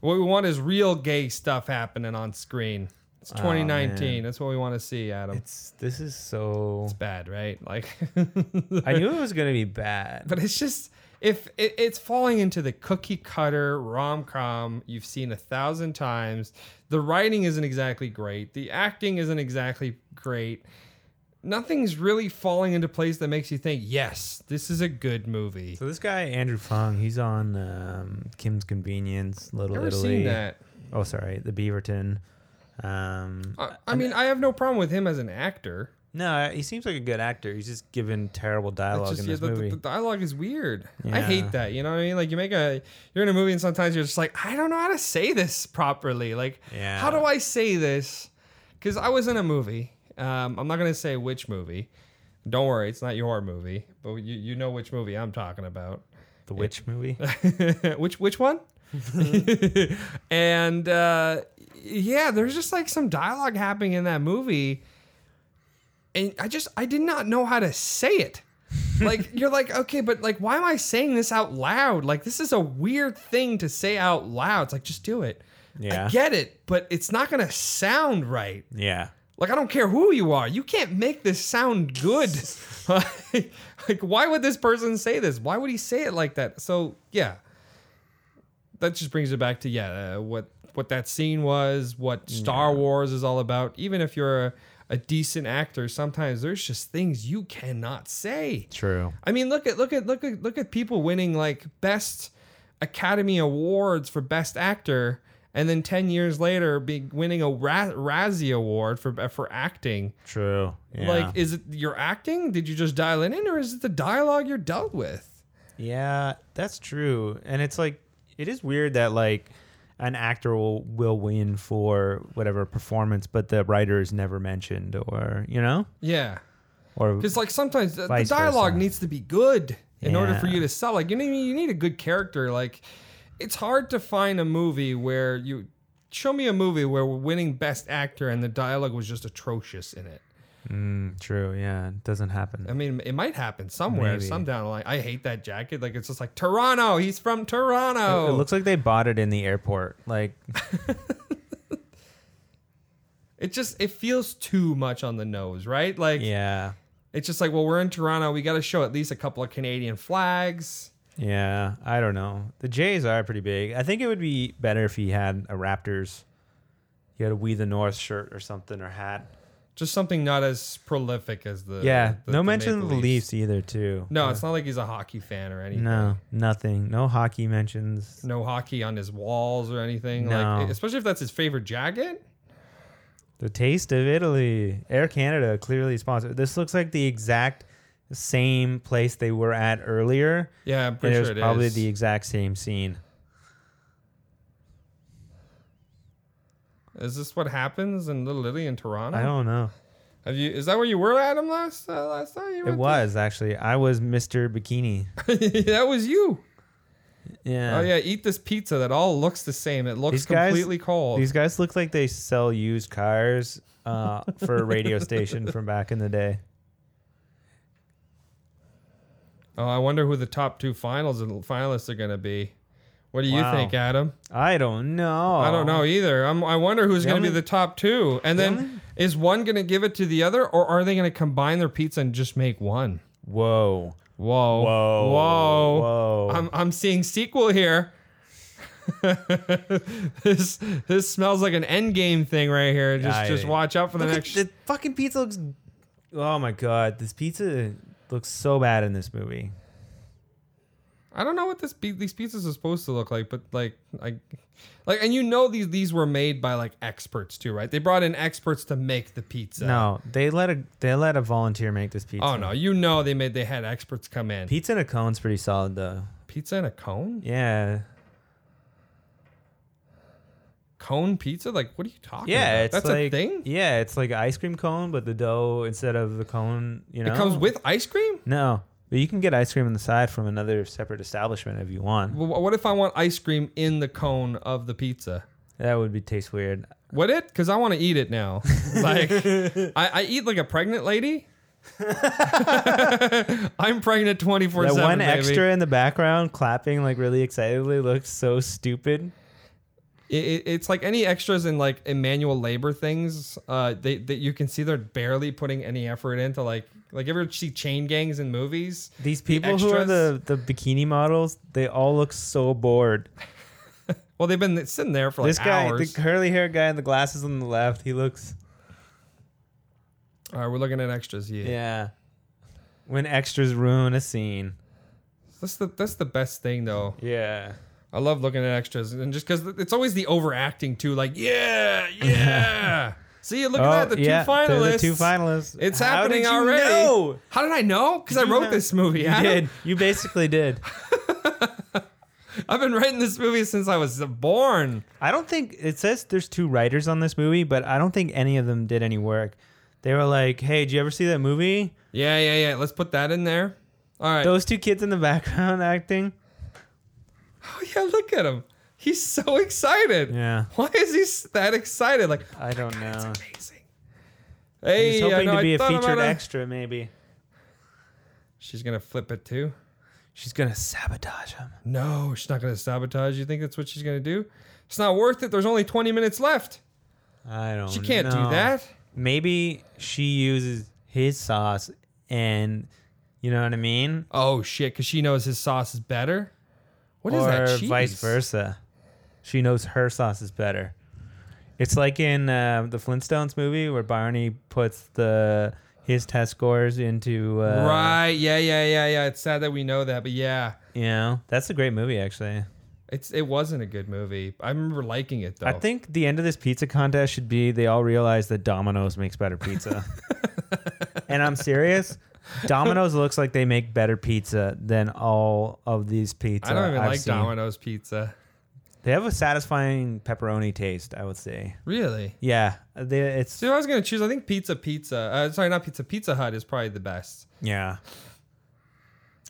[SPEAKER 2] What we want is real gay stuff happening on screen. It's 2019. That's what we want to see, Adam.
[SPEAKER 1] It's
[SPEAKER 2] It's
[SPEAKER 1] this is so.
[SPEAKER 2] bad, right? Like, [LAUGHS]
[SPEAKER 1] I knew it was gonna be bad.
[SPEAKER 2] but it's just if it, it's falling into the cookie cutter rom com you've seen a thousand times. The writing isn't exactly great. The acting isn't exactly great. Nothing's really falling into place that makes you think, yes, this is a good movie.
[SPEAKER 1] So this guy Andrew Fong, he's on um, Kim's Convenience, Little
[SPEAKER 2] Never
[SPEAKER 1] Italy.
[SPEAKER 2] seen that.
[SPEAKER 1] Oh, sorry, the Beaverton. Um,
[SPEAKER 2] I, I mean, I have no problem with him as an actor.
[SPEAKER 1] no, he seems like a good actor. He's just given terrible
[SPEAKER 2] It's
[SPEAKER 1] dialogue
[SPEAKER 2] just
[SPEAKER 1] in
[SPEAKER 2] yeah,
[SPEAKER 1] this
[SPEAKER 2] the, the-
[SPEAKER 1] movie.
[SPEAKER 2] the dialogue is weird. I
[SPEAKER 1] Yeah.
[SPEAKER 2] hate that. You know what I mean? Like you make a you're in a movie and sometimes you're just like, I don't know how to say this properly. Like,
[SPEAKER 1] Yeah.
[SPEAKER 2] how do I say this? Because I was in a movie. Um, I'm not gonna say which movie. Don't worry, it's not your movie, but you, you know which movie I'm talking about.
[SPEAKER 1] The, witch
[SPEAKER 2] [LAUGHS]
[SPEAKER 1] movie.
[SPEAKER 2] which which one? and uh, yeah, there's just like some dialogue happening in that movie, and I just I did not know how to say it. like you're like okay but like why am i saying this out loud like this is a weird thing to say out loud it's like just do it
[SPEAKER 1] Yeah.
[SPEAKER 2] i get it but it's not gonna sound right
[SPEAKER 1] Yeah.
[SPEAKER 2] like i don't care who you are you can't make this sound good [LAUGHS] like, like, why would this person say this why would he say it like that so yeah that just brings it back to yeah uh, what what that scene was what star wars is all about even if you're a, a decent actor sometimes there's just things you cannot say
[SPEAKER 1] True.
[SPEAKER 2] I mean, look at look at look at look at people winning like best Academy Awards for Best Actor, and then ten years later, be winning a Ra- Razzie Award for for acting.
[SPEAKER 1] True. Yeah.
[SPEAKER 2] Like, is it your acting? Did you just dial it in, or is it the dialogue you're dealt with?
[SPEAKER 1] yeah, that's true. And it's like it is weird that like an actor will, will win for whatever performance, but the writer is never mentioned, or you know,
[SPEAKER 2] Yeah,
[SPEAKER 1] or
[SPEAKER 2] because like sometimes the, the
[SPEAKER 1] Vice
[SPEAKER 2] dialogue
[SPEAKER 1] versa.
[SPEAKER 2] needs to be good in order for
[SPEAKER 1] Yeah.
[SPEAKER 2] you to sell. Like, you need you need a good character. Like, it's hard to find a movie where you. Show me a movie where we're winning Best Actor and the dialogue was just atrocious in it.
[SPEAKER 1] true. Yeah, it doesn't happen.
[SPEAKER 2] I mean, it might happen somewhere,
[SPEAKER 1] Maybe.
[SPEAKER 2] some down the line. I hate that jacket. Like it's just like Toronto. He's from
[SPEAKER 1] It-
[SPEAKER 2] Toronto.
[SPEAKER 1] It looks like they bought it in the airport. Like,
[SPEAKER 2] It just it feels too much on the nose, right? Like
[SPEAKER 1] yeah,
[SPEAKER 2] it's just like, well, we're in Toronto. We got to show at least a couple of Canadian flags.
[SPEAKER 1] yeah. I don't know. The Jays are pretty big. I think it would be better if he had a Raptors. He had a We the North shirt or something or hat.
[SPEAKER 2] Just something not as prolific as the
[SPEAKER 1] Yeah,
[SPEAKER 2] the-
[SPEAKER 1] no
[SPEAKER 2] the
[SPEAKER 1] mention of the
[SPEAKER 2] Maple
[SPEAKER 1] Leafs either, too.
[SPEAKER 2] No, it's not like he's a hockey fan or anything.
[SPEAKER 1] No, nothing. No hockey mentions.
[SPEAKER 2] No hockey on his walls or anything.
[SPEAKER 1] No.
[SPEAKER 2] Like especially if that's his favorite jacket.
[SPEAKER 1] The taste of Italy. Air Canada clearly sponsored. This looks like the exact same place they were at earlier.
[SPEAKER 2] Yeah, I'm
[SPEAKER 1] And
[SPEAKER 2] pretty
[SPEAKER 1] it
[SPEAKER 2] sure
[SPEAKER 1] was
[SPEAKER 2] it is.
[SPEAKER 1] probably the exact same scene.
[SPEAKER 2] Is this what happens in Little Italy in Toronto?
[SPEAKER 1] I don't know.
[SPEAKER 2] Have you? Is that where you were, Adam? Last uh, last time you were
[SPEAKER 1] It was actually. I was Mr. Bikini.
[SPEAKER 2] [LAUGHS] that was you.
[SPEAKER 1] Yeah.
[SPEAKER 2] Oh yeah, eat this pizza that all looks the same. It looks
[SPEAKER 1] These guys-
[SPEAKER 2] completely cold.
[SPEAKER 1] These guys look like they sell used cars uh, for a radio station from back in the day.
[SPEAKER 2] oh, I wonder who the top two finals and finalists are gonna be. What do you
[SPEAKER 1] Wow.
[SPEAKER 2] think, Adam?
[SPEAKER 1] I don't know.
[SPEAKER 2] I don't know either. I'm, I wonder who's going to be
[SPEAKER 1] only-
[SPEAKER 2] the top two, and then is one going to give it to the other, or are they going to combine their pizza and just make one?
[SPEAKER 1] Whoa.
[SPEAKER 2] Whoa,
[SPEAKER 1] Whoa.
[SPEAKER 2] whoa,
[SPEAKER 1] Whoa.
[SPEAKER 2] I'm I'm seeing sequel here. [LAUGHS] this this smells like an end game thing right here. Just
[SPEAKER 1] I-
[SPEAKER 2] just watch out for the
[SPEAKER 1] Look at
[SPEAKER 2] next.
[SPEAKER 1] the fucking pizza looks. Oh my god, this pizza looks so bad in this movie.
[SPEAKER 2] I don't know what this pi- these pizzas are supposed to look like, but like I like and you know these these were made by like experts too, right? They brought in experts to make the pizza.
[SPEAKER 1] No, they let a they let a volunteer make this pizza.
[SPEAKER 2] Oh no, you know they made they had experts come in.
[SPEAKER 1] Pizza in a cone's pretty solid though.
[SPEAKER 2] pizza in a cone?
[SPEAKER 1] Yeah.
[SPEAKER 2] Cone pizza? Like what are you talking about?
[SPEAKER 1] Yeah, it's
[SPEAKER 2] That's
[SPEAKER 1] like
[SPEAKER 2] a thing?
[SPEAKER 1] Yeah, it's like an ice cream cone, but the dough instead of the cone, you know.
[SPEAKER 2] It comes with ice cream?
[SPEAKER 1] No, but you can get ice cream on the side from another separate establishment if you want.
[SPEAKER 2] Well, wh- what if I want ice cream in the cone of the pizza?
[SPEAKER 1] That would be taste weird.
[SPEAKER 2] Would it? Because I want to eat
[SPEAKER 1] [LAUGHS]
[SPEAKER 2] it now. Like I, I eat like a pregnant lady. [LAUGHS] I'm pregnant 24
[SPEAKER 1] That
[SPEAKER 2] 7.
[SPEAKER 1] one extra in the background clapping like really excitedly looks so stupid.
[SPEAKER 2] it, it- it's like any extras in like in manual labor things uh they that you can see they're barely putting any effort into like like ever see chain gangs in movies
[SPEAKER 1] These people who are
[SPEAKER 2] extras?
[SPEAKER 1] the, the bikini models, they all look so bored.
[SPEAKER 2] well they've been sitting there for like
[SPEAKER 1] This guy,
[SPEAKER 2] hours
[SPEAKER 1] the curly hair guy and the glasses on the left, he looks
[SPEAKER 2] all right we're looking at extras yeah,
[SPEAKER 1] yeah. When extras ruin a scene,
[SPEAKER 2] that's the that's the best thing though
[SPEAKER 1] yeah,
[SPEAKER 2] i love looking at extras and just because it's always the overacting too like yeah
[SPEAKER 1] [LAUGHS]
[SPEAKER 2] yeah see look at that the
[SPEAKER 1] Oh, yeah,
[SPEAKER 2] two
[SPEAKER 1] they're
[SPEAKER 2] finalists
[SPEAKER 1] the two finalists.
[SPEAKER 2] it's
[SPEAKER 1] How
[SPEAKER 2] happening
[SPEAKER 1] did you
[SPEAKER 2] already
[SPEAKER 1] know?
[SPEAKER 2] how did i know because i
[SPEAKER 1] You
[SPEAKER 2] wrote
[SPEAKER 1] know-
[SPEAKER 2] this movie
[SPEAKER 1] You
[SPEAKER 2] Adam.
[SPEAKER 1] did. You basically did.
[SPEAKER 2] i've been writing this movie since i was born
[SPEAKER 1] I don't think it says there's two writers on this movie, but I don't think any of them did any work. They were like, "Hey, did you ever see that movie? [LAUGHS]
[SPEAKER 2] Yeah, yeah, yeah. Let's put that in there. All right.
[SPEAKER 1] Those two kids in the background [LAUGHS] acting."
[SPEAKER 2] oh, [LAUGHS] yeah, look at him. He's so excited.
[SPEAKER 1] Yeah.
[SPEAKER 2] Why is he s- that excited? Like,
[SPEAKER 1] I don't know.
[SPEAKER 2] amazing. Hey,
[SPEAKER 1] He's
[SPEAKER 2] I
[SPEAKER 1] hoping
[SPEAKER 2] know
[SPEAKER 1] to
[SPEAKER 2] I
[SPEAKER 1] be a
[SPEAKER 2] thought about
[SPEAKER 1] featured
[SPEAKER 2] it.
[SPEAKER 1] extra, maybe.
[SPEAKER 2] She's gonna flip it too.
[SPEAKER 1] She's gonna sabotage him.
[SPEAKER 2] No, she's not gonna sabotage. You think that's what she's gonna do? It's not worth it. There's only 20 minutes left.
[SPEAKER 1] I don't.
[SPEAKER 2] She can't
[SPEAKER 1] know.
[SPEAKER 2] do that.
[SPEAKER 1] Maybe she uses his sauce, and you know what I mean,
[SPEAKER 2] Oh shit, because she knows his sauce is better. What is
[SPEAKER 1] or
[SPEAKER 2] that? Cheese?
[SPEAKER 1] vice versa. She knows her sauce is better. It's like in uh, the Flintstones movie where Barney puts the his test scores into uh,
[SPEAKER 2] Right? Yeah, yeah, yeah, yeah. It's sad that we know that, but yeah,
[SPEAKER 1] You know, that's a great movie actually.
[SPEAKER 2] it's it wasn't a good movie. I remember liking it though.
[SPEAKER 1] I think the end of this pizza contest should be they all realize that Domino's makes better
[SPEAKER 2] [LAUGHS]
[SPEAKER 1] pizza. and I'm serious. Domino's looks like they make better pizza than all of these pizzas.
[SPEAKER 2] I don't even
[SPEAKER 1] I've
[SPEAKER 2] like
[SPEAKER 1] seen.
[SPEAKER 2] Domino's pizza.
[SPEAKER 1] They have a satisfying pepperoni taste, I would say.
[SPEAKER 2] Really?
[SPEAKER 1] Yeah, they, it's
[SPEAKER 2] See, if I was gonna choose. I think Pizza Pizza. Uh, sorry, not Pizza Pizza Hut is probably the best.
[SPEAKER 1] yeah.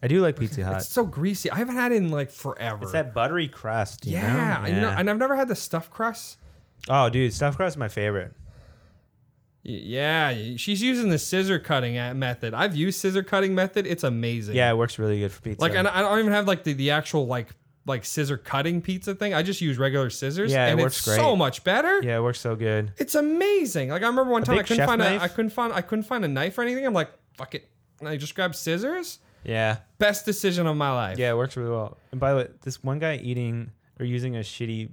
[SPEAKER 1] I do like Pizza Hut.
[SPEAKER 2] It's
[SPEAKER 1] It's,
[SPEAKER 2] so greasy. I haven't had it in like forever.
[SPEAKER 1] Uh, that buttery crust. You
[SPEAKER 2] yeah,
[SPEAKER 1] know?
[SPEAKER 2] I know, and I've never had the stuffed crust.
[SPEAKER 1] oh, dude, stuffed crust is my favorite.
[SPEAKER 2] Y- Yeah, y- she's using the scissor cutting uh, method. I've used scissor cutting method. It's amazing.
[SPEAKER 1] Yeah, it works really good for pizza.
[SPEAKER 2] Like, and I don't even have like the, the actual like like scissor cutting pizza thing. I just use regular scissors.
[SPEAKER 1] Yeah, it
[SPEAKER 2] and
[SPEAKER 1] works
[SPEAKER 2] it's
[SPEAKER 1] great.
[SPEAKER 2] so much better.
[SPEAKER 1] yeah, it works so good.
[SPEAKER 2] It's amazing. Like I remember one time I
[SPEAKER 1] big
[SPEAKER 2] couldn't
[SPEAKER 1] chef
[SPEAKER 2] find
[SPEAKER 1] knife?
[SPEAKER 2] a I couldn't find I couldn't find a knife or anything. I'm like, fuck it. And I just grabbed scissors.
[SPEAKER 1] Yeah.
[SPEAKER 2] Best decision of my life.
[SPEAKER 1] Yeah, it works really well. And by the way, this one guy eating or using a shitty.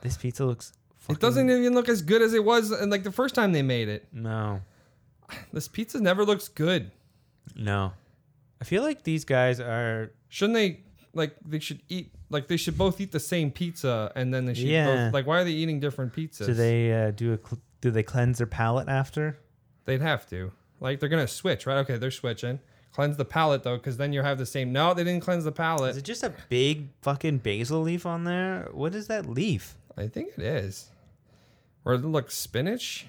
[SPEAKER 1] This pizza looks. Fucking,
[SPEAKER 2] It doesn't even look as good as it was and like the first time they made it.
[SPEAKER 1] No,
[SPEAKER 2] This pizza never looks good.
[SPEAKER 1] no. I feel like these guys are.
[SPEAKER 2] Shouldn't they like they should eat like they should both eat the same pizza and then they should
[SPEAKER 1] Yeah.
[SPEAKER 2] both like why are they eating different pizzas?
[SPEAKER 1] Do they uh, do a? cl- Do they cleanse their palate after?
[SPEAKER 2] They'd have to. Like they're gonna switch, right? Okay, they're switching. Cleanse the palate though, because then you have the same. No, they didn't cleanse the
[SPEAKER 1] Is it
[SPEAKER 2] palate.
[SPEAKER 1] just a big fucking basil leaf on there? What is that leaf?
[SPEAKER 2] I think it is. Or look, spinach.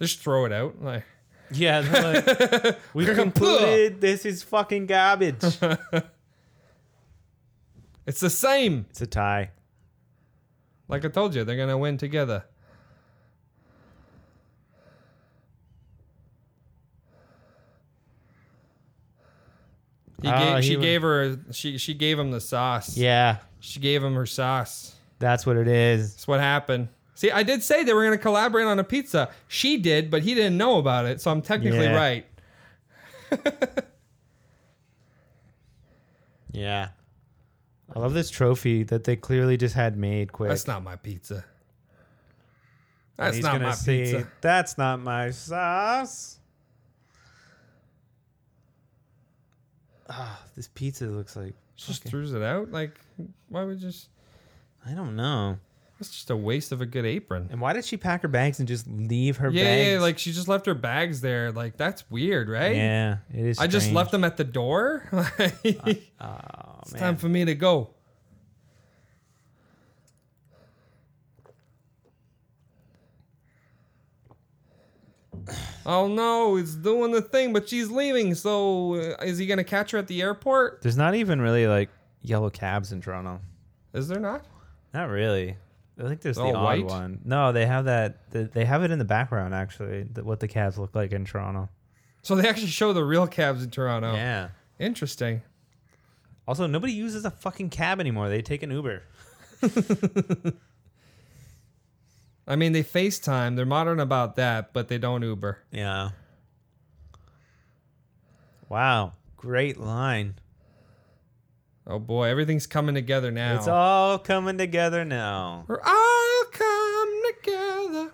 [SPEAKER 2] Just throw it out. Like
[SPEAKER 1] Yeah, they're [LAUGHS] like, we concluded this is fucking garbage.
[SPEAKER 2] it's the same.
[SPEAKER 1] [LAUGHS] it's a tie.
[SPEAKER 2] Like I told you, they're gonna win together. He
[SPEAKER 1] Ah,
[SPEAKER 2] gave,
[SPEAKER 1] he
[SPEAKER 2] she
[SPEAKER 1] wa-
[SPEAKER 2] gave her she she gave him the sauce.
[SPEAKER 1] Yeah,
[SPEAKER 2] She gave him her sauce.
[SPEAKER 1] that's what it is.
[SPEAKER 2] That's what happened. See, I did say they were going to collaborate on a pizza. She did, but he didn't know about it, so I'm technically
[SPEAKER 1] Yeah.
[SPEAKER 2] right.
[SPEAKER 1] Yeah. I love this trophy that they clearly just had made quick.
[SPEAKER 2] That's not my pizza.
[SPEAKER 1] And
[SPEAKER 2] That's
[SPEAKER 1] he's
[SPEAKER 2] not
[SPEAKER 1] gonna
[SPEAKER 2] my
[SPEAKER 1] say,
[SPEAKER 2] pizza.
[SPEAKER 1] That's not my sauce. Ah, this pizza looks like
[SPEAKER 2] Just throws it out. Like, why would you just?
[SPEAKER 1] I don't know.
[SPEAKER 2] It's just a waste of a good apron.
[SPEAKER 1] And why did she pack her bags and just leave her
[SPEAKER 2] Yeah,
[SPEAKER 1] bags?
[SPEAKER 2] yeah. Like she just left her bags there. Like that's weird, right?
[SPEAKER 1] yeah, it is.
[SPEAKER 2] I just
[SPEAKER 1] strange. Uh, oh,
[SPEAKER 2] left them at the door. [LAUGHS] it's time for me to go. [SIGHS] Oh no, it's doing the thing, but she's leaving. So uh, is he gonna catch her at the airport?
[SPEAKER 1] There's not even really like yellow cabs in Toronto.
[SPEAKER 2] Is there not?
[SPEAKER 1] Not really. I think there's the
[SPEAKER 2] all
[SPEAKER 1] odd
[SPEAKER 2] white?
[SPEAKER 1] one. No, they have that. th- They have it in the background actually. th- What the cabs look like in Toronto.
[SPEAKER 2] So they actually show the real cabs in Toronto.
[SPEAKER 1] Yeah.
[SPEAKER 2] Interesting.
[SPEAKER 1] Also, nobody uses a fucking cab anymore. They take an Uber.
[SPEAKER 2] I mean, they FaceTime. They're modern about that, but they don't Uber.
[SPEAKER 1] Yeah. Wow. Great line.
[SPEAKER 2] Oh boy, everything's coming together now.
[SPEAKER 1] It's all coming together now.
[SPEAKER 2] We're all come together.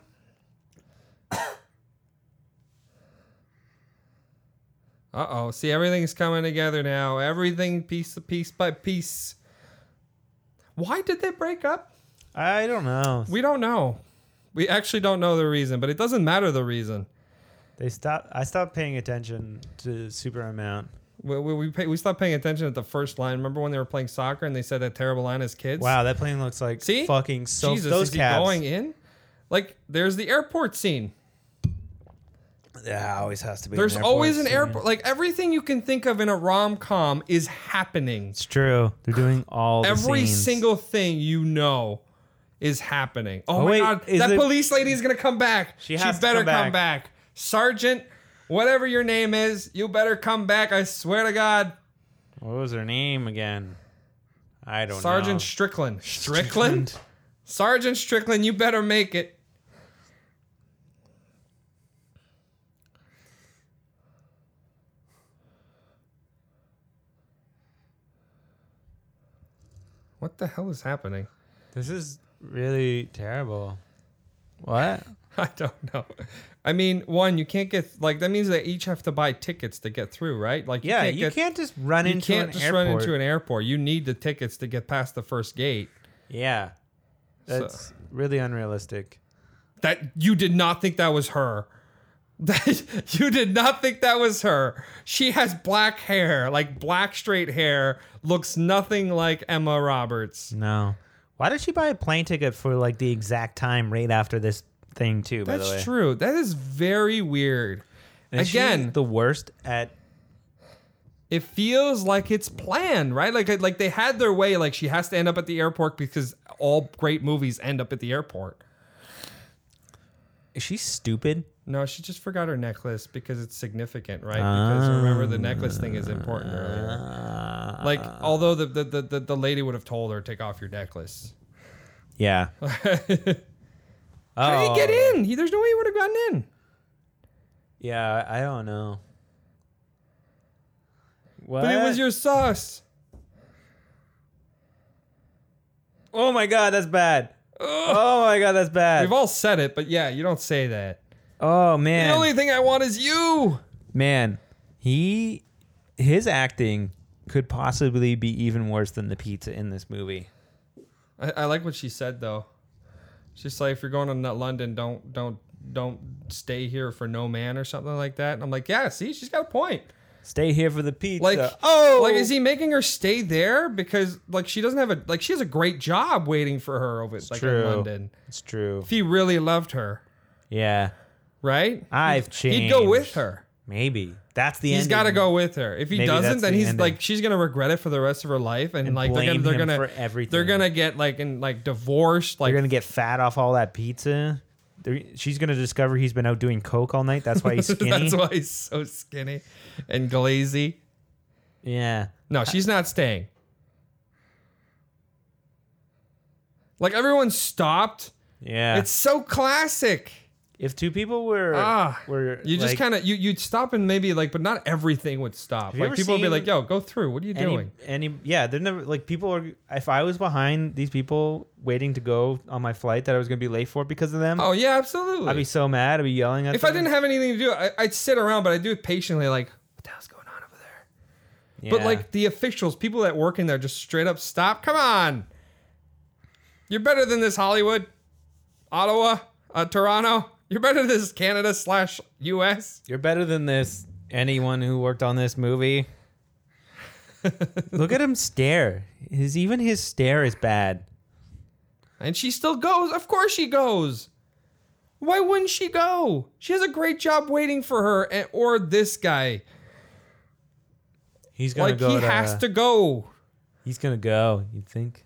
[SPEAKER 2] uh oh. See, everything's coming together now. Everything piece piece by piece. Why did they break up?
[SPEAKER 1] I don't know.
[SPEAKER 2] We don't know. We actually don't know the reason, but it doesn't matter the reason.
[SPEAKER 1] They stopped I stopped paying attention to super amount.
[SPEAKER 2] We, we, we, pay, we stopped paying attention at the first line. Remember when they were playing soccer and they said that terrible line as kids?
[SPEAKER 1] Wow, that plane looks like
[SPEAKER 2] See?
[SPEAKER 1] fucking so
[SPEAKER 2] Jesus,
[SPEAKER 1] those
[SPEAKER 2] is he
[SPEAKER 1] cabs.
[SPEAKER 2] going in? Like, there's the airport scene.
[SPEAKER 1] Yeah, always has to be.
[SPEAKER 2] There's always an
[SPEAKER 1] soon.
[SPEAKER 2] airport. Like everything you can think of in a rom com is happening.
[SPEAKER 1] It's true. They're doing all the
[SPEAKER 2] Every
[SPEAKER 1] scenes.
[SPEAKER 2] single thing you know is happening. Oh,
[SPEAKER 1] Oh,
[SPEAKER 2] my
[SPEAKER 1] wait,
[SPEAKER 2] god,
[SPEAKER 1] is
[SPEAKER 2] that
[SPEAKER 1] it-
[SPEAKER 2] police lady is gonna come back.
[SPEAKER 1] She has to
[SPEAKER 2] better
[SPEAKER 1] come
[SPEAKER 2] come back. Sergeant, Whatever your name is, you better come back. I swear to God.
[SPEAKER 1] What was her name again? I don't
[SPEAKER 2] Sergeant
[SPEAKER 1] know.
[SPEAKER 2] Strickland. Strickland? Sergeant Strickland, you better make it. What the hell is happening? [LAUGHS]
[SPEAKER 1] This is really terrible. What?
[SPEAKER 2] I don't know. I mean, one, you can't get like that means they each have to buy tickets to get through, right? Like,
[SPEAKER 1] Yeah, you
[SPEAKER 2] get-
[SPEAKER 1] can't just run
[SPEAKER 2] you
[SPEAKER 1] into
[SPEAKER 2] can't
[SPEAKER 1] an
[SPEAKER 2] just
[SPEAKER 1] airport.
[SPEAKER 2] run into an airport. You need the tickets to get past the first gate.
[SPEAKER 1] yeah,
[SPEAKER 2] So-
[SPEAKER 1] that's really unrealistic.
[SPEAKER 2] That you did not think that was her. [LAUGHS] That you did not think that was her. She has black hair, like black straight hair, looks nothing like Emma Roberts.
[SPEAKER 1] No. Why did she buy a plane ticket for like the exact time right after this thing too? by the way,
[SPEAKER 2] That's true. That is very weird.
[SPEAKER 1] And she's
[SPEAKER 2] Again,
[SPEAKER 1] the worst at
[SPEAKER 2] it feels like it's planned, right? Like like they had their way. Like she has to end up at the airport because all great movies end up at the airport.
[SPEAKER 1] is she stupid?
[SPEAKER 2] No, she just forgot her necklace because it's significant, right? Because remember the necklace thing is important earlier. Like
[SPEAKER 1] Ah.
[SPEAKER 2] although the the, the, the, the lady would have told her take off your necklace. [LAUGHS]
[SPEAKER 1] Yeah.
[SPEAKER 2] How did
[SPEAKER 1] Oh.
[SPEAKER 2] he get in? He, there's no way he would have gotten in.
[SPEAKER 1] Yeah, I don't know. What?
[SPEAKER 2] But it
[SPEAKER 1] Eh.
[SPEAKER 2] was your sauce.
[SPEAKER 1] Oh my god, that's bad. Oh my god, that's bad.
[SPEAKER 2] We've all said it, but yeah, you don't say that.
[SPEAKER 1] oh
[SPEAKER 2] The
[SPEAKER 1] man.
[SPEAKER 2] only thing I want is you.
[SPEAKER 1] man, he his acting could possibly be even worse than the pizza in this movie.
[SPEAKER 2] I, I like what she said though. She's like, if you're going to Nut- London, don't don't don't stay here for no man or something like that. And I'm like, yeah, see, she's got a point.
[SPEAKER 1] Stay here for the pizza.
[SPEAKER 2] Like,
[SPEAKER 1] oh,
[SPEAKER 2] like is he making her stay there because like she doesn't have a like she has a great job waiting for her over like
[SPEAKER 1] true.
[SPEAKER 2] in London.
[SPEAKER 1] It's true.
[SPEAKER 2] If he really loved her,
[SPEAKER 1] Yeah,
[SPEAKER 2] right?
[SPEAKER 1] I've changed.
[SPEAKER 2] He'd go with her.
[SPEAKER 1] Maybe that's the.
[SPEAKER 2] He's
[SPEAKER 1] ending.
[SPEAKER 2] got to go with her. If he
[SPEAKER 1] Maybe
[SPEAKER 2] doesn't,
[SPEAKER 1] that's
[SPEAKER 2] then
[SPEAKER 1] the
[SPEAKER 2] he's
[SPEAKER 1] ending.
[SPEAKER 2] like she's gonna regret it for the rest of her life, and,
[SPEAKER 1] And
[SPEAKER 2] like they're gonna
[SPEAKER 1] blame
[SPEAKER 2] they're
[SPEAKER 1] him
[SPEAKER 2] gonna
[SPEAKER 1] for everything.
[SPEAKER 2] they're gonna get like in like divorced. Like
[SPEAKER 1] You're gonna get fat off all that pizza. There- She's gonna discover he's been out doing coke all night. That's why
[SPEAKER 2] [LAUGHS]
[SPEAKER 1] he's skinny.
[SPEAKER 2] [LAUGHS] That's why he's so skinny and glazy.
[SPEAKER 1] yeah.
[SPEAKER 2] No, she's not staying. Like everyone stopped.
[SPEAKER 1] Yeah.
[SPEAKER 2] It's so classic.
[SPEAKER 1] if two people were
[SPEAKER 2] Ah,
[SPEAKER 1] were
[SPEAKER 2] you just
[SPEAKER 1] like,
[SPEAKER 2] kind of you you'd stop and maybe like, but not everything would stop.
[SPEAKER 1] you
[SPEAKER 2] Like
[SPEAKER 1] ever
[SPEAKER 2] people would be
[SPEAKER 1] seen
[SPEAKER 2] like, "Yo, go through. What are you
[SPEAKER 1] any,
[SPEAKER 2] doing?"
[SPEAKER 1] any yeah they're never like people are if i was behind these people waiting to go on my flight that i was gonna be late for because of them
[SPEAKER 2] Oh yeah, absolutely.
[SPEAKER 1] i'd be so mad i'd be yelling at
[SPEAKER 2] if
[SPEAKER 1] them.
[SPEAKER 2] I didn't have anything to do, I, I'd sit around, but I do it patiently. Like, what the hell's going on over there?
[SPEAKER 1] yeah.
[SPEAKER 2] But like the officials, people that work in there, just straight up stop. Come on, you're better than this Hollywood, Ottawa, uh, Toronto. You're better than this Canada slash U.S.
[SPEAKER 1] you're better than this anyone who worked on this movie look at him stare his even his stare is bad
[SPEAKER 2] And she still goes. Of course she goes. Why wouldn't she go? She has a great job waiting for her and, or this guy.
[SPEAKER 1] he's gonna
[SPEAKER 2] Like
[SPEAKER 1] go
[SPEAKER 2] he has to go.
[SPEAKER 1] he's gonna go you'd think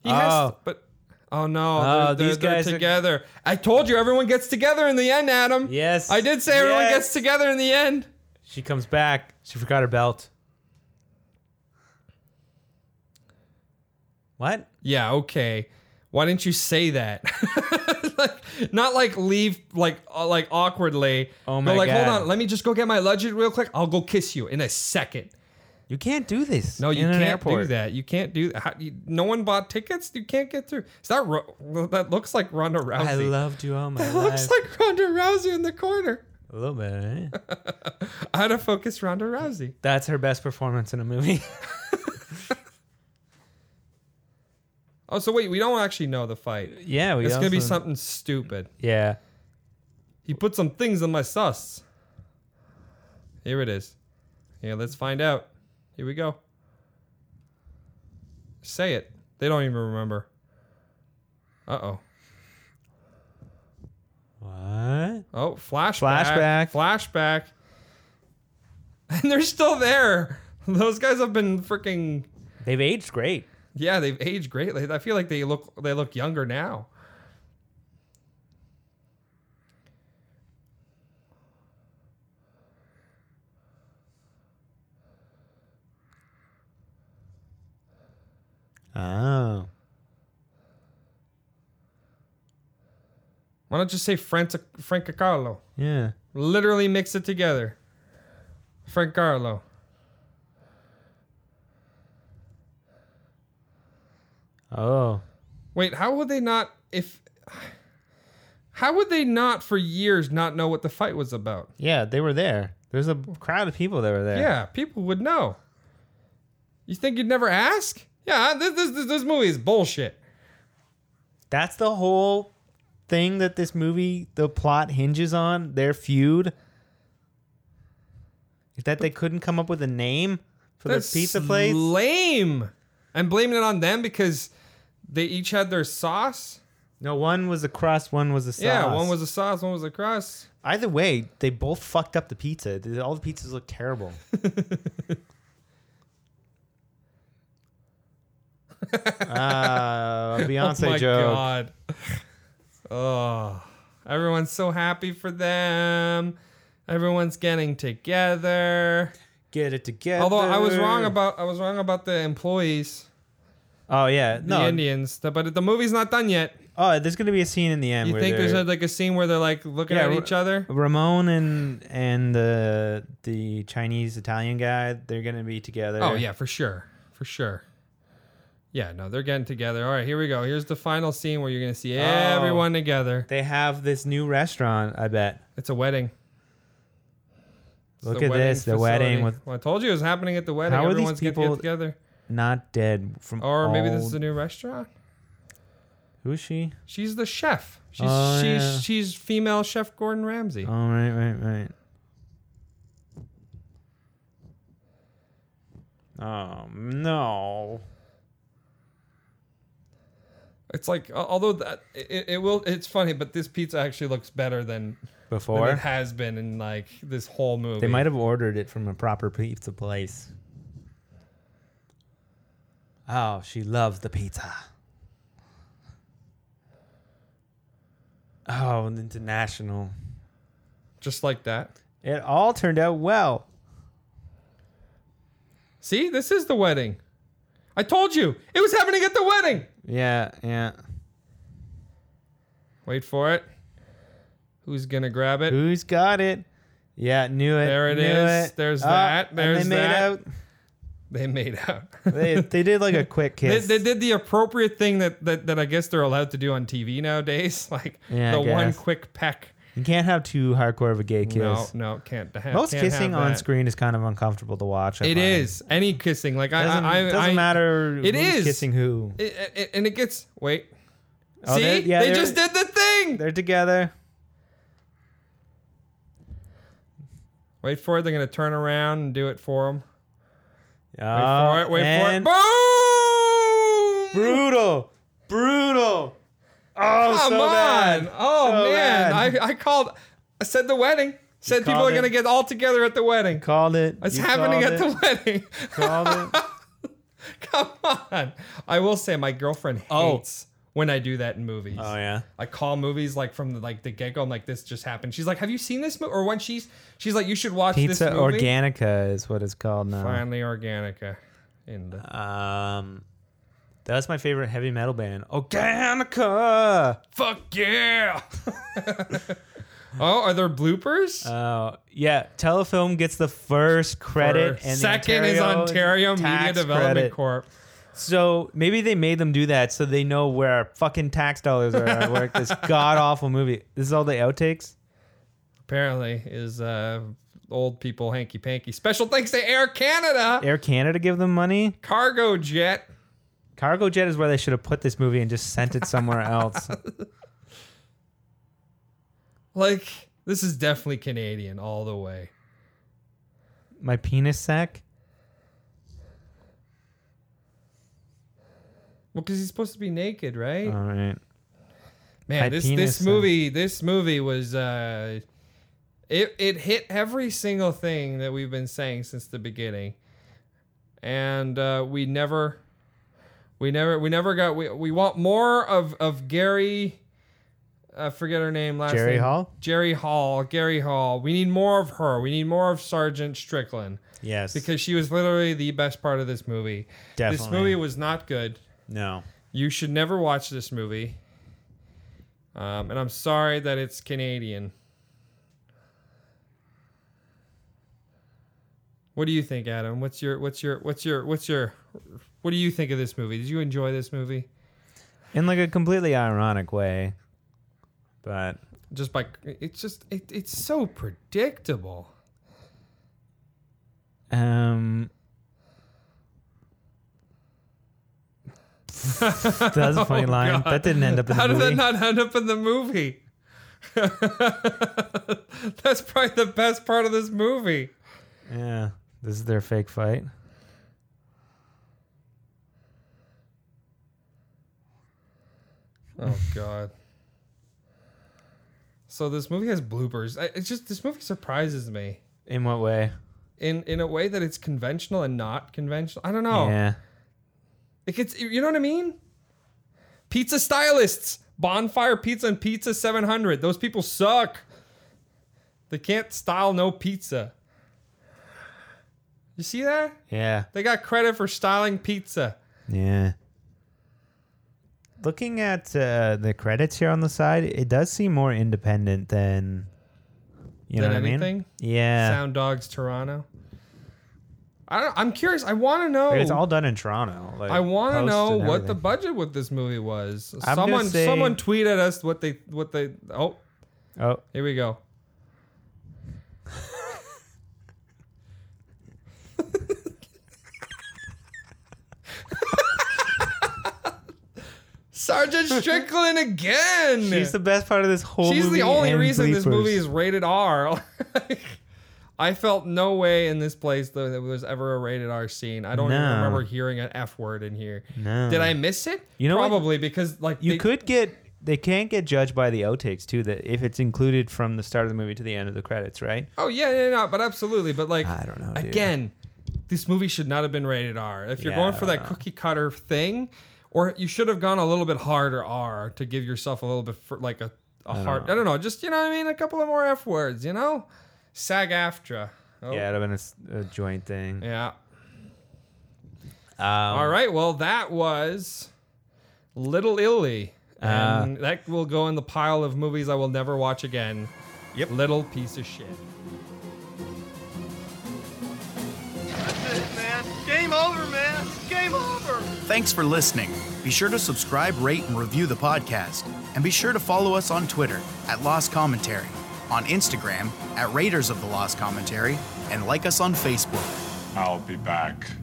[SPEAKER 2] He has,
[SPEAKER 1] Oh.
[SPEAKER 2] but oh no,
[SPEAKER 1] Oh,
[SPEAKER 2] they're,
[SPEAKER 1] these
[SPEAKER 2] these guys
[SPEAKER 1] guys are-
[SPEAKER 2] together. I told you everyone gets together in the end, Adam.
[SPEAKER 1] Yes.
[SPEAKER 2] I did say everyone
[SPEAKER 1] Yes.
[SPEAKER 2] gets together in the end.
[SPEAKER 1] she comes back she forgot her belt what
[SPEAKER 2] Yeah, okay. Why didn't you say that? [LAUGHS] like, not like leave like uh, like awkwardly.
[SPEAKER 1] Oh
[SPEAKER 2] but
[SPEAKER 1] my
[SPEAKER 2] like, Hold
[SPEAKER 1] God.
[SPEAKER 2] on, let me just go get my luggage real quick. I'll go kiss you in a second.
[SPEAKER 1] you can't do this
[SPEAKER 2] No, you
[SPEAKER 1] in an
[SPEAKER 2] can't
[SPEAKER 1] airport.
[SPEAKER 2] do that. You can't do that. How, you, no one bought tickets. You can't get through. Is that Ro- well, that looks like Ronda Rousey?
[SPEAKER 1] I loved you all my
[SPEAKER 2] [LAUGHS] It
[SPEAKER 1] life.
[SPEAKER 2] looks like Ronda Rousey in the corner.
[SPEAKER 1] a little bit. eh?
[SPEAKER 2] How to focus Ronda Rousey?
[SPEAKER 1] That's her best performance in a movie.
[SPEAKER 2] Oh, so wait, we don't actually know the fight.
[SPEAKER 1] [LAUGHS] yeah, we
[SPEAKER 2] It's gonna be
[SPEAKER 1] also-
[SPEAKER 2] something stupid.
[SPEAKER 1] Yeah,
[SPEAKER 2] He put some things in my sauce. Here it is. Here, let's find out. Here we go. Say it. They don't even remember. Uh oh.
[SPEAKER 1] what?
[SPEAKER 2] Oh, flashback.
[SPEAKER 1] Flashback.
[SPEAKER 2] Flashback. [LAUGHS] And they're still there. Those guys have been freaking.
[SPEAKER 1] They've aged great.
[SPEAKER 2] Yeah, they've aged greatly. I feel like they look they look younger now.
[SPEAKER 1] Oh.
[SPEAKER 2] Why don't you say Franci- Frank Carlo?
[SPEAKER 1] Yeah.
[SPEAKER 2] Literally mix it together. Frank Carlo.
[SPEAKER 1] Oh.
[SPEAKER 2] Wait, how would they not if how would they not for years not know what the fight was about?
[SPEAKER 1] Yeah, they were there. There's a crowd of people that were there.
[SPEAKER 2] Yeah, people would know. You think you'd never ask? Yeah, this this this, this movie is bullshit.
[SPEAKER 1] That's the whole thing that this movie, the plot hinges on their feud. Is that they couldn't come up with a name for the
[SPEAKER 2] That's
[SPEAKER 1] pizza place?
[SPEAKER 2] Lame. I'm blaming it on them because they each had their sauce.
[SPEAKER 1] no, one was a crust, one was a sauce.
[SPEAKER 2] Yeah, one was a sauce, one was a crust.
[SPEAKER 1] Either way, they both fucked up the pizza. They- All the pizzas look
[SPEAKER 2] [LAUGHS]
[SPEAKER 1] terrible. Ah, Uh, Beyonce
[SPEAKER 2] [LAUGHS] oh my
[SPEAKER 1] joke.
[SPEAKER 2] god. [LAUGHS] Oh, everyone's so happy for them. Everyone's getting together.
[SPEAKER 1] Get it together.
[SPEAKER 2] Although I was wrong about I was wrong about the employees,
[SPEAKER 1] Oh yeah,
[SPEAKER 2] the
[SPEAKER 1] no.
[SPEAKER 2] Indians. The- But the movie's not done yet.
[SPEAKER 1] Oh, there's gonna be a scene in the end.
[SPEAKER 2] You
[SPEAKER 1] where
[SPEAKER 2] think there's
[SPEAKER 1] they're-
[SPEAKER 2] a, like a scene where they're like looking
[SPEAKER 1] Yeah,
[SPEAKER 2] at
[SPEAKER 1] we're-
[SPEAKER 2] each other?
[SPEAKER 1] Ramon and and the the Chinese Italian guy, they're gonna be together.
[SPEAKER 2] Oh yeah, for sure, for sure. Yeah, no, they're getting together. All right, here we go. Here's the final scene where you're gonna
[SPEAKER 1] Oh.
[SPEAKER 2] see everyone together.
[SPEAKER 1] They have this new restaurant. I bet.
[SPEAKER 2] It's a wedding. It's
[SPEAKER 1] Look
[SPEAKER 2] the
[SPEAKER 1] at
[SPEAKER 2] wedding
[SPEAKER 1] this, the wedding
[SPEAKER 2] facility.
[SPEAKER 1] with
[SPEAKER 2] Well, I told you it was happening at the wedding.
[SPEAKER 1] How are these
[SPEAKER 2] Everyone's getting to
[SPEAKER 1] people-
[SPEAKER 2] get together.
[SPEAKER 1] not dead from.
[SPEAKER 2] Or maybe this is
[SPEAKER 1] old-
[SPEAKER 2] a new restaurant.
[SPEAKER 1] Who's she?
[SPEAKER 2] She's the chef. She's
[SPEAKER 1] Oh,
[SPEAKER 2] she's
[SPEAKER 1] yeah.
[SPEAKER 2] she's female chef Gordon Ramsay.
[SPEAKER 1] Oh right, right, right. Oh no!
[SPEAKER 2] It's like al- although that it, it will it's funny, but this pizza actually looks better than, than it
[SPEAKER 1] Before
[SPEAKER 2] has been in like this whole movie.
[SPEAKER 1] they might have ordered it from a proper pizza place. Oh, she loves the pizza. Oh, an international.
[SPEAKER 2] just like that.
[SPEAKER 1] It all turned out well.
[SPEAKER 2] See, this is the wedding. I told you it was happening at the wedding.
[SPEAKER 1] Yeah, yeah.
[SPEAKER 2] Wait for it. Who's gonna grab it?
[SPEAKER 1] Who's got it? Yeah, knew it.
[SPEAKER 2] There it
[SPEAKER 1] it is.
[SPEAKER 2] is. There's that. There's
[SPEAKER 1] and they made
[SPEAKER 2] that.
[SPEAKER 1] out.
[SPEAKER 2] They made out. [LAUGHS]
[SPEAKER 1] They, they did like a quick
[SPEAKER 2] They,
[SPEAKER 1] kiss.
[SPEAKER 2] they did the appropriate thing that, that, that I guess they're allowed to do on TV nowadays, [LAUGHS] like
[SPEAKER 1] Yeah, I
[SPEAKER 2] the one
[SPEAKER 1] guess.
[SPEAKER 2] quick peck.
[SPEAKER 1] you can't have too hardcore of a gay kiss.
[SPEAKER 2] No, no, can't. Ha-
[SPEAKER 1] Most
[SPEAKER 2] can't
[SPEAKER 1] kissing
[SPEAKER 2] have
[SPEAKER 1] on
[SPEAKER 2] that.
[SPEAKER 1] screen is kind of uncomfortable to watch. I
[SPEAKER 2] It
[SPEAKER 1] find.
[SPEAKER 2] is any kissing. Like I,
[SPEAKER 1] Doesn't,
[SPEAKER 2] I, I
[SPEAKER 1] doesn't
[SPEAKER 2] I-
[SPEAKER 1] matter.
[SPEAKER 2] it
[SPEAKER 1] who's
[SPEAKER 2] is.
[SPEAKER 1] kissing who.
[SPEAKER 2] It, it, and it gets wait.
[SPEAKER 1] Oh,
[SPEAKER 2] See,
[SPEAKER 1] they're- yeah,
[SPEAKER 2] they
[SPEAKER 1] they're-
[SPEAKER 2] just did the thing.
[SPEAKER 1] They're together.
[SPEAKER 2] Wait for it. They're gonna turn around and do it for him. Wait
[SPEAKER 1] Oh,
[SPEAKER 2] for it. Wait for it.
[SPEAKER 1] and-
[SPEAKER 2] Boom!
[SPEAKER 1] Brutal, brutal. Oh,
[SPEAKER 2] Come
[SPEAKER 1] so
[SPEAKER 2] on!
[SPEAKER 1] bad.
[SPEAKER 2] Oh
[SPEAKER 1] So
[SPEAKER 2] man,
[SPEAKER 1] bad.
[SPEAKER 2] I, I called. I said the wedding. Said people
[SPEAKER 1] called
[SPEAKER 2] are gonna
[SPEAKER 1] it?
[SPEAKER 2] get all together at the wedding.
[SPEAKER 1] called it.
[SPEAKER 2] It's
[SPEAKER 1] You
[SPEAKER 2] happening
[SPEAKER 1] called
[SPEAKER 2] at
[SPEAKER 1] it.
[SPEAKER 2] the [LAUGHS] wedding.
[SPEAKER 1] Called
[SPEAKER 2] [LAUGHS]
[SPEAKER 1] it.
[SPEAKER 2] Come on. I will say my girlfriend
[SPEAKER 1] Oh.
[SPEAKER 2] hates when I do that in movies.
[SPEAKER 1] Oh yeah.
[SPEAKER 2] I call movies like from the, like the get go. I'm like, this just happened. She's like, have you seen this movie? Or when she's she's like, you should watch
[SPEAKER 1] Pizza
[SPEAKER 2] this movie.
[SPEAKER 1] Organica is what it's called now.
[SPEAKER 2] Finally, Organica. In the
[SPEAKER 1] Um, that was my favorite heavy metal band, Organica.
[SPEAKER 2] fuck yeah. [LAUGHS] oh, are there bloopers?
[SPEAKER 1] Oh yeah, Telefilm gets the first credit,
[SPEAKER 2] Or
[SPEAKER 1] and the
[SPEAKER 2] second is Ontario Media
[SPEAKER 1] tax
[SPEAKER 2] Development
[SPEAKER 1] credit.
[SPEAKER 2] Corp.
[SPEAKER 1] So maybe they made them do that so they know where our fucking tax dollars are at work.
[SPEAKER 2] [LAUGHS]
[SPEAKER 1] This god awful movie. This is all the outtakes.
[SPEAKER 2] Apparently, is uh, old people hanky panky. Special thanks to Air Canada,
[SPEAKER 1] Air Canada give them money.
[SPEAKER 2] cargo jet.
[SPEAKER 1] Cargo Jet is where they should have put this movie and just sent it
[SPEAKER 2] [LAUGHS]
[SPEAKER 1] somewhere else.
[SPEAKER 2] Like this is definitely Canadian all the way.
[SPEAKER 1] My penis sack.
[SPEAKER 2] Well, because he's supposed to be naked, right?
[SPEAKER 1] All right.
[SPEAKER 2] Man,
[SPEAKER 1] my
[SPEAKER 2] this
[SPEAKER 1] penis
[SPEAKER 2] this
[SPEAKER 1] and-
[SPEAKER 2] movie this movie was uh, it it hit every single thing that we've been saying since the beginning, and uh, we never, we never we never got we, we want more of of Gary. I forget her name last
[SPEAKER 1] Jerry
[SPEAKER 2] name.
[SPEAKER 1] Hall?
[SPEAKER 2] Jerry Hall. Gary Hall. We need more of her. We need more of Sergeant Strickland
[SPEAKER 1] Yes.
[SPEAKER 2] because she was literally the best part of this movie. This
[SPEAKER 1] Definitely.
[SPEAKER 2] movie was not good.
[SPEAKER 1] No.
[SPEAKER 2] You should never watch this movie. Um, and I'm sorry that it's Canadian. What do you think, Adam? What's your what's your what's your what's your what do you think of this movie? Did you enjoy this movie?
[SPEAKER 1] In like a completely ironic way. But
[SPEAKER 2] Just by it's just it, it's so predictable.
[SPEAKER 1] um That's
[SPEAKER 2] [LAUGHS]
[SPEAKER 1] a funny line.
[SPEAKER 2] Oh, God.
[SPEAKER 1] That didn't end up in
[SPEAKER 2] How
[SPEAKER 1] the
[SPEAKER 2] did
[SPEAKER 1] movie.
[SPEAKER 2] that not end up in the movie? [LAUGHS] That's probably the best part of this movie.
[SPEAKER 1] yeah. This is their fake fight.
[SPEAKER 2] Oh God. So this movie has bloopers. I, it's just this movie surprises me
[SPEAKER 1] In what way?
[SPEAKER 2] in in a way that it's conventional and not conventional. I don't know.
[SPEAKER 1] Yeah.
[SPEAKER 2] It gets you know what I mean. Pizza stylists, bonfire pizza and pizza seven hundred. Those people suck. They can't style no pizza. You see that?
[SPEAKER 1] Yeah.
[SPEAKER 2] They got credit for styling pizza.
[SPEAKER 1] Yeah. Looking at uh, the credits here on the side, it does seem more independent than you
[SPEAKER 2] Than
[SPEAKER 1] know what I mean.
[SPEAKER 2] anything?
[SPEAKER 1] Yeah,
[SPEAKER 2] Sound Dogs Toronto. I don't, I'm curious. I want to know.
[SPEAKER 1] Like, it's all done in Toronto. Like,
[SPEAKER 2] Oh. I want to
[SPEAKER 1] post
[SPEAKER 2] know
[SPEAKER 1] and
[SPEAKER 2] what the
[SPEAKER 1] everything.
[SPEAKER 2] budget with this movie was.
[SPEAKER 1] I'm
[SPEAKER 2] someone,
[SPEAKER 1] just saying-
[SPEAKER 2] someone tweet at us what they, what they. Oh,
[SPEAKER 1] oh
[SPEAKER 2] here
[SPEAKER 1] [LAUGHS]
[SPEAKER 2] we go. Sergeant Strickland again.
[SPEAKER 1] she's the best part of this whole.
[SPEAKER 2] She's
[SPEAKER 1] movie
[SPEAKER 2] the only
[SPEAKER 1] and
[SPEAKER 2] reason this
[SPEAKER 1] bloopers.
[SPEAKER 2] movie is rated R. [LAUGHS] I felt no way in this place though there was ever a rated R scene. I don't even
[SPEAKER 1] No.
[SPEAKER 2] remember hearing an F word in here.
[SPEAKER 1] No.
[SPEAKER 2] Did I miss it?
[SPEAKER 1] You know what?
[SPEAKER 2] probably because like
[SPEAKER 1] You
[SPEAKER 2] they-
[SPEAKER 1] could get they can't get judged by the outtakes too. That if it's included from the start of the movie to the end of the credits, right?
[SPEAKER 2] Oh yeah, yeah, no, but absolutely. But like
[SPEAKER 1] I don't know, dude.
[SPEAKER 2] Again, this movie should not have been rated R. If you're
[SPEAKER 1] Yeah,
[SPEAKER 2] going
[SPEAKER 1] I
[SPEAKER 2] for
[SPEAKER 1] don't
[SPEAKER 2] that cookie cutter thing, or you should have gone a little bit harder R to give yourself a little bit for, like a, a hard. I don't know. Just you know what I mean. A couple of more F words. You know, SAG AFTRA. Oh,
[SPEAKER 1] Yeah, it'd have been a s- a, joint thing.
[SPEAKER 2] Yeah.
[SPEAKER 1] Um,
[SPEAKER 2] All right. Well, that was Little Illy. And that will go in the pile of movies I will never watch again. Yep. Little piece of shit.
[SPEAKER 4] Thanks for listening. Be sure to subscribe, rate, and review the podcast. And be sure to follow us on Twitter at Lost Commentary, on Instagram at Raiders of the Lost Commentary, and like us on Facebook.
[SPEAKER 6] I'll be back.